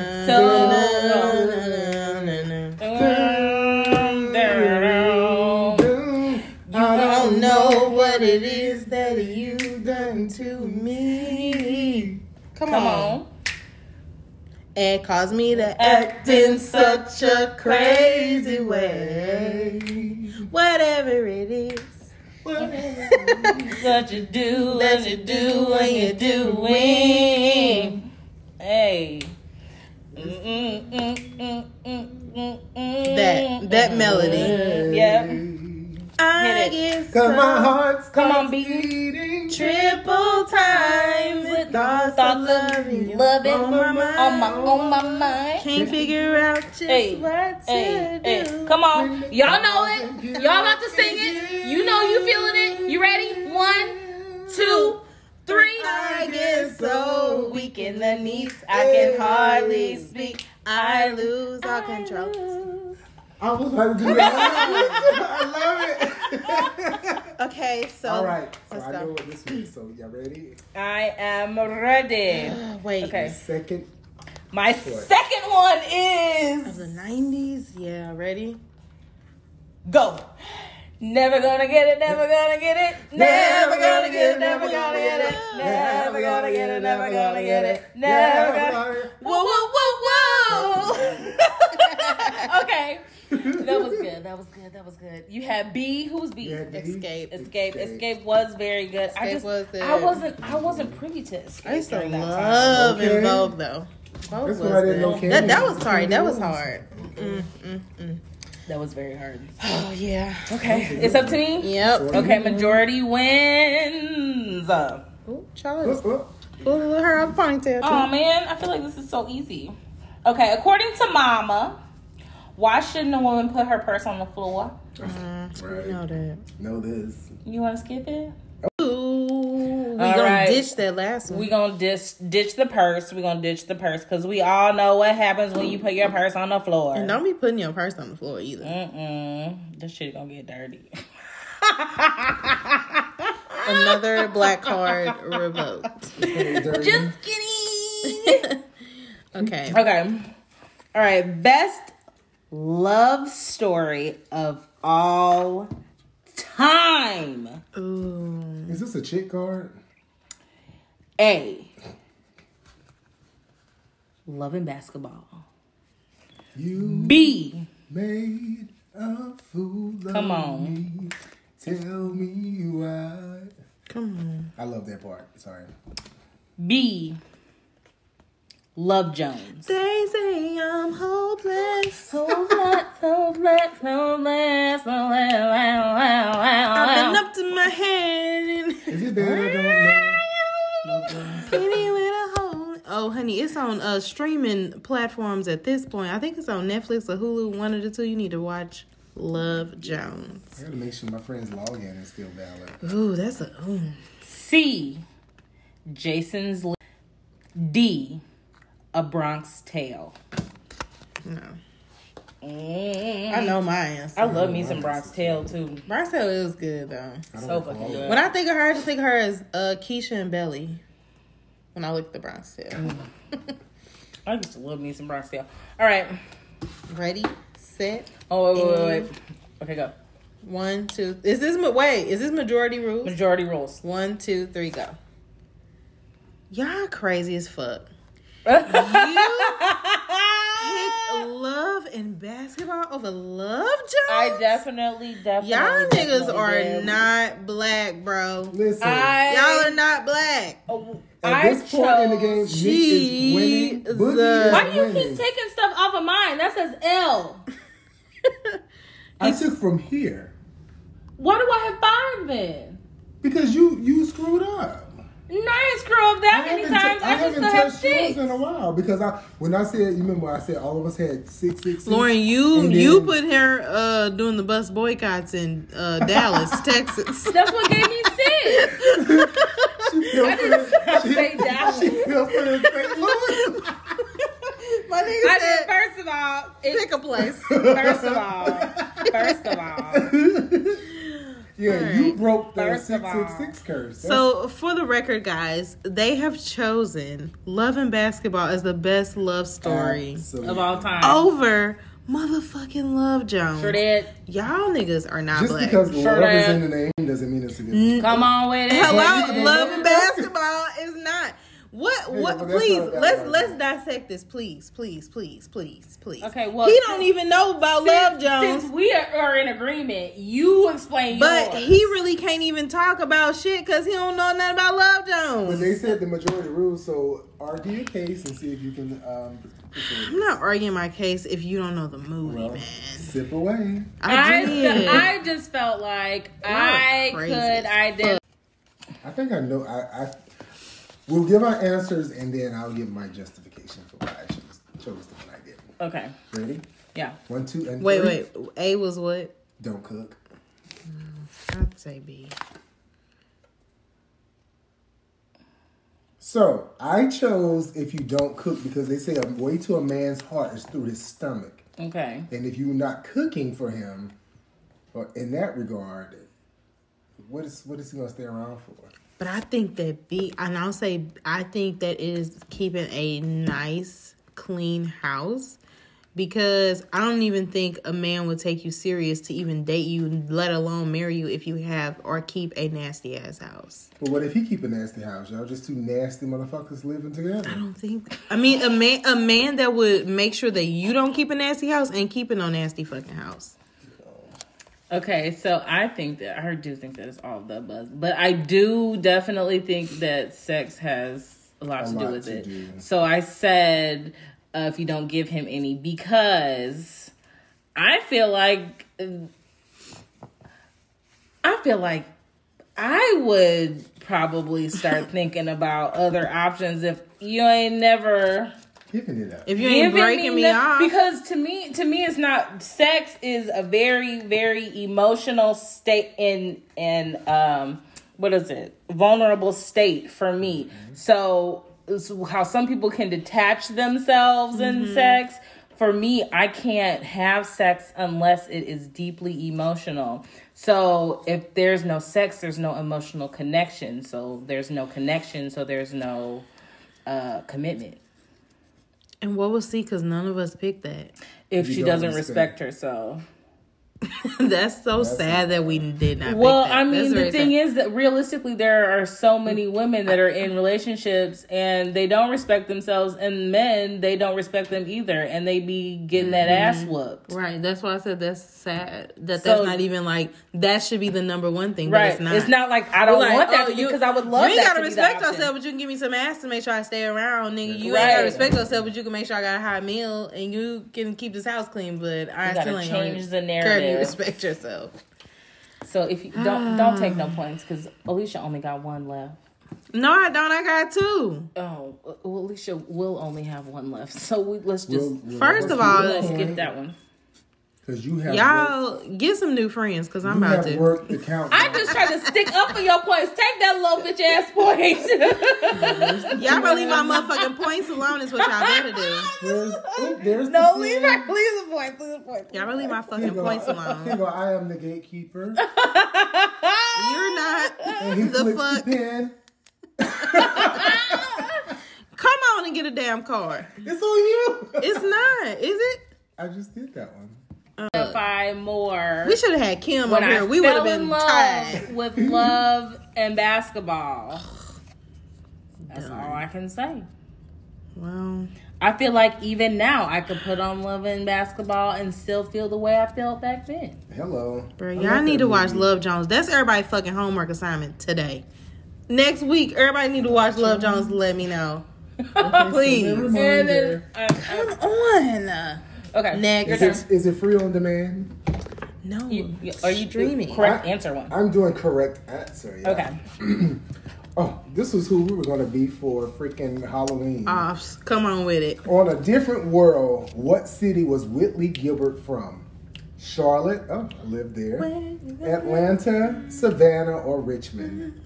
Speaker 3: down. I
Speaker 4: don't know what it is that you
Speaker 3: don't done to me.
Speaker 4: come,
Speaker 5: Come
Speaker 4: on.
Speaker 5: on.
Speaker 4: and caused me to act in such a crazy way. Whatever it is
Speaker 5: What you do,
Speaker 4: that
Speaker 5: what
Speaker 4: you
Speaker 5: you
Speaker 4: do
Speaker 5: do,
Speaker 4: when
Speaker 5: what
Speaker 4: you're
Speaker 5: you
Speaker 4: doing.
Speaker 5: doing. Hey. Mm, mm, mm, mm, mm, mm, mm.
Speaker 4: that that melody.
Speaker 5: Yeah.
Speaker 4: I
Speaker 5: it.
Speaker 4: guess
Speaker 3: Cause my heart's
Speaker 5: Come on, B.
Speaker 3: beating.
Speaker 4: triple time with thoughts, of loving you
Speaker 5: loving
Speaker 4: on my mind.
Speaker 5: on my on my mind.
Speaker 4: Can't figure out just
Speaker 5: Hey,
Speaker 4: what to
Speaker 5: Hey,
Speaker 4: do.
Speaker 5: hey, come on. Y'all know it. Y'all about to sing it. You know you feeling it. You ready? One, two, three.
Speaker 4: I get so weak in the knees, I can hardly speak. I lose all control.
Speaker 3: I was about to do that. I love it.
Speaker 4: Okay, so
Speaker 3: All right. So
Speaker 4: Let's
Speaker 3: I
Speaker 4: go.
Speaker 3: know what this is. So y'all ready?
Speaker 5: I am ready.
Speaker 4: wait.
Speaker 5: Okay.
Speaker 3: Second.
Speaker 5: My second one is
Speaker 4: The 90s, yeah, ready?
Speaker 5: go. Never gonna get it, never gonna get it, never gonna get it, never gonna get it, never gonna get it, never gonna get it, never gonna. Whoa, whoa, whoa, whoa! okay, that was good. That was good. That was good. You had B. Who was B?
Speaker 3: You had B.
Speaker 4: Escape.
Speaker 5: Escape. Escape was very good. I
Speaker 4: Escape
Speaker 5: just,
Speaker 4: was good.
Speaker 5: I wasn't, I wasn't privy to Escape
Speaker 4: I used to
Speaker 5: during that time.
Speaker 4: love
Speaker 3: Okay.
Speaker 4: In Vogue, though. Vogue
Speaker 3: That's
Speaker 4: was
Speaker 3: why I didn't
Speaker 4: good.
Speaker 3: know Candy
Speaker 4: that, that
Speaker 3: was
Speaker 4: was hard. That was
Speaker 3: Candy
Speaker 4: hard. Mm, mm, mm.
Speaker 5: That was very hard.
Speaker 4: Oh, yeah.
Speaker 5: Okay, it's up to me.
Speaker 4: Yep.
Speaker 5: Okay, majority wins. Oh
Speaker 4: Ooh, Charlotte
Speaker 3: Oh, oh.
Speaker 4: pulled her out of the ponytail. too.
Speaker 5: man, I feel like this is so easy. Okay, according to Mama, why shouldn't a woman put her purse on the floor?
Speaker 4: You know
Speaker 3: Right.
Speaker 4: that.
Speaker 3: Know this.
Speaker 5: You want to skip it?
Speaker 4: Ooh, we
Speaker 5: All
Speaker 4: gonna
Speaker 5: right.
Speaker 4: ditch that last one.
Speaker 5: We gonna ditch ditch the purse. We gonna ditch the purse because we all know what happens when you put your purse on the floor.
Speaker 4: and don't be putting your purse on the floor either.
Speaker 5: Mm. Mm-mm. This shit gonna get dirty.
Speaker 4: Another black card revoked.
Speaker 3: Just
Speaker 4: Okay.
Speaker 5: Okay. All right. Best love story of all time.
Speaker 4: Ooh.
Speaker 3: Is this a chick card?
Speaker 5: A. Loving basketball.
Speaker 3: You
Speaker 5: B.
Speaker 3: made a fool of
Speaker 5: Come on.
Speaker 3: me. Tell me why.
Speaker 4: Come on.
Speaker 3: I love that part. Sorry.
Speaker 5: B. Love Jones.
Speaker 4: They say I'm hopeless. I've been up to my head and
Speaker 3: Is it that I don't know?
Speaker 4: Penny with a hole. Oh, honey, it's on uh streaming platforms at this point. I think it's on Netflix or Hulu, one of the two. You need to watch Love Jones.
Speaker 3: I gotta make sure my friend's login is still valid.
Speaker 4: Ooh, that's a ooh.
Speaker 5: C. Jason's. Li- D. A Bronx Tale.
Speaker 4: No.
Speaker 5: Mm.
Speaker 4: I know my answer.
Speaker 5: I love me some Bronx Tale too.
Speaker 4: Marcel is good though.
Speaker 3: I don't
Speaker 5: So
Speaker 3: recall
Speaker 5: fucking
Speaker 3: that.
Speaker 5: good.
Speaker 4: When I think of her, I just think of her as uh, Keisha and Belly. When I look at the Bronx Tale.
Speaker 5: I used to love me some Bronx Tale. All right.
Speaker 4: Ready, set,
Speaker 5: Oh wait, wait, wait, wait. Okay, go.
Speaker 4: one, two. Is this ma- wait? Is this majority rules?
Speaker 5: Majority rules.
Speaker 4: One, two, three, go. Y'all crazy as fuck. Pick love and basketball over love, Joe.
Speaker 5: I definitely, definitely.
Speaker 4: Y'all niggas
Speaker 5: definitely
Speaker 4: are
Speaker 5: did.
Speaker 4: not black, bro.
Speaker 3: Listen.
Speaker 5: I,
Speaker 4: Y'all are not black.
Speaker 5: Oh,
Speaker 3: at
Speaker 5: I
Speaker 3: this point in the
Speaker 5: chose-
Speaker 3: game, Meek is winning. Boogie
Speaker 4: Jesus.
Speaker 3: is
Speaker 5: Why do you
Speaker 3: winning.
Speaker 5: keep taking stuff off of mine? That says L.
Speaker 3: I took from here
Speaker 5: Why do I have five then?
Speaker 3: because you you screwed up.
Speaker 5: Nice, girl. That many
Speaker 3: haven't
Speaker 5: times
Speaker 3: tou-
Speaker 5: I, just still have
Speaker 3: yours
Speaker 5: six.
Speaker 3: in a while because I when I said you remember I said all of us had six six. six?
Speaker 4: Lauren, you
Speaker 3: And
Speaker 4: you
Speaker 3: then-
Speaker 4: put her uh, doing the bus boycotts in uh, Dallas, Texas.
Speaker 5: That's what gave me six.
Speaker 3: she fell for the- she-
Speaker 5: Say Dallas.
Speaker 3: she fell for the St. Louis.
Speaker 4: My
Speaker 5: I
Speaker 4: nigga
Speaker 5: did, first of all,
Speaker 4: pick
Speaker 5: it,
Speaker 4: a place.
Speaker 5: first of all, first of all,
Speaker 3: Yeah, you
Speaker 4: Alright.
Speaker 3: broke the
Speaker 5: First of
Speaker 3: six six
Speaker 5: all.
Speaker 3: six curse.
Speaker 4: So, for the record, guys, they have chosen Love and Basketball as the best love story
Speaker 3: Absolutely.
Speaker 5: of all time.
Speaker 4: over motherfucking Love Jones.
Speaker 5: Sure did.
Speaker 4: Y'all niggas are not
Speaker 3: Just
Speaker 4: black.
Speaker 3: because love is
Speaker 5: that-
Speaker 3: in the name doesn't mean it's a good
Speaker 5: Come on with it.
Speaker 4: Hello, Love and Basketball is not. What? What?
Speaker 3: but that's
Speaker 4: please,
Speaker 3: not about
Speaker 4: let's
Speaker 3: right
Speaker 4: let's
Speaker 3: now.
Speaker 4: dissect this, please, please, please, please, please.
Speaker 5: Okay, well,
Speaker 4: he don't
Speaker 5: since-
Speaker 4: even know about Love Jones.
Speaker 5: Since we are, are in agreement, you explain
Speaker 4: But
Speaker 5: yours.
Speaker 4: he really can't even talk about shit because he don't know nothing about Love
Speaker 3: But
Speaker 4: Jones.
Speaker 3: they said the majority rules, so argue your case and see if you can um,
Speaker 4: I'm not arguing my case if you don't know the movie,
Speaker 3: well,
Speaker 4: man.
Speaker 3: sip away.
Speaker 4: I,
Speaker 5: I,
Speaker 4: did.
Speaker 5: I just felt like I
Speaker 4: crazy
Speaker 5: could identify.
Speaker 3: I think I know. I, I we'll give our answers and then I'll give my justification for why I chose, chose the one I did.
Speaker 5: Okay.
Speaker 3: Ready?
Speaker 5: Yeah.
Speaker 3: One, two, and
Speaker 4: wait,
Speaker 3: three.
Speaker 4: wait. A was what?
Speaker 3: Don't cook.
Speaker 4: I'd say B.
Speaker 3: So I chose if you don't cook because they say a way to a man's heart is through his stomach,
Speaker 5: Okay.
Speaker 3: and if you're not cooking for him, or in that regard, what is what is he gonna stay around for?
Speaker 4: But I think that B, and I'll say, I think that it is keeping a nice, clean house because I don't even think a man would take you serious to even date you, let alone marry you, if you have or keep a nasty ass house.
Speaker 3: But what if he keep a nasty house? Y'all just two nasty motherfuckers living together.
Speaker 4: I don't think. I mean, a man, a man that would make sure that you don't keep a nasty house and keep a no nasty fucking house.
Speaker 5: Okay, so I think that I do think that it's all the buzz, but I do definitely think that sex has a lot to
Speaker 3: lot
Speaker 5: do with
Speaker 3: to
Speaker 5: it.
Speaker 3: do.
Speaker 5: So I said uh, if you don't give him any, because I feel like I feel like I would probably start thinking about other options if you ain't never
Speaker 3: Giving it up.
Speaker 4: If you ain't
Speaker 5: giving
Speaker 4: breaking me,
Speaker 5: no-
Speaker 4: off,
Speaker 5: because to me to me it's not sex is a very very emotional state in in um what is it vulnerable state for me
Speaker 4: Mm-hmm.
Speaker 5: so it's how some people can detach themselves
Speaker 4: Mm-hmm.
Speaker 5: in sex for me i can't have sex unless it is deeply emotional so if there's no sex there's no emotional connection so there's no connection so there's no uh commitment
Speaker 4: and what we'll see, because none of us picked that.
Speaker 5: if
Speaker 3: You
Speaker 5: she
Speaker 3: don't
Speaker 5: doesn't
Speaker 3: respect.
Speaker 5: respect herself.
Speaker 4: That's so sad that we did not.
Speaker 5: Well,
Speaker 4: pick that.
Speaker 5: I
Speaker 4: That's
Speaker 5: mean,
Speaker 4: very
Speaker 5: the thing
Speaker 4: sad.
Speaker 5: is that realistically, there are so many women that are in relationships and they don't respect themselves, and men they don't respect them either, and they be getting that
Speaker 4: Mm-hmm.
Speaker 5: ass whooped.
Speaker 4: Right. That's why I said that's sad. That
Speaker 5: So-
Speaker 4: that's not even like that should be the number one thing. Right.
Speaker 5: Right?
Speaker 4: But it's not.
Speaker 5: like I don't
Speaker 4: Like,
Speaker 5: want that
Speaker 4: oh, you-
Speaker 5: because I would love
Speaker 4: You
Speaker 5: that
Speaker 4: ain't gotta
Speaker 5: to be the
Speaker 4: respect
Speaker 5: option.
Speaker 4: yourself, but you can give me some ass to make sure I stay around, nigga. You ain't
Speaker 5: Right.
Speaker 4: gotta respect yourself, but you can make sure I got a hot meal and you can keep this house clean. But I
Speaker 5: gotta
Speaker 4: still ain't gonna
Speaker 5: change the
Speaker 4: curb you
Speaker 5: narrative.
Speaker 4: respect Ah. yourself.
Speaker 5: So if you don't don't take no points because Alicia only got one left.
Speaker 4: No, I don't. I got two.
Speaker 5: Oh, well, Alicia will only have one left. So we let's just
Speaker 3: We'll- we'll
Speaker 4: First of all,
Speaker 3: let's
Speaker 4: let's
Speaker 5: skip that one.
Speaker 3: because you have worked-
Speaker 4: Y'all get some new friends because I'm
Speaker 3: you
Speaker 4: about
Speaker 3: have
Speaker 4: to.
Speaker 3: worked the count.
Speaker 5: I'm just trying to stick up for your points. Take that little bitch ass point.
Speaker 4: Y'all gonna leave my motherfucking points alone is what y'all better do.
Speaker 3: Where's, oh, there's
Speaker 5: no,
Speaker 3: the
Speaker 5: leave
Speaker 3: pen.
Speaker 5: her. Leave the point. Leave the point.
Speaker 4: Y'all gonna leave my
Speaker 3: Here
Speaker 4: fucking
Speaker 3: go,
Speaker 4: points
Speaker 3: here
Speaker 4: alone.
Speaker 3: go, I am the gatekeeper.
Speaker 4: You're not.
Speaker 3: And he
Speaker 4: The
Speaker 3: flicks
Speaker 4: fuck?
Speaker 3: the pen.
Speaker 4: Come on and get a damn card.
Speaker 3: It's on you.
Speaker 4: It's not, is it?
Speaker 3: I just did that one.
Speaker 5: Identify more.
Speaker 4: We should have had Kim
Speaker 5: when
Speaker 4: over
Speaker 5: I
Speaker 4: here. We would
Speaker 5: fell
Speaker 4: have been
Speaker 5: in love
Speaker 4: tied.
Speaker 5: with love and basketball. That's all I can say.
Speaker 4: Well,
Speaker 5: I feel like even now I could put on love and basketball and still feel the way I felt back then.
Speaker 3: Hello.
Speaker 4: bro,
Speaker 3: I
Speaker 4: y'all
Speaker 3: like
Speaker 4: need
Speaker 3: that
Speaker 4: to watch
Speaker 3: movie.
Speaker 4: Love Jones. That's everybody fucking homework assignment today. Next week, everybody need to watch Love Jones. Let me know, please.
Speaker 5: Oh, And then,
Speaker 3: Reminder.
Speaker 5: uh,
Speaker 4: Come on.
Speaker 5: uh, okay,
Speaker 4: Next.
Speaker 5: Your
Speaker 3: Is
Speaker 5: turn.
Speaker 3: it, is it free on demand?
Speaker 4: No,
Speaker 5: You- you- are you
Speaker 4: streaming?
Speaker 5: Correct answer one.
Speaker 3: I'm doing correct answer. Yeah.
Speaker 5: Okay.
Speaker 3: Oh, this was who we were gonna be for freaking Halloween.
Speaker 4: Ops, come on with it.
Speaker 3: On a different world, what city was Whitley Gilbert from? Charlotte, oh, I lived there. Atlanta, Savannah, or Richmond?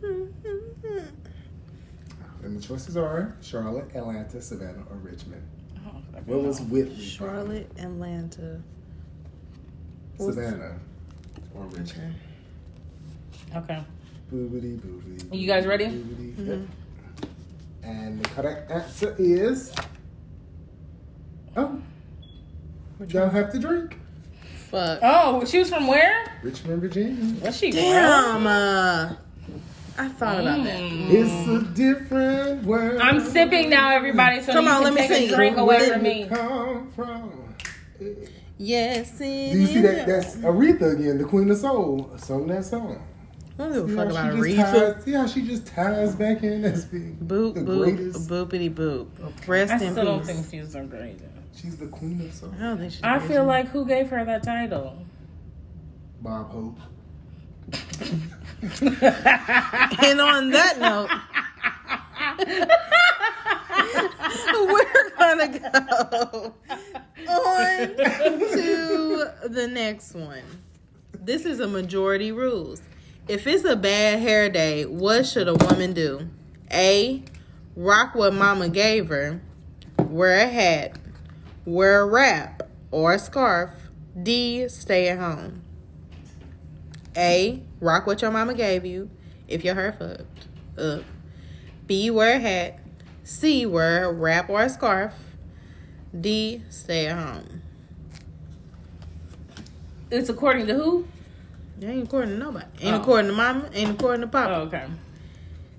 Speaker 3: And the choices are Charlotte, Atlanta, Savannah, or Richmond.
Speaker 5: Oh,
Speaker 3: What was Whitley? from?
Speaker 4: Charlotte, Atlanta.
Speaker 3: Savannah, or Richmond.
Speaker 5: Okay.
Speaker 3: Boobity boobity.
Speaker 5: You guys ready?
Speaker 3: boobity. Yep.
Speaker 4: Mm-hmm.
Speaker 3: And the correct answer is. Oh. Y'all have to drink.
Speaker 4: Fuck.
Speaker 5: Oh, she was from where?
Speaker 3: Richmond, Virginia.
Speaker 5: Was she?
Speaker 4: Damn. uh, I thought about that.
Speaker 3: It's a different world.
Speaker 5: I'm sipping now, everybody. So
Speaker 4: Come
Speaker 5: you
Speaker 4: on, let
Speaker 5: can
Speaker 4: me
Speaker 5: take
Speaker 4: sing.
Speaker 5: a drink away
Speaker 4: Let
Speaker 5: from
Speaker 3: Where you
Speaker 5: me.
Speaker 3: come from. Do
Speaker 4: Yes, it
Speaker 3: you see
Speaker 4: is.
Speaker 3: that? That's Aretha again, the Queen of Soul, sung that song.
Speaker 4: I don't give a
Speaker 3: See
Speaker 4: fuck about
Speaker 3: how she just
Speaker 4: Aretha.
Speaker 3: ties- See how she just ties back in as being
Speaker 4: Boop,
Speaker 3: the
Speaker 4: boop,
Speaker 3: greatest.
Speaker 4: boopity boop. Rest
Speaker 5: I
Speaker 4: in
Speaker 5: still
Speaker 4: peace.
Speaker 5: don't think she's so great.
Speaker 3: She's the Queen of Soul.
Speaker 4: I don't think she's
Speaker 5: I
Speaker 4: crazy.
Speaker 5: feel like who gave her that title?
Speaker 3: Bob Hope.
Speaker 4: And on that note, we're gonna go on to the next one. This is a majority rules. If it's a bad hair day, what should a woman do? A. Rock what mama gave her. Wear a hat. Wear a wrap or a scarf. D. Stay at home. A. Rock what your mama gave you if your hair fucked up. B. Wear a hat. C. Wear a wrap or a scarf. D. Stay at home.
Speaker 5: It's according to who?
Speaker 4: That ain't according to nobody. Ain't
Speaker 5: Oh.
Speaker 4: according to mama. Ain't according to
Speaker 5: Oh,
Speaker 4: papa.
Speaker 5: okay.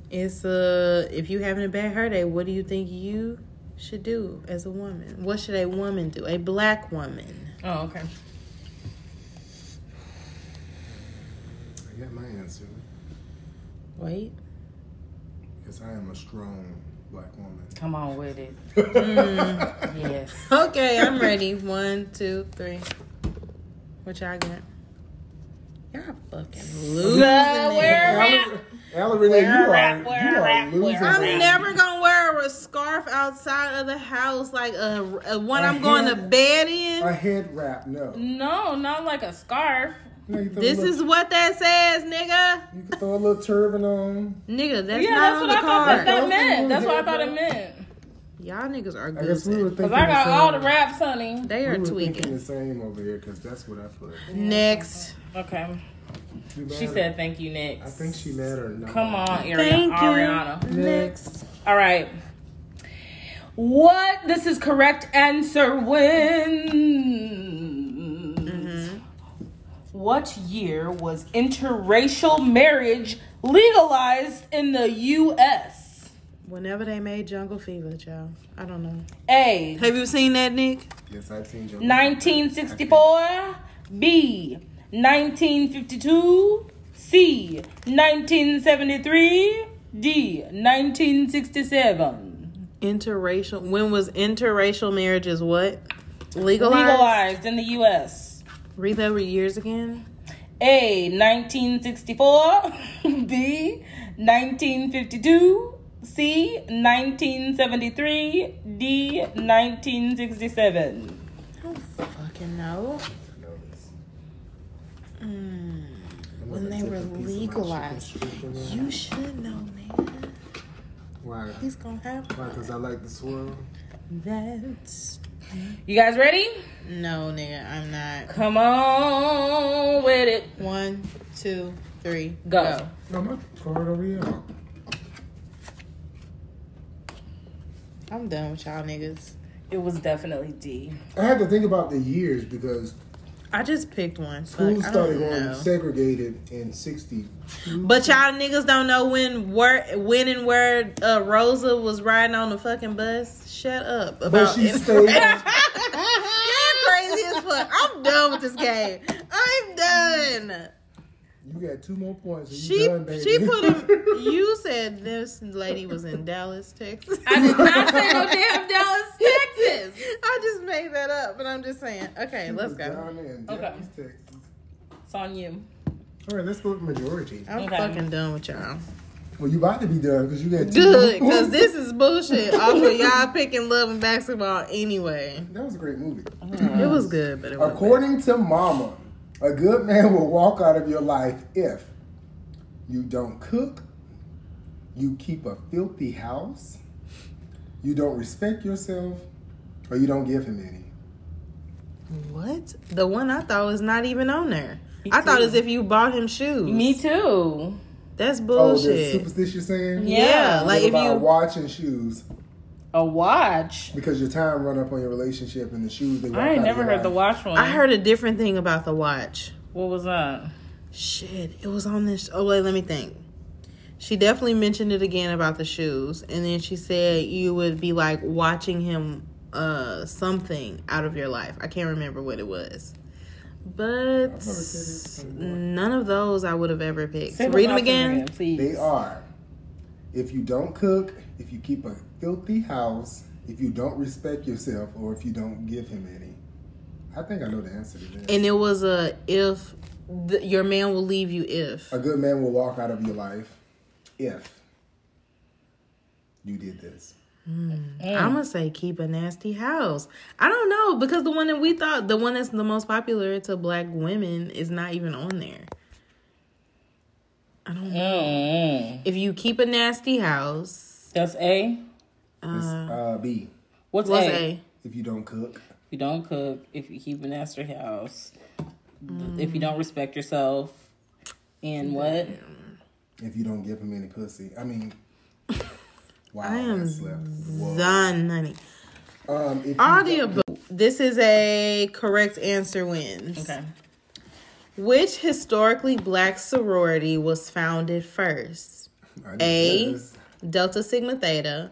Speaker 4: It's uh, if you having a bad hair day, what do you think you should do as a woman? What should a woman do? A black woman.
Speaker 5: Oh, okay.
Speaker 3: I got my answer
Speaker 4: Wait.
Speaker 3: because I am a strong black woman.
Speaker 5: Come on with it. Mm, Yes.
Speaker 4: Okay, I'm ready. One, two, three. What y'all got? Y'all fucking losing it.
Speaker 3: Ella Renee, you
Speaker 5: Wear a
Speaker 3: are,
Speaker 5: wrap,
Speaker 3: you
Speaker 5: wear a
Speaker 3: are
Speaker 5: wrap, wear a
Speaker 3: losing.
Speaker 5: wrap.
Speaker 4: I'm never gonna wear a scarf outside of the house, like a, a one
Speaker 3: A
Speaker 4: I'm going to
Speaker 3: hand-
Speaker 4: bed
Speaker 3: A
Speaker 4: in.
Speaker 3: head wrap, no.
Speaker 5: No, not like a scarf.
Speaker 3: no you throw
Speaker 4: This
Speaker 3: a little,
Speaker 4: is what that says, nigga.
Speaker 3: You can throw a little turban on.
Speaker 4: Nigga, that's
Speaker 5: yeah,
Speaker 4: not
Speaker 5: that's
Speaker 4: on
Speaker 5: what
Speaker 4: the
Speaker 5: I thought
Speaker 4: card.
Speaker 5: that, that
Speaker 3: Those
Speaker 5: meant.
Speaker 3: things
Speaker 5: That's what I
Speaker 3: here,
Speaker 5: thought
Speaker 3: bro.
Speaker 5: it meant.
Speaker 4: Y'all niggas are
Speaker 3: I guess we were
Speaker 4: good.
Speaker 3: thinking.
Speaker 5: Cause I got
Speaker 3: the
Speaker 5: all the
Speaker 3: same.
Speaker 5: raps, honey.
Speaker 4: They
Speaker 3: We
Speaker 4: are
Speaker 3: were thinking
Speaker 4: tweaking.
Speaker 3: the same over here because that's what I put.
Speaker 4: Next,
Speaker 5: Okay.
Speaker 3: You
Speaker 5: She
Speaker 3: mad?
Speaker 5: said thank you
Speaker 3: I
Speaker 5: next.
Speaker 3: think she mad or no.
Speaker 5: Come on, Ariana.
Speaker 4: Thank you.
Speaker 5: Ariana.
Speaker 4: next.
Speaker 5: All right. What? This is correct answer wins.
Speaker 4: Mm-hmm.
Speaker 5: What year was interracial marriage legalized in the U.S.?
Speaker 4: Whenever they made Jungle Fever, y'all, I don't know.
Speaker 5: A.
Speaker 4: Have you seen that, Nick?
Speaker 3: Yes, I've seen Joe.
Speaker 5: 1964. B. 1952. C. 1973. D. 1967.
Speaker 4: Interracial. When was interracial marriages what legalized?
Speaker 5: legalized in the U.S.
Speaker 4: Read that over years again.
Speaker 5: A. 1964. B. 1952. C. 1973. D. 1967.
Speaker 4: I don't fucking know. When Hmm. they were legalized, you should know, man.
Speaker 3: Why?
Speaker 4: He's gonna have
Speaker 3: Why? Because I like the swirl.
Speaker 4: that.
Speaker 5: You guys ready?
Speaker 4: No, nigga, I'm not.
Speaker 5: Come on with it.
Speaker 4: One, two, three,
Speaker 5: Go.
Speaker 3: No, my card over here.
Speaker 4: I'm done with y'all niggas.
Speaker 5: It was definitely D.
Speaker 3: I had to think about the years because
Speaker 4: I just picked one.
Speaker 3: schools
Speaker 4: Fuck, I
Speaker 3: started
Speaker 4: don't
Speaker 3: going
Speaker 4: know.
Speaker 3: segregated in '60.
Speaker 4: But y'all niggas don't know when where when and where uh, Rosa was riding on the fucking bus. Shut up.
Speaker 3: But
Speaker 4: About
Speaker 3: she stayed.
Speaker 4: You're crazy as fuck. I'm done with this game. I'm done.
Speaker 3: You got two more points. and you
Speaker 4: She
Speaker 3: done, baby.
Speaker 4: she put him. You said this lady was in Dallas, Texas.
Speaker 5: I did not say no damn Dallas, Texas.
Speaker 4: I just made that up, but I'm just saying. Okay, let's go.
Speaker 3: Down in
Speaker 5: Okay.
Speaker 3: Dallas, Texas.
Speaker 5: It's on you.
Speaker 3: All right, let's go with majority.
Speaker 4: I'm
Speaker 5: Okay.
Speaker 4: fucking done with y'all.
Speaker 3: Well, you about to be done because you got two
Speaker 4: Good,
Speaker 3: more-
Speaker 4: because this is bullshit. off of y'all picking love and basketball anyway.
Speaker 3: That was a great movie.
Speaker 4: It was good, but it was
Speaker 3: According to Mama, a good man will walk out of your life if you don't cook, you keep a filthy house, you don't respect yourself, or you don't give him any.
Speaker 4: What? The one I thought was not even on there. I thought as if you bought him shoes.
Speaker 5: Me too.
Speaker 4: That's
Speaker 3: Oh, the
Speaker 4: bullshit.
Speaker 3: superstitious saying?
Speaker 4: yeah,
Speaker 5: Yeah.
Speaker 4: like
Speaker 3: What
Speaker 4: if
Speaker 3: about
Speaker 4: you
Speaker 3: watch and shoes
Speaker 5: A watch.
Speaker 3: because your time run up on your relationship and the shoes they walk
Speaker 5: I ain't
Speaker 3: out of
Speaker 5: never
Speaker 3: your
Speaker 5: heard the
Speaker 3: life.
Speaker 5: watch one.
Speaker 4: I heard a different thing about the watch.
Speaker 5: What was that?
Speaker 4: Shit, it was on this. Oh wait, let me think. She definitely mentioned it again about the shoes, and then she said you would be like watching him uh something out of your life. I can't remember what it was, but none of those I would have ever picked.
Speaker 5: Say
Speaker 4: Read them
Speaker 5: about
Speaker 4: again.
Speaker 5: please.
Speaker 3: They are. If you don't cook, if you keep a filthy house, if you don't respect yourself, or if you don't give him any. I think I know the answer to this.
Speaker 4: And it was a if th- your man will leave you if
Speaker 3: a good man will walk out of your life if you did this.
Speaker 4: I'm gonna say keep a nasty house. I don't know because the one that we thought the one that's the most popular to black women is not even on there.
Speaker 5: Mm-mm.
Speaker 4: If you keep a nasty house,
Speaker 5: That's A.
Speaker 3: It's uh, B.
Speaker 5: What's
Speaker 4: what's
Speaker 5: A?
Speaker 4: a?
Speaker 3: If you don't cook,
Speaker 5: If you don't cook, if you keep an extra house,
Speaker 4: Mm.
Speaker 5: if you don't respect yourself, and what?
Speaker 3: if you don't give him any pussy. I mean, wow,
Speaker 4: I am
Speaker 3: that's left. Whoa.
Speaker 4: Done, honey.
Speaker 3: Um, if you
Speaker 4: Audio book. This is a correct answer wins.
Speaker 5: Okay.
Speaker 4: Which historically black sorority was founded first?
Speaker 3: I didn't
Speaker 4: A.
Speaker 3: get this.
Speaker 4: Delta Sigma Theta,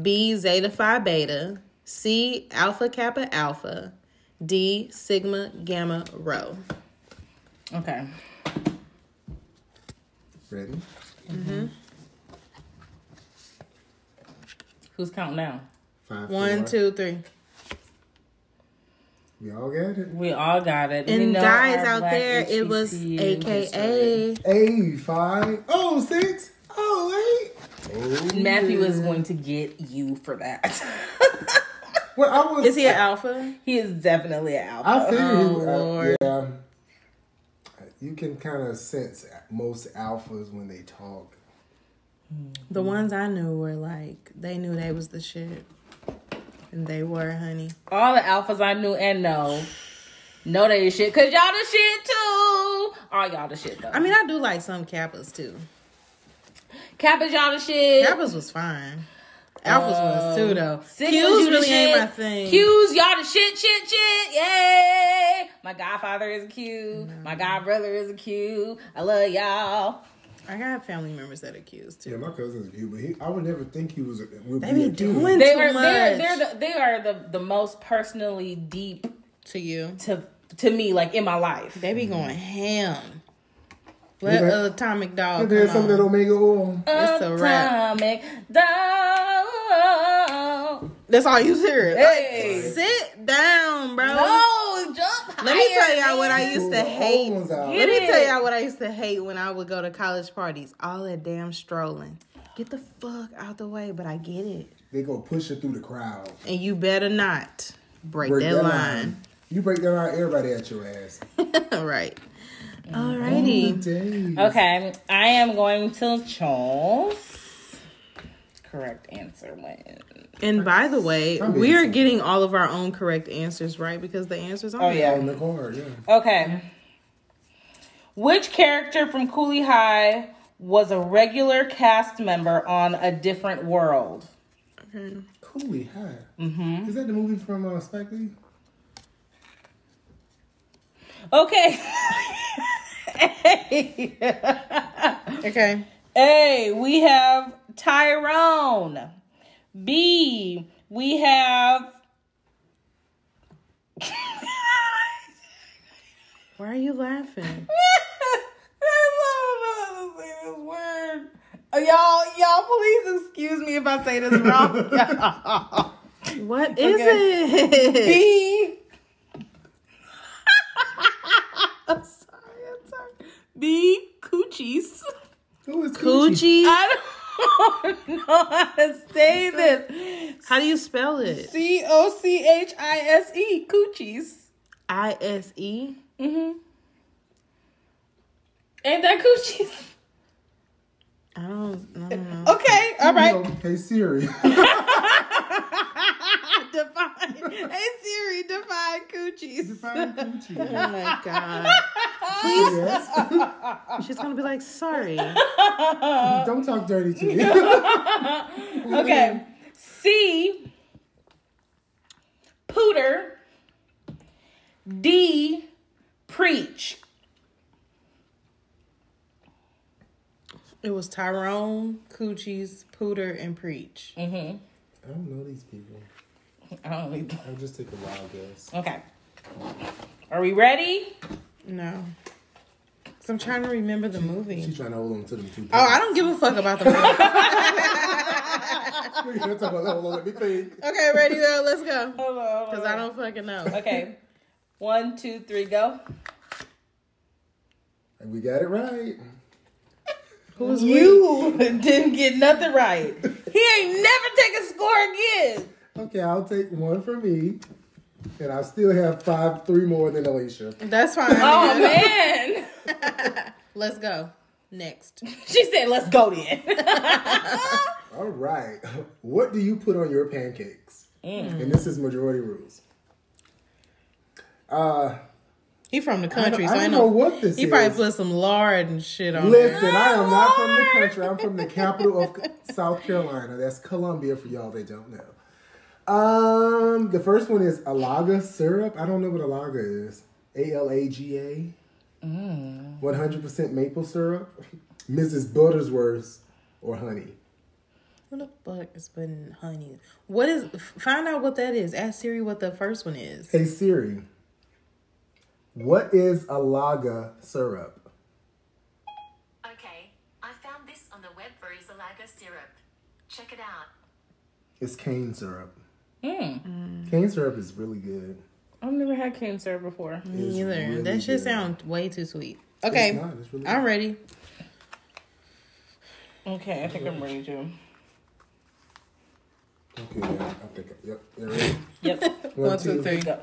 Speaker 4: B Zeta Phi Beta, C Alpha Kappa Alpha, D Sigma Gamma Rho.
Speaker 5: Okay.
Speaker 3: Ready?
Speaker 5: Who's counting now?
Speaker 3: Five,
Speaker 4: One,
Speaker 3: four.
Speaker 4: two, three.
Speaker 3: We all got it.
Speaker 5: We all got it. We
Speaker 4: And
Speaker 5: know
Speaker 4: guys
Speaker 5: our
Speaker 4: out
Speaker 5: black
Speaker 4: there, it was
Speaker 5: HBCU
Speaker 4: AKA.
Speaker 3: A five oh six oh eight.
Speaker 5: history. Matthew is going to get you for that.
Speaker 3: Well, I was.
Speaker 4: Is he an alpha?
Speaker 5: he is definitely an alpha.
Speaker 3: I figured. he
Speaker 4: Oh,
Speaker 3: would- uh,
Speaker 4: Lord.
Speaker 3: yeah. You can kind of sense most alphas when they talk.
Speaker 4: The ones I knew were like, they knew they was the shit. And they were, honey.
Speaker 5: all the alphas I knew and know. Know they the shit, cause y'all the shit too. All y'all the shit though.
Speaker 4: I mean, I do like some Kappas too.
Speaker 5: Kappa's y'all the shit.
Speaker 4: Kappas was fine. Alphas was
Speaker 5: Oh. Um,
Speaker 4: too, though.
Speaker 5: Sigmas, you
Speaker 4: Q's
Speaker 5: the
Speaker 4: really ain't
Speaker 5: shit.
Speaker 4: my thing.
Speaker 5: Q's y'all the shit, shit, shit. Yay! My godfather is a Q. My
Speaker 4: Mm.
Speaker 5: godbrother is a Q. I love y'all.
Speaker 4: I got family members that are Q's too.
Speaker 3: Yeah, my cousin's a Q, but he, I would never think he was. A, would
Speaker 4: They
Speaker 3: be
Speaker 4: be
Speaker 3: a Q.
Speaker 4: doing
Speaker 5: They
Speaker 4: too
Speaker 5: are
Speaker 4: much
Speaker 5: they're, they're the, they are the the most personally deep
Speaker 4: to you.
Speaker 5: to to me like in my life.
Speaker 4: They be
Speaker 3: Mm-hmm.
Speaker 4: going ham. Let
Speaker 3: Yeah.
Speaker 4: Atomic Dog
Speaker 3: And then
Speaker 4: come
Speaker 3: some of
Speaker 4: on.
Speaker 3: that omega oil.
Speaker 4: It's a wrap.
Speaker 5: Atomic dog.
Speaker 4: That's all you hear. Like,
Speaker 5: Hey.
Speaker 4: sit down, bro.
Speaker 5: No, jump.
Speaker 4: Let me tell
Speaker 5: higher,
Speaker 4: y'all what I
Speaker 5: man.
Speaker 4: used to
Speaker 3: The
Speaker 4: hate.
Speaker 3: old ones out.
Speaker 5: Yeah.
Speaker 4: Let me
Speaker 5: Get
Speaker 4: tell
Speaker 5: it.
Speaker 4: y'all what I used to hate when I would go to college parties. All that damn strolling. Get the fuck out the way, but I get it.
Speaker 3: They go pushing through the crowd.
Speaker 4: And you better not break,
Speaker 3: Break
Speaker 4: that, line.
Speaker 3: You break that line, everybody at your ass.
Speaker 4: All right. Alrighty.
Speaker 3: Dang.
Speaker 5: Okay, I am going to Charles. Correct answer wins.
Speaker 4: And by the way,
Speaker 3: I'm being
Speaker 4: we are
Speaker 3: silly.
Speaker 4: getting all of our own correct answers right because the answers are
Speaker 5: Oh
Speaker 3: On
Speaker 5: yeah.
Speaker 3: the card, yeah.
Speaker 5: Okay. Which character from Cooley High was a regular cast member on A Different World?
Speaker 3: Cooley High. Mm-hmm. Is that the movie from uh, Spike Lee?
Speaker 5: Okay.
Speaker 4: Okay.
Speaker 5: A, we have Tyrone. B, we have
Speaker 4: Why are you laughing?
Speaker 5: I love how to say this word. Y'all, y'all, please excuse me if I say this wrong.
Speaker 4: What is
Speaker 5: Okay.
Speaker 4: it?
Speaker 5: B. I'm sorry, I'm sorry. B. Coochies.
Speaker 3: Who is
Speaker 4: Coochies. Gucci.
Speaker 5: I don't know how to say this.
Speaker 4: How do you spell it?
Speaker 5: C O C H I S E coochies.
Speaker 4: I S E.
Speaker 5: Mm-hmm. Ain't that coochies?
Speaker 4: I don't. I don't know.
Speaker 5: Okay, all right.
Speaker 3: Hey Oh, Siri.
Speaker 5: define. Hey Siri, define coochies.
Speaker 3: Define coochie.
Speaker 4: Oh my god. Please.
Speaker 3: Yes.
Speaker 4: She's gonna be like, sorry.
Speaker 3: Don't talk dirty to me.
Speaker 5: Okay. C. Pooter. D. Preach.
Speaker 4: It was Tyrone, Coochies, Pooter, and Preach.
Speaker 3: I don't know these people.
Speaker 5: I don't need
Speaker 3: I'll just take a wild guess.
Speaker 5: Okay. Are we ready?
Speaker 4: No. Cause I'm trying to remember the movie.
Speaker 3: She's trying to hold on to them two.
Speaker 4: Oh, I don't give a fuck about the movie.
Speaker 3: We're gonna talk about that. Hold on, let me think.
Speaker 4: okay, ready though, let's go.
Speaker 5: Hold on.
Speaker 4: Oh, Cause I don't fucking know.
Speaker 5: Okay. One, two, three, go.
Speaker 3: And we got it right.
Speaker 4: Who's
Speaker 5: You didn't get nothing right. He ain't never taking score again.
Speaker 3: Okay, I'll take one for me. And I still have five, three more than Alicia.
Speaker 4: That's fine.
Speaker 5: Oh man.
Speaker 4: Let's go. Next.
Speaker 5: She said, let's go then.
Speaker 3: All right. What do you put on your pancakes?
Speaker 4: Mm.
Speaker 3: And this is majority rules. Uh,
Speaker 4: He from the country,
Speaker 3: I
Speaker 4: so I
Speaker 3: don't
Speaker 4: know
Speaker 3: know what this
Speaker 4: He
Speaker 3: is.
Speaker 4: probably put some lard and shit on. there.
Speaker 3: Listen, I am not from the country. I'm from the capital of South Carolina. That's Columbia for y'all that don't know. Um, the first one is Alaga syrup. I don't know what Alaga is. A L A G A. One hundred percent maple syrup. Mrs. Buttersworth or honey.
Speaker 4: What the fuck is putting honey? What is? f- Find out what that is. Ask Siri what the first one is.
Speaker 3: Hey Siri, what is Alaga syrup?
Speaker 6: Okay, I found this on the web for Isolaga syrup. Check it out.
Speaker 3: It's cane syrup.
Speaker 4: Mm.
Speaker 3: Cane syrup is really good.
Speaker 5: Mm. I've never had cane syrup before.
Speaker 3: It's
Speaker 4: Neither.
Speaker 3: really
Speaker 4: that
Speaker 3: good.
Speaker 4: shit sounds way too sweet. Okay,
Speaker 3: It's not. It's really
Speaker 4: I'm ready.
Speaker 5: Okay, I think I'm ready to.
Speaker 3: Okay, yeah, I think. Yep. There it is.
Speaker 5: Yep.
Speaker 3: One,
Speaker 4: One, two, three.
Speaker 5: go.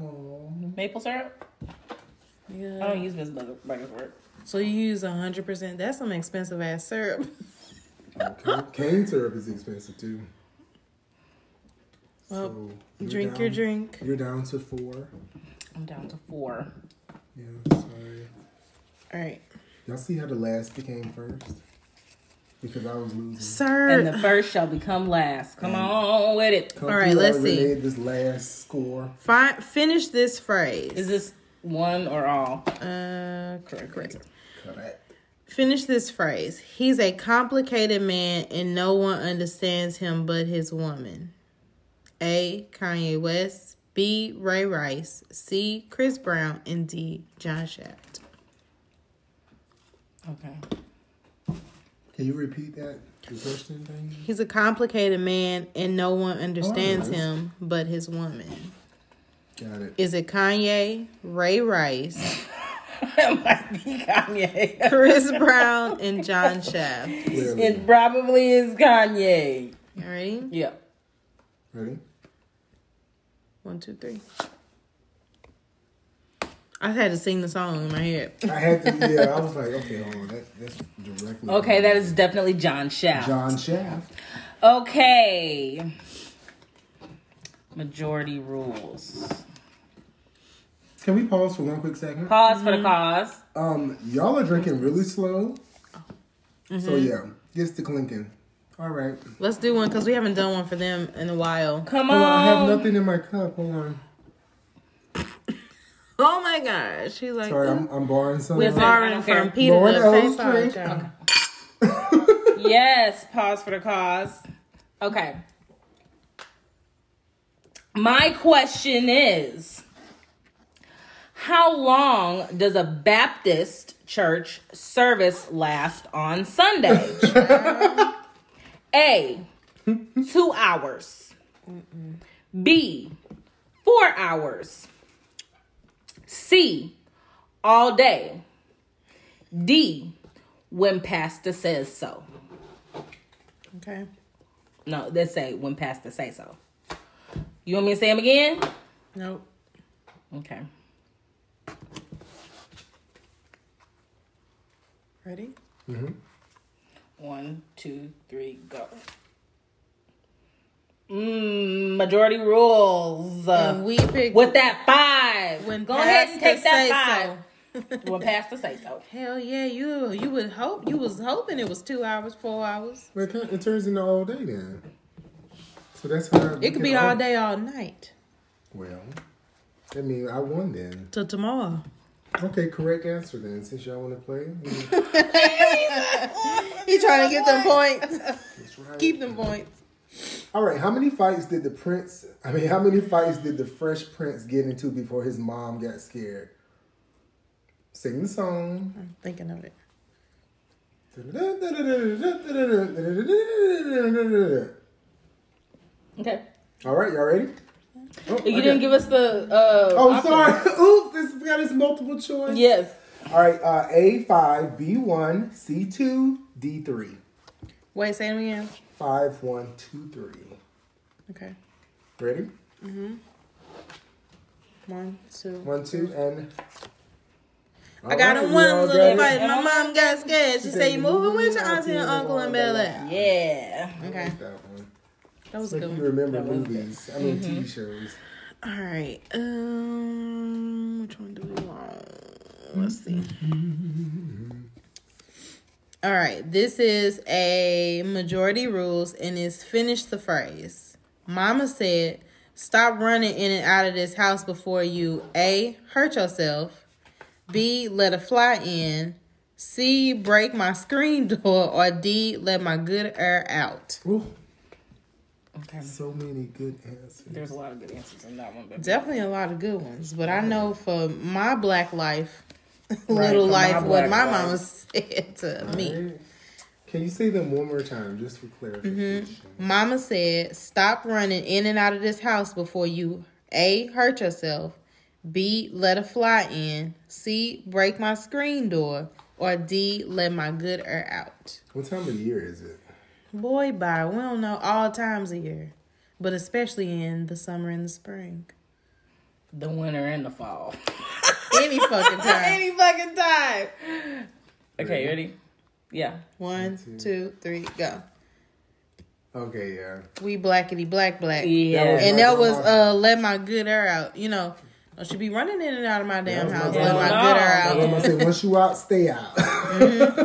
Speaker 3: Aw.
Speaker 5: Maple syrup? I
Speaker 4: Yeah.
Speaker 5: don't use Miss Bugger- Bugger's
Speaker 4: So you use hundred percent. That's some expensive ass syrup.
Speaker 3: Cane- cane syrup is expensive too.
Speaker 4: Well,
Speaker 3: you're
Speaker 4: Drink
Speaker 3: down-
Speaker 4: your drink.
Speaker 3: You're down to four.
Speaker 5: I'm down to four.
Speaker 3: Yeah, sorry.
Speaker 4: All right,
Speaker 3: Y'all see how the last became first? Because I was losing.
Speaker 5: And
Speaker 4: sir.
Speaker 5: the first shall become last. Come on with it.
Speaker 3: Come
Speaker 4: All right,
Speaker 3: through, I
Speaker 4: let's
Speaker 3: already
Speaker 4: see.
Speaker 3: Made this last score.
Speaker 4: Fi- finish this phrase.
Speaker 5: Is this one or all?
Speaker 4: Uh, correct. Correct.
Speaker 3: Correct.
Speaker 4: Finish this phrase. He's a complicated man and no one understands him but his woman. A. Kanye West. B. Ray Rice. C. Chris Brown. And D. John Shaft.
Speaker 5: Okay.
Speaker 3: Can you repeat that? The question thing.
Speaker 4: He's a complicated man and no one understands
Speaker 3: Oh.
Speaker 4: him but his woman.
Speaker 3: Got it.
Speaker 4: Is it Kanye, Ray Rice,
Speaker 5: It might be Kanye.
Speaker 4: Chris Brown, and John Shaft?
Speaker 3: Clearly.
Speaker 5: It probably is Kanye.
Speaker 4: You ready?
Speaker 5: Yep.
Speaker 3: Ready?
Speaker 4: One, two, three. I had to sing the song in my head.
Speaker 3: I had to. Yeah, I was like, okay, hold on. That, that's directly.
Speaker 5: Okay, that is definitely John Shaft.
Speaker 3: John Shaft.
Speaker 5: Okay. Majority rules.
Speaker 3: Can we pause for one quick second?
Speaker 5: Pause for the cause.
Speaker 3: Um, y'all are drinking really slow.
Speaker 4: Mm-hmm.
Speaker 3: So yeah, gets to clinking. All right.
Speaker 4: Let's do one because we haven't done one for them in a while.
Speaker 5: Come
Speaker 3: Hold on, I have
Speaker 5: on.
Speaker 3: nothing in my cup. Hold on.
Speaker 4: Oh my gosh, she's like
Speaker 3: Sorry, I'm, I'm borrowing something.
Speaker 5: Listen, I
Speaker 4: borrowing
Speaker 5: don't
Speaker 4: from
Speaker 5: care.
Speaker 4: Peter
Speaker 3: Lauren
Speaker 4: to
Speaker 3: Ellis
Speaker 4: pay for it,
Speaker 3: drink.
Speaker 4: y'all.
Speaker 5: yes, pause for the cause. Okay. My question is How long does a Baptist church service last on Sunday? A, two hours. B, four hours. C, all day. D, when pastor says so.
Speaker 4: Okay.
Speaker 5: No, they say when pastor say so. You want me to say them again?
Speaker 4: Nope.
Speaker 5: Okay.
Speaker 4: Ready?
Speaker 5: One, two, three, go. Mm, majority rules. Uh,
Speaker 4: And we pick
Speaker 5: With that five.
Speaker 4: when
Speaker 5: go ahead and
Speaker 4: pastor
Speaker 5: take that
Speaker 4: say
Speaker 5: five.
Speaker 4: so.
Speaker 5: When pastor say so.
Speaker 4: Hell yeah, you you would hope you was hoping it was two hours, four hours.
Speaker 3: But it, kinda- it turns into all day then. So that's how
Speaker 4: It could be all day, all night
Speaker 3: Well, I mean, I won then.
Speaker 4: till tomorrow.
Speaker 3: Okay, correct answer then. Since y'all want to play,
Speaker 4: He trying to get them points.
Speaker 3: that's right.
Speaker 4: Keep them points.
Speaker 3: All right, how many fights did the prince? I mean, how many fights did the Fresh Prince get into before his mom got scared? Sing the song.
Speaker 4: I'm thinking of it.
Speaker 5: Okay.
Speaker 3: All right, y'all ready? Oh,
Speaker 5: You didn't give us the. Uh,
Speaker 3: Oh,
Speaker 5: option.
Speaker 3: sorry. Oops, this we got this multiple choice.
Speaker 5: Yes.
Speaker 3: All right, uh, A five, B one, C two, D three.
Speaker 4: Wait, say it again.
Speaker 3: Five, one, two, three.
Speaker 4: Okay.
Speaker 3: Ready?
Speaker 4: One, two.
Speaker 3: One, two, and.
Speaker 4: I got him one little fight.
Speaker 5: it.
Speaker 4: My mom got scared. She said, "You moving with your auntie and uncle in Bel Air."
Speaker 5: Yeah.
Speaker 4: Okay,
Speaker 3: That one.
Speaker 4: that was Mm-hmm.
Speaker 3: Make
Speaker 4: good.
Speaker 3: you remember movies. I mean, TV shows.
Speaker 4: All right. Um, which one do we want? Let's see. All right. This is a majority rules and is finish the phrase. Mama said, "Stop running in and out of this house before you a hurt yourself, b let a fly in, c break my screen door, or d let my good air out."
Speaker 3: Ooh,
Speaker 5: Okay.
Speaker 3: so many good answers.
Speaker 5: There's a lot of good answers in that one, but
Speaker 4: Definitely a lot of good ones, but I know for my black life, little
Speaker 5: for my
Speaker 4: life, what
Speaker 5: black
Speaker 4: my
Speaker 5: life.
Speaker 4: mama said to me.
Speaker 3: Alright. Can you say them one more time, just
Speaker 4: Mm-hmm.
Speaker 3: for clarification?
Speaker 4: Mama said, "Stop running in and out of this house before you a hurt yourself, b let a fly in, c break my screen door, or d let my good air out."
Speaker 3: What time of year is it?
Speaker 4: Boy, bye. We don't know all times of year, but especially in the summer and the spring.
Speaker 5: the winter and the fall.
Speaker 4: Any fucking time.
Speaker 5: fucking time. Okay, you ready? Yeah.
Speaker 4: One, two, three, go.
Speaker 3: Okay, yeah.
Speaker 4: We blackety black black.
Speaker 5: Yeah.
Speaker 4: And
Speaker 3: Right.
Speaker 4: that was uh let my good air out. You know, I should be running in and out of my damn
Speaker 3: was my
Speaker 4: house.
Speaker 3: good
Speaker 4: Let
Speaker 3: air
Speaker 4: my
Speaker 5: out.
Speaker 4: good air
Speaker 3: Oh, I'm
Speaker 4: out.
Speaker 3: gonna say once you out, stay out.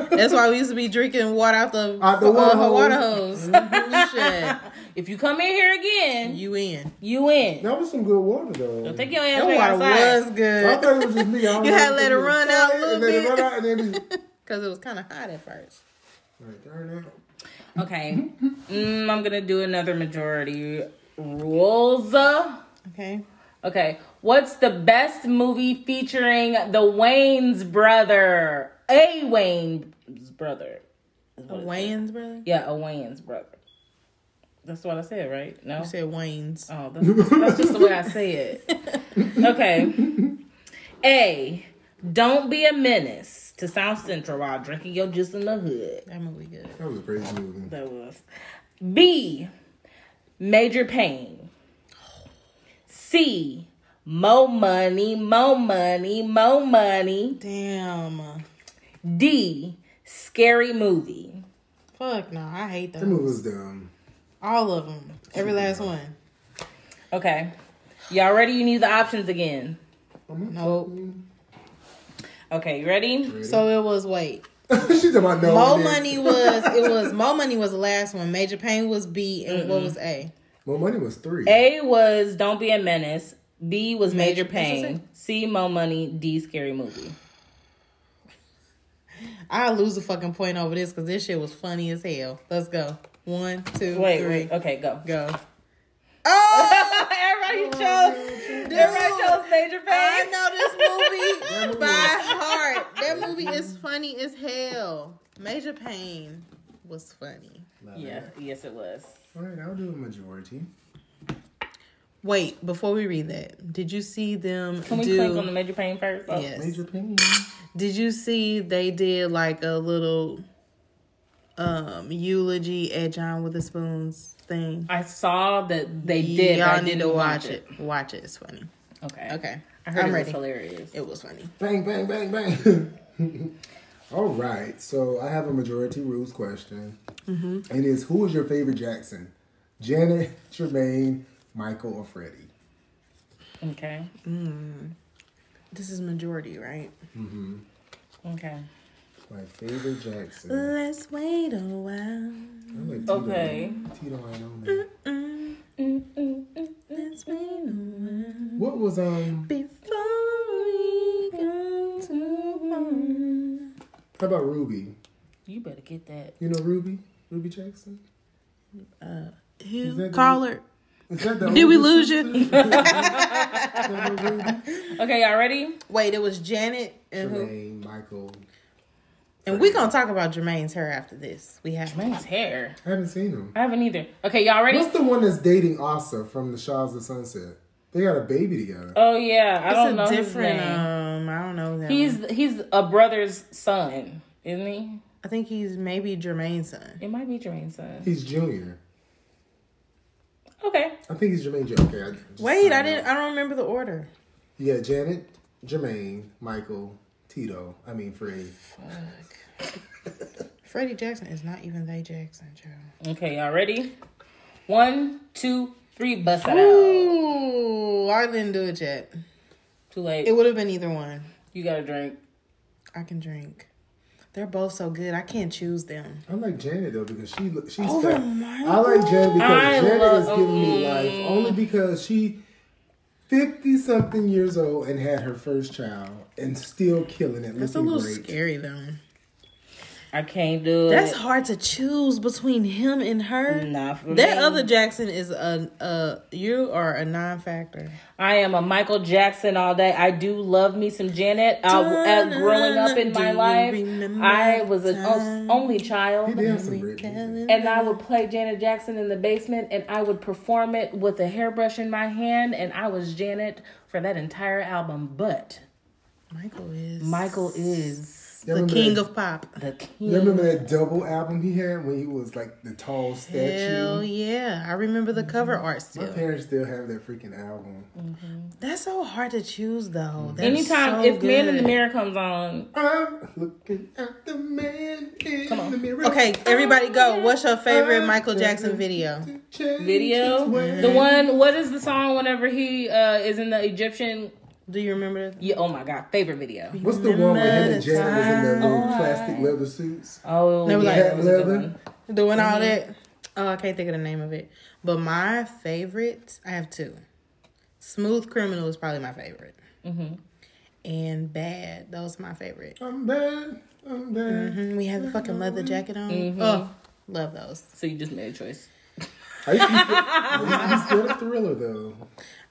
Speaker 4: That's why we used to be drinking water out the,
Speaker 3: Out the
Speaker 4: uh,
Speaker 3: water hose.
Speaker 4: water hose. Shit.
Speaker 5: If you come in here again,
Speaker 4: You in.
Speaker 5: you in.
Speaker 3: that was some good water though.
Speaker 5: Don't think your ass
Speaker 4: That
Speaker 5: way
Speaker 4: water
Speaker 5: outside.
Speaker 4: was
Speaker 3: I
Speaker 4: good.
Speaker 3: thought it was just me. I don't
Speaker 4: You
Speaker 3: know
Speaker 4: had
Speaker 3: if
Speaker 4: let it
Speaker 3: was
Speaker 4: run out a
Speaker 3: tight,
Speaker 4: little
Speaker 3: let it
Speaker 4: bit.
Speaker 3: run out, and then just-
Speaker 4: Because it was kinda hot at first.
Speaker 3: Like, darn it.
Speaker 5: Okay. Mm, I'm gonna do another majority rules.
Speaker 4: Okay.
Speaker 5: Okay. What's the best movie featuring the Waynes brother? A Wayne's brother.
Speaker 4: The Wayne's brother?
Speaker 5: Yeah, a Wayne's brother. That's what I said, right? No.
Speaker 4: You said Wayne's.
Speaker 5: Oh, that's, that's just the way I say it. Okay. A. Don't be a menace to South Central while drinking your juice in the hood.
Speaker 4: That movie good.
Speaker 3: That was a crazy movie.
Speaker 5: That was. B. Major pain. C. Mo money, mo money, mo money.
Speaker 4: Damn.
Speaker 5: D. Scary movie.
Speaker 4: Fuck no, I hate
Speaker 3: That
Speaker 4: them.
Speaker 3: movie was Um, dumb.
Speaker 4: All of them. Every last one.
Speaker 5: Okay. Y'all ready? You need the options again.
Speaker 4: Nope.
Speaker 5: Okay, you ready?
Speaker 4: So it was wait.
Speaker 3: She's talking about no.
Speaker 4: Mo
Speaker 3: and then-
Speaker 4: Money was it was Mo Money was the last one. Major Pain was B and what was A?
Speaker 3: Mo money was three.
Speaker 5: A was Don't Be a Menace. B was
Speaker 4: Major-
Speaker 5: Major,
Speaker 4: that's what I
Speaker 5: Pain. C Mo Money. D Scary Movie.
Speaker 4: I lose a fucking point over this because this shit was funny as hell. Let's go. One, two,
Speaker 5: Wait,
Speaker 4: three,
Speaker 5: wait. Okay, go.
Speaker 4: go. Oh,
Speaker 5: Everybody chose. Everybody chose Major
Speaker 4: I
Speaker 5: Pain.
Speaker 4: know this movie by heart. That movie is funny as hell. Major Pain was funny.
Speaker 3: Love it.
Speaker 5: Yeah. Yes, it was.
Speaker 3: All right, I'll do a majority.
Speaker 4: Wait, before we read that, did you see them
Speaker 5: Can we
Speaker 4: do?
Speaker 5: click on the major pain first? Oh.
Speaker 4: yes.
Speaker 3: Major pain.
Speaker 4: Did you see they did like a little um eulogy at John Witherspoon's thing?
Speaker 5: I saw that they did. but I
Speaker 4: Y'all
Speaker 5: didn't
Speaker 4: need to watch it. Watch it. It's funny.
Speaker 5: Okay.
Speaker 4: Okay.
Speaker 5: I heard
Speaker 4: I'm
Speaker 5: it
Speaker 4: ready.
Speaker 5: was hilarious.
Speaker 4: It was funny.
Speaker 3: Bang, bang, bang, bang. All right. So I have a majority rules question.
Speaker 4: Mm-hmm.
Speaker 3: It is who is your favorite Jackson? Janet, Tremaine, Michael, or Freddie?
Speaker 5: Okay.
Speaker 4: This is majority, right?
Speaker 5: Okay.
Speaker 3: My favorite Jackson.
Speaker 4: Let's wait a while.
Speaker 3: I like Tito.
Speaker 5: Okay.
Speaker 3: Tito ain't on there.
Speaker 4: Let's wait a while.
Speaker 3: What was um?
Speaker 4: Before we go too
Speaker 3: How about Ruby?
Speaker 5: You better get that.
Speaker 3: You know Ruby? Ruby Jackson?
Speaker 4: far.
Speaker 3: that
Speaker 4: Who?
Speaker 3: the-
Speaker 4: Caller.
Speaker 3: Is that the
Speaker 4: Did we lose
Speaker 3: oldest sister?
Speaker 4: you?
Speaker 5: Okay, y'all ready?
Speaker 4: Wait, it was Janet and who?
Speaker 3: Tremaine, Michael.
Speaker 4: And we're gonna talk about Jermaine's hair after this. We have
Speaker 5: Man's hair.
Speaker 3: I haven't seen him.
Speaker 5: I haven't either. Okay, y'all ready?
Speaker 3: What's the one that's dating Asa from The Shaw's of Sunset? They got a baby together.
Speaker 5: Oh yeah, I don't know
Speaker 4: it's a
Speaker 5: his
Speaker 4: different.
Speaker 5: name.
Speaker 4: Um, I don't know. That one.
Speaker 5: he's he's a brother's son, isn't he?
Speaker 4: I think he's maybe Jermaine's son.
Speaker 5: It might be Jermaine's son.
Speaker 3: He's Junior.
Speaker 5: Okay.
Speaker 3: I think he's Jermaine. Jr. Okay. I just
Speaker 4: Wait, I
Speaker 3: signed
Speaker 4: didn't.
Speaker 3: up.
Speaker 4: I don't remember the order.
Speaker 3: You got Janet, Jermaine, Michael, Tito. I mean Freddie.
Speaker 4: Freddie Jackson is not even they Jackson, Joe.
Speaker 5: Okay, y'all ready? One, two, three, bust it out.
Speaker 4: Ooh, I didn't do it yet.
Speaker 5: Too late.
Speaker 4: It would have been either one.
Speaker 5: you got to drink.
Speaker 4: I can drink. They're both so good. I can't choose them.
Speaker 3: I like Janet though because she look- she's
Speaker 4: Over
Speaker 3: fat.
Speaker 4: Oh, Michael?
Speaker 3: I like Janet because
Speaker 5: I
Speaker 3: Janet
Speaker 5: love-
Speaker 3: is giving me life only because she fifty something years old and had her first child and still killing it.
Speaker 4: That's a
Speaker 3: looking
Speaker 4: little
Speaker 3: great.
Speaker 4: scary though.
Speaker 5: I can't do
Speaker 4: That's
Speaker 5: it.
Speaker 4: hard to choose between him and her.
Speaker 5: Nah, for
Speaker 4: that
Speaker 5: me.
Speaker 4: other Jackson is a a you are a non-factor.
Speaker 5: I am a Michael Jackson all day. I do love me some Janet. Uh, uh, growing up in
Speaker 4: Do
Speaker 5: my
Speaker 4: you
Speaker 5: life,
Speaker 4: remember
Speaker 5: I was an
Speaker 4: time?
Speaker 5: o- only
Speaker 3: He
Speaker 5: child.
Speaker 3: did have some great music.
Speaker 5: And I would play Janet Jackson in the basement and I would perform it with a hairbrush in my hand. And I was Janet for that entire album. But
Speaker 4: Michael is
Speaker 5: Michael is
Speaker 3: Y'all
Speaker 4: the
Speaker 3: remember
Speaker 4: king
Speaker 3: that-
Speaker 4: of pop.
Speaker 5: the
Speaker 3: You
Speaker 5: king.
Speaker 3: remember that double album he had when he was like the tall statue?
Speaker 4: Hell Oh, yeah! I remember the cover art
Speaker 3: My
Speaker 4: still.
Speaker 3: parents still have that freaking album.
Speaker 4: That's so hard to choose though. That's
Speaker 5: Anytime,
Speaker 4: so
Speaker 5: if Man in the
Speaker 4: good.
Speaker 5: Mirror comes on,
Speaker 3: I'm looking at the man in
Speaker 5: Come on.
Speaker 3: the mirror.
Speaker 4: Okay, everybody go. What's your favorite
Speaker 5: Uh,
Speaker 4: Michael Jackson video?
Speaker 3: Change
Speaker 5: video,
Speaker 3: his way.
Speaker 5: the one, what is the song whenever he uh, is in the Egyptian?
Speaker 4: Do you remember that?
Speaker 5: Yeah, oh my God, favorite video.
Speaker 3: What's the one where him
Speaker 4: Remember
Speaker 3: and
Speaker 4: the
Speaker 3: Janet was in their little
Speaker 5: time.
Speaker 3: plastic leather suits?
Speaker 5: Oh,
Speaker 4: They were
Speaker 5: yeah,
Speaker 4: like-
Speaker 5: that was a good
Speaker 3: Leather.
Speaker 5: one.
Speaker 4: Doing all that? Oh, I can't think of the name of it. But my favorite, I have two. Smooth Criminal is probably my favorite. And Bad, those are my favorite.
Speaker 3: I'm bad. I'm bad.
Speaker 4: Mhm, We have the fucking leather jacket on. Oh, love those.
Speaker 5: So you just made a choice.
Speaker 3: I used to be scared- I used to be scared of Thriller though.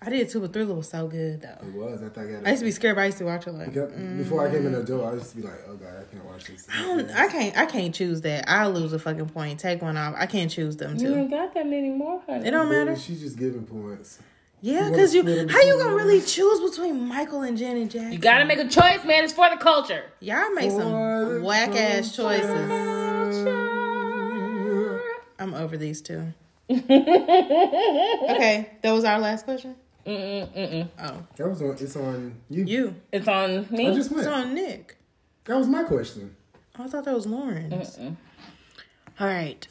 Speaker 4: I did too, but Thriller was so good though.
Speaker 3: It was. I thought I got
Speaker 4: I used to be scared, but I used to watch it like.
Speaker 3: it. Before I came in the door, I used to be like, oh god, I can't watch this.
Speaker 4: I don't- I can't. I can't choose that. I lose a fucking point. Take one off. I can't choose them
Speaker 5: You
Speaker 4: too.
Speaker 5: ain't got that many more, honey.
Speaker 4: It don't matter.
Speaker 3: She's just giving points.
Speaker 4: Yeah,
Speaker 3: wanna
Speaker 4: cause you.
Speaker 3: split 'em
Speaker 4: How you
Speaker 3: between
Speaker 4: gonna really choose between Michael and Janet Jackson?
Speaker 5: You gotta make a choice, man. It's for the culture.
Speaker 4: Y'all make
Speaker 3: What
Speaker 4: some
Speaker 3: a
Speaker 4: whack ass choices.
Speaker 3: culture.
Speaker 4: I'm over these two. okay, that was our last question. Mm-mm, mm-mm. Oh,
Speaker 3: That was on. It's on you.
Speaker 4: you.
Speaker 5: It's on
Speaker 3: I
Speaker 5: me.
Speaker 3: just went.
Speaker 4: It's on Nick.
Speaker 3: That was my question.
Speaker 4: I thought that was Lauren's. All right.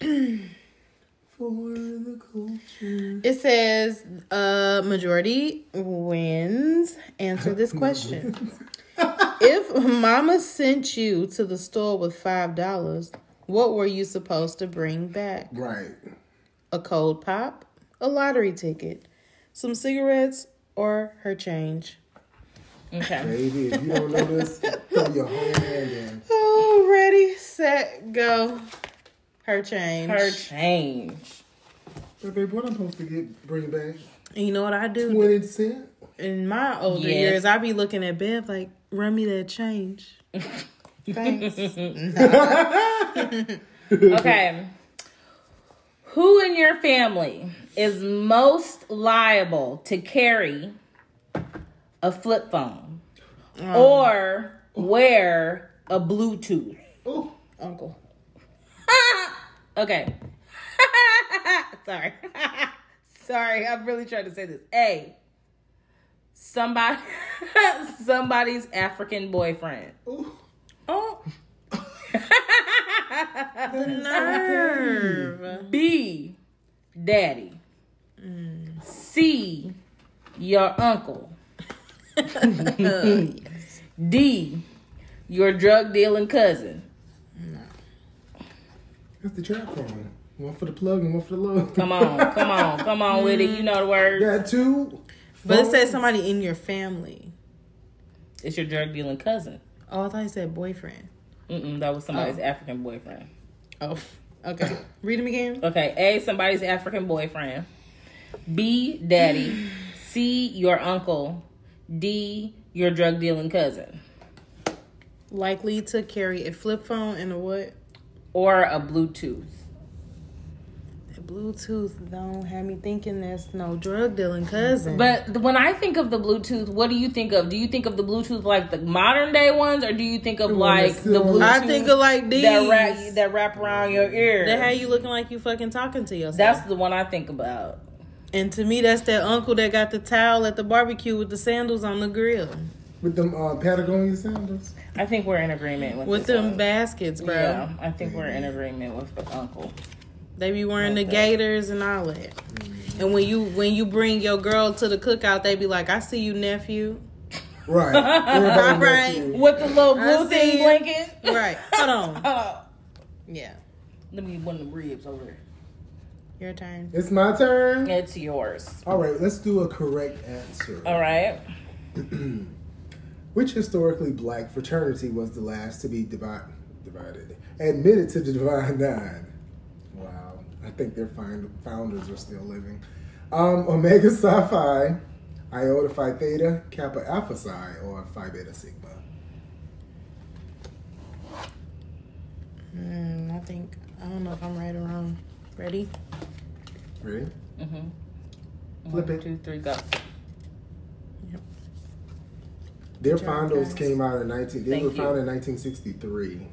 Speaker 3: For the culture.
Speaker 4: It says uh majority wins. Answer this question. if mama sent you to the store with five dollars, what were you supposed to bring back?
Speaker 3: Right.
Speaker 4: a cold pop, a lottery ticket, some cigarettes, or her change.
Speaker 5: Okay.
Speaker 3: Baby, if you don't know this, throw your whole hand in.
Speaker 4: Oh, ready, set, go. Her change.
Speaker 5: Her change.
Speaker 3: But babe, what I'm supposed to get bring back?
Speaker 4: And you know what I do
Speaker 3: Twenty cent?
Speaker 4: in my older
Speaker 5: Yes.
Speaker 4: years? I be looking at Bev like, run me that change. Thanks.
Speaker 5: Okay. Who in your family is most liable to carry a flip phone or wear a Bluetooth?
Speaker 3: Oh,
Speaker 4: Uncle.
Speaker 5: Okay. Sorry. Sorry, I'm really trying to say this. A. Somebody somebody's African boyfriend.
Speaker 3: Ooh.
Speaker 5: Oh.
Speaker 4: Nerve.
Speaker 5: B, daddy. C, your uncle. D, your drug dealing cousin.
Speaker 3: That's the trap phone. One for the plug and one for the love.
Speaker 5: Come on, come on, come on with it. You know the word.
Speaker 3: Got two.
Speaker 4: But it
Speaker 3: phones.
Speaker 4: says somebody in your family.
Speaker 5: It's your drug dealing cousin.
Speaker 4: Oh, I thought you said boyfriend.
Speaker 5: Mm-mm, that was somebody's African boyfriend.
Speaker 4: Oh, okay. Read him again.
Speaker 5: Okay, A, somebody's African boyfriend. B, daddy. C, your uncle. D, your drug dealing cousin.
Speaker 4: Likely to carry a flip phone and a what?
Speaker 5: Or a Bluetooth.
Speaker 4: The Bluetooth don't have me thinking that's no drug dealing cousin.
Speaker 5: But th- when I think of the Bluetooth, what do you think of? Do you think of the Bluetooth like the modern day ones, or do you think of
Speaker 3: The one
Speaker 5: like
Speaker 3: that's
Speaker 5: the
Speaker 3: still-
Speaker 5: Bluetooth
Speaker 4: I think of like these.
Speaker 5: that wrap that wrap around your ear?
Speaker 4: That had you looking like you fucking talking to yourself.
Speaker 5: That's the one I think about.
Speaker 4: and to me, that's that uncle that got the towel at the barbecue with the sandals on the grill.
Speaker 3: With them uh, Patagonia sandals.
Speaker 5: I think we're in agreement with
Speaker 4: With
Speaker 5: this
Speaker 4: them
Speaker 5: one.
Speaker 4: baskets, bro.
Speaker 5: Yeah, I think we're in agreement with the uncle.
Speaker 4: They be wearing the gaiters and all that.
Speaker 5: Mm.
Speaker 4: And when you when you bring your girl to the cookout, they be like, "I see you, nephew."
Speaker 3: Right. Everybody
Speaker 4: Right.
Speaker 3: knows you.
Speaker 5: With the little
Speaker 4: I
Speaker 5: blue
Speaker 4: see
Speaker 5: thing
Speaker 4: you.
Speaker 5: blanket.
Speaker 4: Right. Hold on.
Speaker 5: Oh,
Speaker 4: Yeah.
Speaker 5: let me get one of them ribs over there.
Speaker 4: Your turn.
Speaker 3: It's my turn.
Speaker 5: It's yours.
Speaker 3: All right, let's do a correct answer.
Speaker 5: All right.
Speaker 3: Which historically black fraternity was the last to be divi- divided, admitted to the Divine Nine? Wow, I think their find- founders are still living. Um, Omega Psi Phi, Iota Phi Theta, Kappa Alpha Psi, or Phi Beta Sigma.
Speaker 4: Mm, I think I don't know if I'm right or wrong. Ready?
Speaker 3: Ready?
Speaker 5: Mhm.
Speaker 3: Flip
Speaker 5: One,
Speaker 3: it.
Speaker 5: two, three, go.
Speaker 3: Their
Speaker 4: job,
Speaker 3: founders
Speaker 4: guys.
Speaker 3: came out in 19. They
Speaker 5: Thank
Speaker 3: were
Speaker 5: you.
Speaker 3: founded in 1963.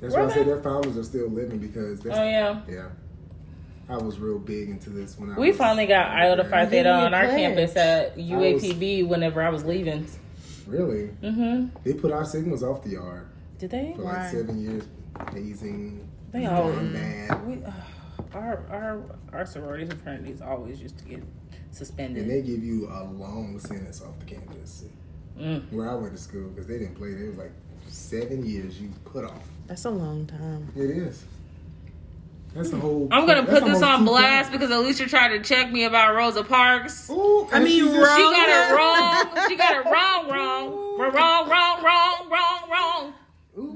Speaker 3: That's why I say
Speaker 5: Really?
Speaker 3: their founders are still living because that's,
Speaker 5: Oh yeah.
Speaker 3: yeah. I was real big into this when I
Speaker 5: We
Speaker 3: was-
Speaker 5: finally got Iota Phi Theta
Speaker 4: didn't
Speaker 5: on our
Speaker 4: pledge.
Speaker 5: campus at UAPB whenever I was leaving.
Speaker 3: Really?
Speaker 5: hmm
Speaker 3: They put our signals off the yard
Speaker 5: Did they?
Speaker 3: for like
Speaker 4: Right.
Speaker 3: seven years. Hazing,
Speaker 5: They all.
Speaker 3: gone mad.
Speaker 5: We, our our our sororities and fraternities always used to get
Speaker 3: And
Speaker 5: suspended.
Speaker 3: they give you a long sentence off the campus
Speaker 5: Mm.
Speaker 3: where I went to school because they didn't play. It was like seven years you put off.
Speaker 4: That's a long time.
Speaker 3: It is. That's a whole.
Speaker 5: I'm gonna
Speaker 3: that's
Speaker 5: put this
Speaker 3: almost
Speaker 5: on
Speaker 3: two
Speaker 5: blast
Speaker 3: times.
Speaker 5: because Alicia tried to check me about Rosa Parks.
Speaker 3: Ooh,
Speaker 4: I
Speaker 3: and
Speaker 4: mean,
Speaker 3: she just-
Speaker 4: Rosa-
Speaker 5: She got it wrong. She got it wrong, wrong, wrong, wrong, wrong, wrong, wrong, wrong.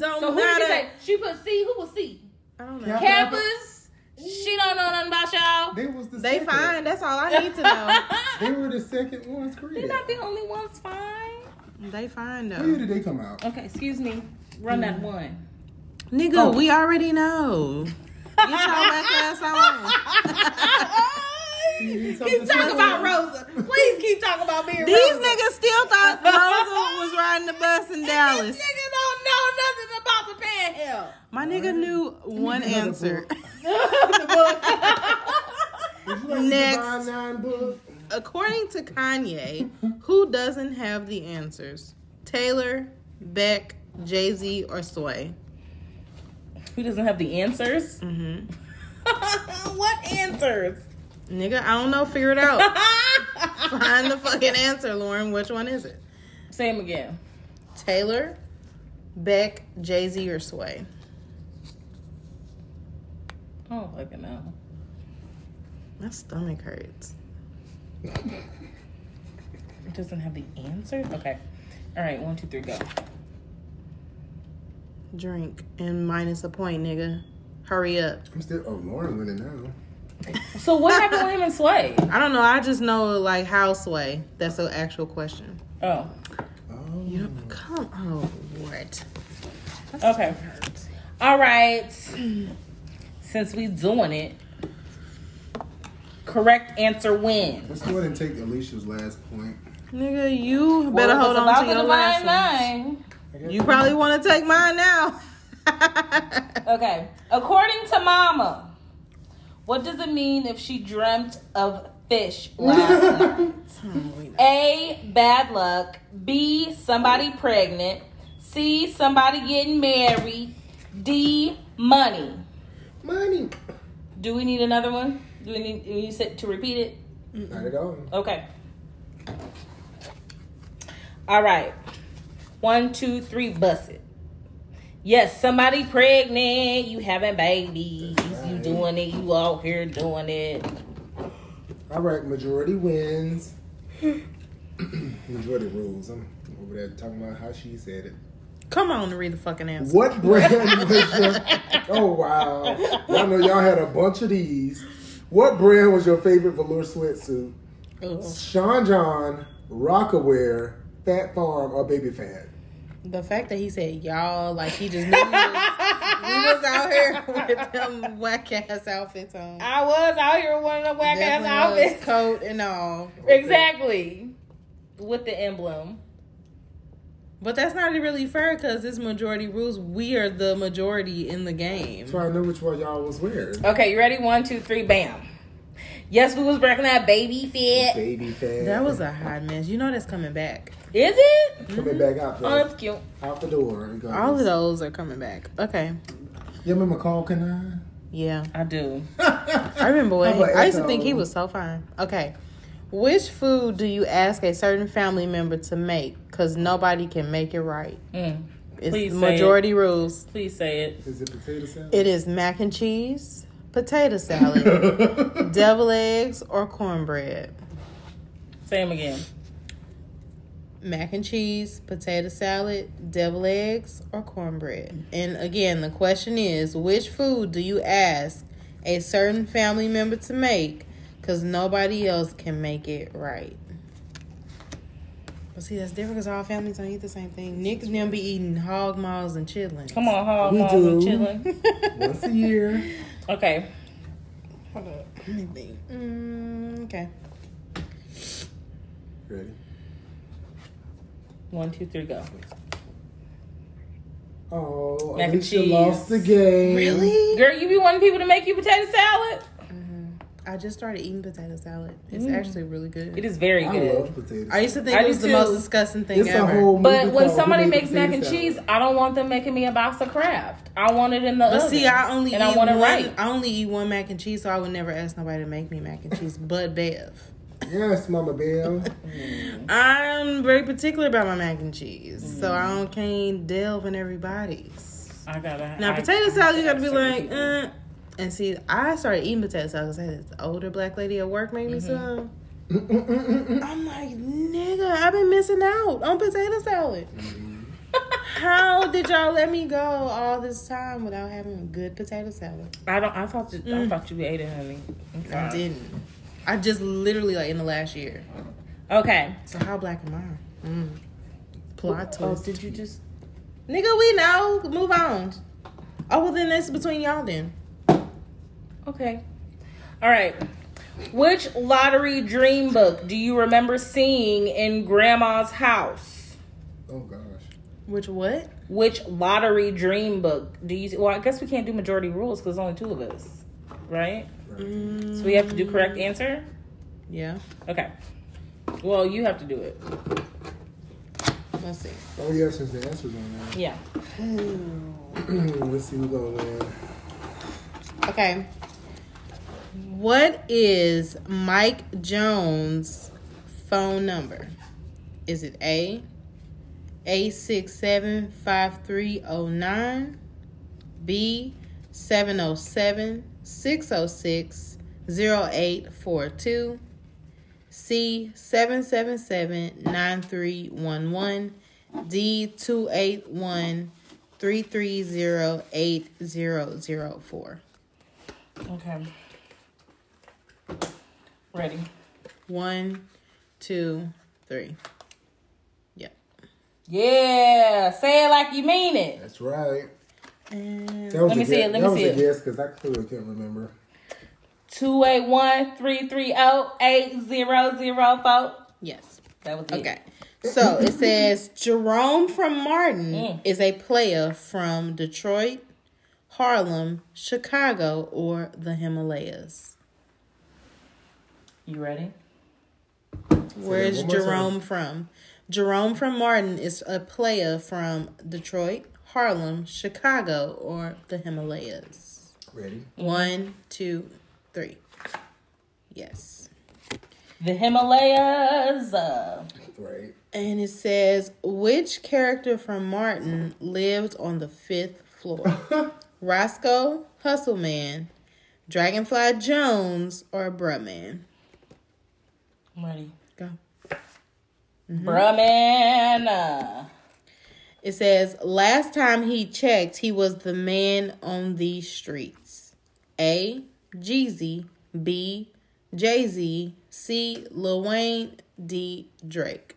Speaker 4: Don't
Speaker 5: So who did she say? She put C. Who was C?
Speaker 4: I don't
Speaker 3: Yeah.
Speaker 4: know.
Speaker 5: Kappas. She don't know nothing about y'all.
Speaker 3: They was the
Speaker 4: They
Speaker 3: second.
Speaker 4: fine. That's all I need to know.
Speaker 3: They were the second ones created.
Speaker 5: They're not the only ones fine.
Speaker 4: they fine
Speaker 3: When
Speaker 4: though.
Speaker 3: did they come out?
Speaker 5: Okay, excuse me. Run that one. Oh.
Speaker 4: Nigga, we already know. Get your black ass on.
Speaker 5: keep talking about Rosa. Please keep talking about being
Speaker 4: These
Speaker 5: Rosa.
Speaker 4: niggas still thought Rosa was riding the bus in
Speaker 5: This
Speaker 4: Dallas.
Speaker 5: nigga don't know nothing about the panhandle.
Speaker 4: My nigga knew one
Speaker 3: another
Speaker 4: answer.
Speaker 3: book. Did you like
Speaker 4: Next.
Speaker 3: the Divine Nine book?
Speaker 4: According to Kanye, who doesn't have the answers? Taylor, Beck, Jay Z, or Sway?
Speaker 5: Who doesn't have the answers? what answers?
Speaker 4: Nigga, I don't know. Figure it out. Find the fucking answer, Lauren. Which one is it?
Speaker 5: Say 'em again.
Speaker 4: Taylor, Beck, Jay Z, or Sway?
Speaker 5: I don't fucking know.
Speaker 4: My stomach hurts.
Speaker 5: Who doesn't have the answers? Okay. All right, one, two, three, go.
Speaker 4: Drink and minus a point, nigga. Hurry up.
Speaker 3: I'm still. Oh, Lauren winning now.
Speaker 5: So what happened with him and Sway?
Speaker 4: I don't know. I just know like how Sway. That's an actual question.
Speaker 5: Oh,
Speaker 3: Oh,
Speaker 4: Yep. Come on, what?
Speaker 5: okay. All right. since we doing it. Correct answer win.
Speaker 3: Let's go ahead and take Alicia's last point.
Speaker 4: Nigga, you better
Speaker 5: Well,
Speaker 4: hold
Speaker 5: it's
Speaker 4: on
Speaker 5: about
Speaker 4: to your
Speaker 5: divine
Speaker 4: last one.
Speaker 5: line.
Speaker 4: You probably want to take mine now.
Speaker 5: Okay. According to Mama, what does it mean if she dreamt of fish last night? A. Bad luck. B. Somebody pregnant. C. Somebody getting married. D. Money.
Speaker 3: Money.
Speaker 5: Do we need another one? Do we need you said to repeat it?
Speaker 3: Not at all.
Speaker 5: Okay. All right. One, two, three, bust it. Yes, somebody pregnant. You having babies. You doing it. You out here doing it.
Speaker 3: All right, majority wins. majority rules. I'm over there talking about how she said it.
Speaker 4: Come on and read the fucking answer.
Speaker 3: What brand was your? Oh wow! Y'all know y'all had a bunch of these. What brand was your favorite velour sweatsuit? Sean John, Rockaware, Fat Farm, or Baby Fat?
Speaker 4: The fact that he said y'all, like he just knew he was, he was out here with them whack ass outfits on.
Speaker 5: I was out here with one of the whack ass
Speaker 4: Definitely was
Speaker 5: outfits.
Speaker 4: coat and all.
Speaker 5: Exactly. With the emblem.
Speaker 4: But that's not really fair because this majority rules. We are the majority in the game.
Speaker 3: So I know which one y'all was wearing.
Speaker 5: Okay, you ready? One, two, three, bam. Yes, we was breaking that baby fit.
Speaker 3: Baby Fat.
Speaker 4: That was a hot mess. You know that's coming back.
Speaker 5: Is it?
Speaker 3: coming back out
Speaker 5: Oh,
Speaker 3: the,
Speaker 5: that's cute.
Speaker 3: out the door. and goes,
Speaker 4: All of those are coming back. Okay.
Speaker 3: You remember Call Can
Speaker 4: Yeah.
Speaker 5: I do.
Speaker 3: I?
Speaker 4: I remember when
Speaker 3: I'm
Speaker 4: he,
Speaker 3: like, "Oh,
Speaker 4: I used to
Speaker 3: that's
Speaker 4: think he
Speaker 3: old.
Speaker 4: was so fine. Okay. Which food do you ask a certain family member to make? Because nobody can make it right.
Speaker 5: Mm.
Speaker 4: It's
Speaker 5: Please say
Speaker 4: majority rules.
Speaker 5: Please say it.
Speaker 3: Is it potato salad?
Speaker 4: It is mac and cheese, potato salad,
Speaker 3: It,
Speaker 4: devil eggs, or cornbread.
Speaker 5: Say them again.
Speaker 4: Mac and cheese, potato salad, devil eggs, or cornbread. And again, the question is which food do you ask a certain family member to make? Because nobody else can make it right. But see, that's different because all families don't eat the same thing. Nick and them be eating hog maws and chitlins.
Speaker 5: Come on, hog
Speaker 3: We
Speaker 5: moms and
Speaker 3: do.
Speaker 5: chilling.
Speaker 3: Once a year.
Speaker 5: Okay.
Speaker 4: Hold up. Let me think. Mm, okay.
Speaker 3: Ready?
Speaker 5: One, two, three, go.
Speaker 3: Oh,
Speaker 5: Mac and
Speaker 3: Alicia
Speaker 5: cheese.
Speaker 3: lost the game.
Speaker 4: Really?
Speaker 5: Girl, you be wanting people to make you potato salad?
Speaker 4: I just started eating potato salad. It's actually really good.
Speaker 5: Mm. It is very
Speaker 3: I
Speaker 5: good.
Speaker 3: love potatoes.
Speaker 4: I used to think
Speaker 5: I
Speaker 4: it
Speaker 5: do
Speaker 4: was the
Speaker 5: too.
Speaker 4: most disgusting thing
Speaker 3: it's a
Speaker 4: ever.
Speaker 3: whole
Speaker 5: but
Speaker 3: movie
Speaker 5: when
Speaker 3: called
Speaker 5: somebody
Speaker 3: Who Made
Speaker 5: makes mac
Speaker 3: Potato
Speaker 5: and
Speaker 3: Salad?
Speaker 5: cheese, I don't want them making me a box of Kraft. I want it in the
Speaker 4: But
Speaker 5: oven.
Speaker 4: see, I only
Speaker 5: and
Speaker 4: eat
Speaker 5: I want it
Speaker 4: one,
Speaker 5: right.
Speaker 4: I only eat one mac and cheese, so I would never ask nobody to make me mac and cheese. But Bev,
Speaker 3: Yes, Mama Bell.
Speaker 5: Mm-hmm.
Speaker 4: I'm very particular about my mac and cheese, so
Speaker 5: Mm-hmm.
Speaker 4: I don't can't delve in everybody's.
Speaker 5: I gotta.
Speaker 4: Now
Speaker 5: I-
Speaker 4: potato salad, you gotta be
Speaker 5: certain
Speaker 4: like,
Speaker 5: people.
Speaker 4: uh, and see, I started eating potato salad because I had this older black lady at work make me
Speaker 5: Mm-hmm.
Speaker 4: some. I'm like, nigga, I've been missing out on potato salad.
Speaker 5: Mm-hmm.
Speaker 4: How did y'all let me go all this time without having good potato salad?
Speaker 5: I don't. I thought. You, I thought you ate it, honey. I'm
Speaker 4: I
Speaker 5: sorry.
Speaker 4: didn't. I just literally like in the last year.
Speaker 5: Okay.
Speaker 4: So how black am I? Mm. Plot
Speaker 5: Oh,
Speaker 4: twist.
Speaker 5: did you just?
Speaker 4: Nigga, we know. Move on. Oh well, then that's between y'all then.
Speaker 5: Okay. All right. Which lottery dream book do you remember seeing in Grandma's house?
Speaker 3: oh gosh.
Speaker 4: Which what?
Speaker 5: Which lottery dream book do you? Well, I guess we can't do majority rules because only two of us, right?
Speaker 3: Right.
Speaker 5: So we have to do
Speaker 4: Mm.
Speaker 5: correct answer.
Speaker 4: Yeah.
Speaker 5: Okay. Well, you have to do it.
Speaker 4: Let's see.
Speaker 3: Oh yes, since the answer's on
Speaker 5: Yeah.
Speaker 3: there. Let's see who's gonna win.
Speaker 4: Okay. What is Mike Jones' phone number? Is it A eight six seven five three oh nine, B seven oh seven six oh six zero eight four two, C seven seven seven nine three one one, D two eight one three three zero eight zero zero four.
Speaker 5: Okay. Ready.
Speaker 4: One, two, three. Yep.
Speaker 5: Yeah. Say it like you mean it.
Speaker 3: That's right. That was
Speaker 5: Let
Speaker 3: a
Speaker 5: me see
Speaker 3: guess-
Speaker 5: it,
Speaker 3: that
Speaker 5: let me
Speaker 3: was
Speaker 5: see
Speaker 3: a
Speaker 5: it.
Speaker 3: guess because I clearly couldn't remember.
Speaker 5: 281 oh
Speaker 4: Yes.
Speaker 5: That was it.
Speaker 4: Okay. So it says Jerome from Martin is a player from Detroit, Harlem, Chicago, or the Himalayas.
Speaker 5: You ready?
Speaker 4: Where is
Speaker 3: one more time.
Speaker 4: Jerome from? Jerome from Martin is a player from Detroit, Harlem, Chicago, or the Himalayas.
Speaker 3: Ready?
Speaker 4: One, two, three. Yes.
Speaker 5: The Himalayas. Uh,
Speaker 3: Right.
Speaker 4: And it says, which character from Martin lived on the fifth floor? Roscoe, Hustle Man, Dragonfly Jones, or Bruh Man?
Speaker 5: I'm ready.
Speaker 4: Go.
Speaker 5: Bruh, man. Uh,
Speaker 4: It says, last time he checked, he was the man on these streets. A. Jeezy. B. Jay Z. C. Lil Wayne. D. Drake.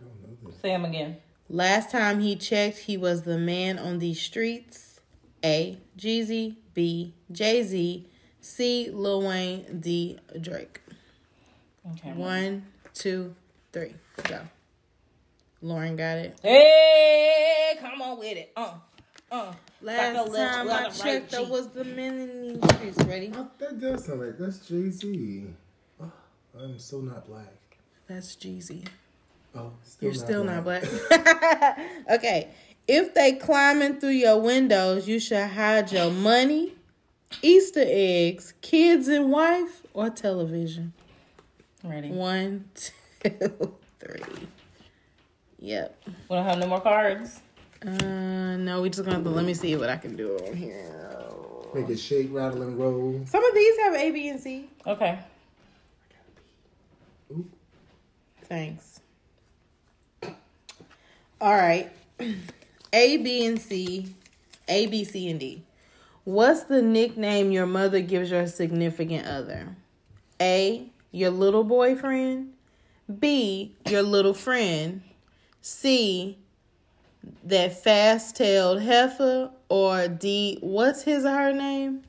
Speaker 3: I don't know this.
Speaker 5: say 'em again.
Speaker 4: Last time he checked, he was the man on these streets. A. Jeezy. B. Jay Z. C. Lil Wayne. D. Drake.
Speaker 5: Okay.
Speaker 4: One, two, three. Go. Lauren got it.
Speaker 5: Hey, come on with it. Uh, uh.
Speaker 4: Last
Speaker 5: Like a left,
Speaker 4: time
Speaker 5: right,
Speaker 4: I
Speaker 5: right
Speaker 4: checked, there
Speaker 5: cheek.
Speaker 4: was the men in these streets. Ready?
Speaker 3: Oh, that does sound like that's Jay Z. I'm so not black.
Speaker 4: That's Jeezy.
Speaker 3: Oh, still
Speaker 4: You're still not black. okay. If they climbing through your windows, you should hide your money, Easter eggs, kids and wife, or television.
Speaker 5: Ready.
Speaker 4: One, two, three. Yep.
Speaker 5: We don't have no more cards.
Speaker 4: Uh, no, we just gonna have to let me see what I can do on here.
Speaker 3: Make it shake, rattle, and roll.
Speaker 4: Some of these have A, B, and C.
Speaker 5: Okay.
Speaker 4: Thanks. All right. A, B, and C. A, B, C, and D. What's the nickname your mother gives your significant other? A, your little boyfriend. B, your little friend. C, that fast tailed heifer. Or D, what's his or her name?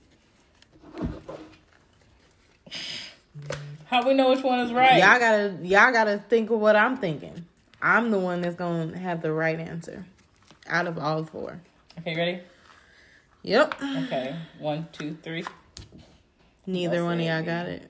Speaker 5: How we know which one is right?
Speaker 4: Y'all gotta y'all gotta think of what I'm thinking. I'm the one that's gonna have the right answer out of all four.
Speaker 5: Okay, ready?
Speaker 4: Yep.
Speaker 5: Okay. One, two, three.
Speaker 4: Neither one of y'all got it.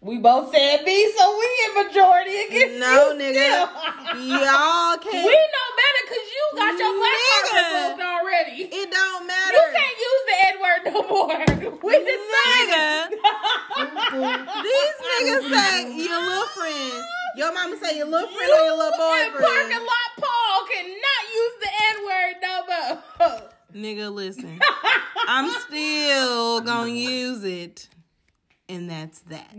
Speaker 5: We both said B, so we in majority against
Speaker 4: No,
Speaker 5: you
Speaker 4: nigga.
Speaker 5: still.
Speaker 4: Y'all
Speaker 5: We
Speaker 4: can't.
Speaker 5: know better because you got your black
Speaker 4: Nigga.
Speaker 5: card revoked already.
Speaker 4: It don't matter.
Speaker 5: You can't use the N word no more. We decided.
Speaker 4: Nigga. These niggas say your little friend. Your mama say your little friend or your little
Speaker 5: And parking
Speaker 4: boyfriend.
Speaker 5: lot Paul cannot use the N word no more.
Speaker 4: Nigga, listen. I'm still gonna use it. And that's that.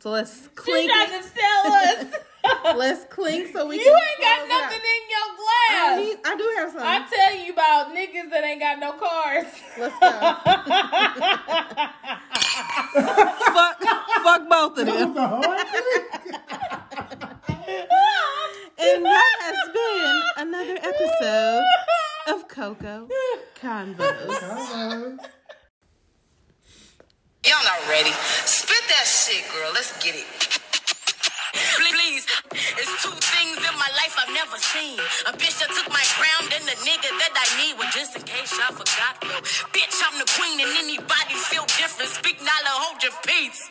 Speaker 4: So let's
Speaker 5: She
Speaker 4: clink
Speaker 5: tried
Speaker 4: it.
Speaker 5: to sell us.
Speaker 4: Let's clink so we
Speaker 5: you
Speaker 4: can.
Speaker 5: ain't got
Speaker 4: close it out.
Speaker 5: nothing in your glass.
Speaker 4: I, need- I do have some.
Speaker 5: I tell you about niggas that ain't got no cars.
Speaker 4: Let's go. fuck, fuck both of them. and that has been another episode of Coco Convos.
Speaker 1: Y'all not ready. Spit that shit, girl. Let's get it. Please, it's two things in my life I've never seen. A bitch that took my crown and the nigga that I need. Well, just in case y'all forgot, though. Bitch, I'm the queen and anybody feel different. Speak now or hold your peace.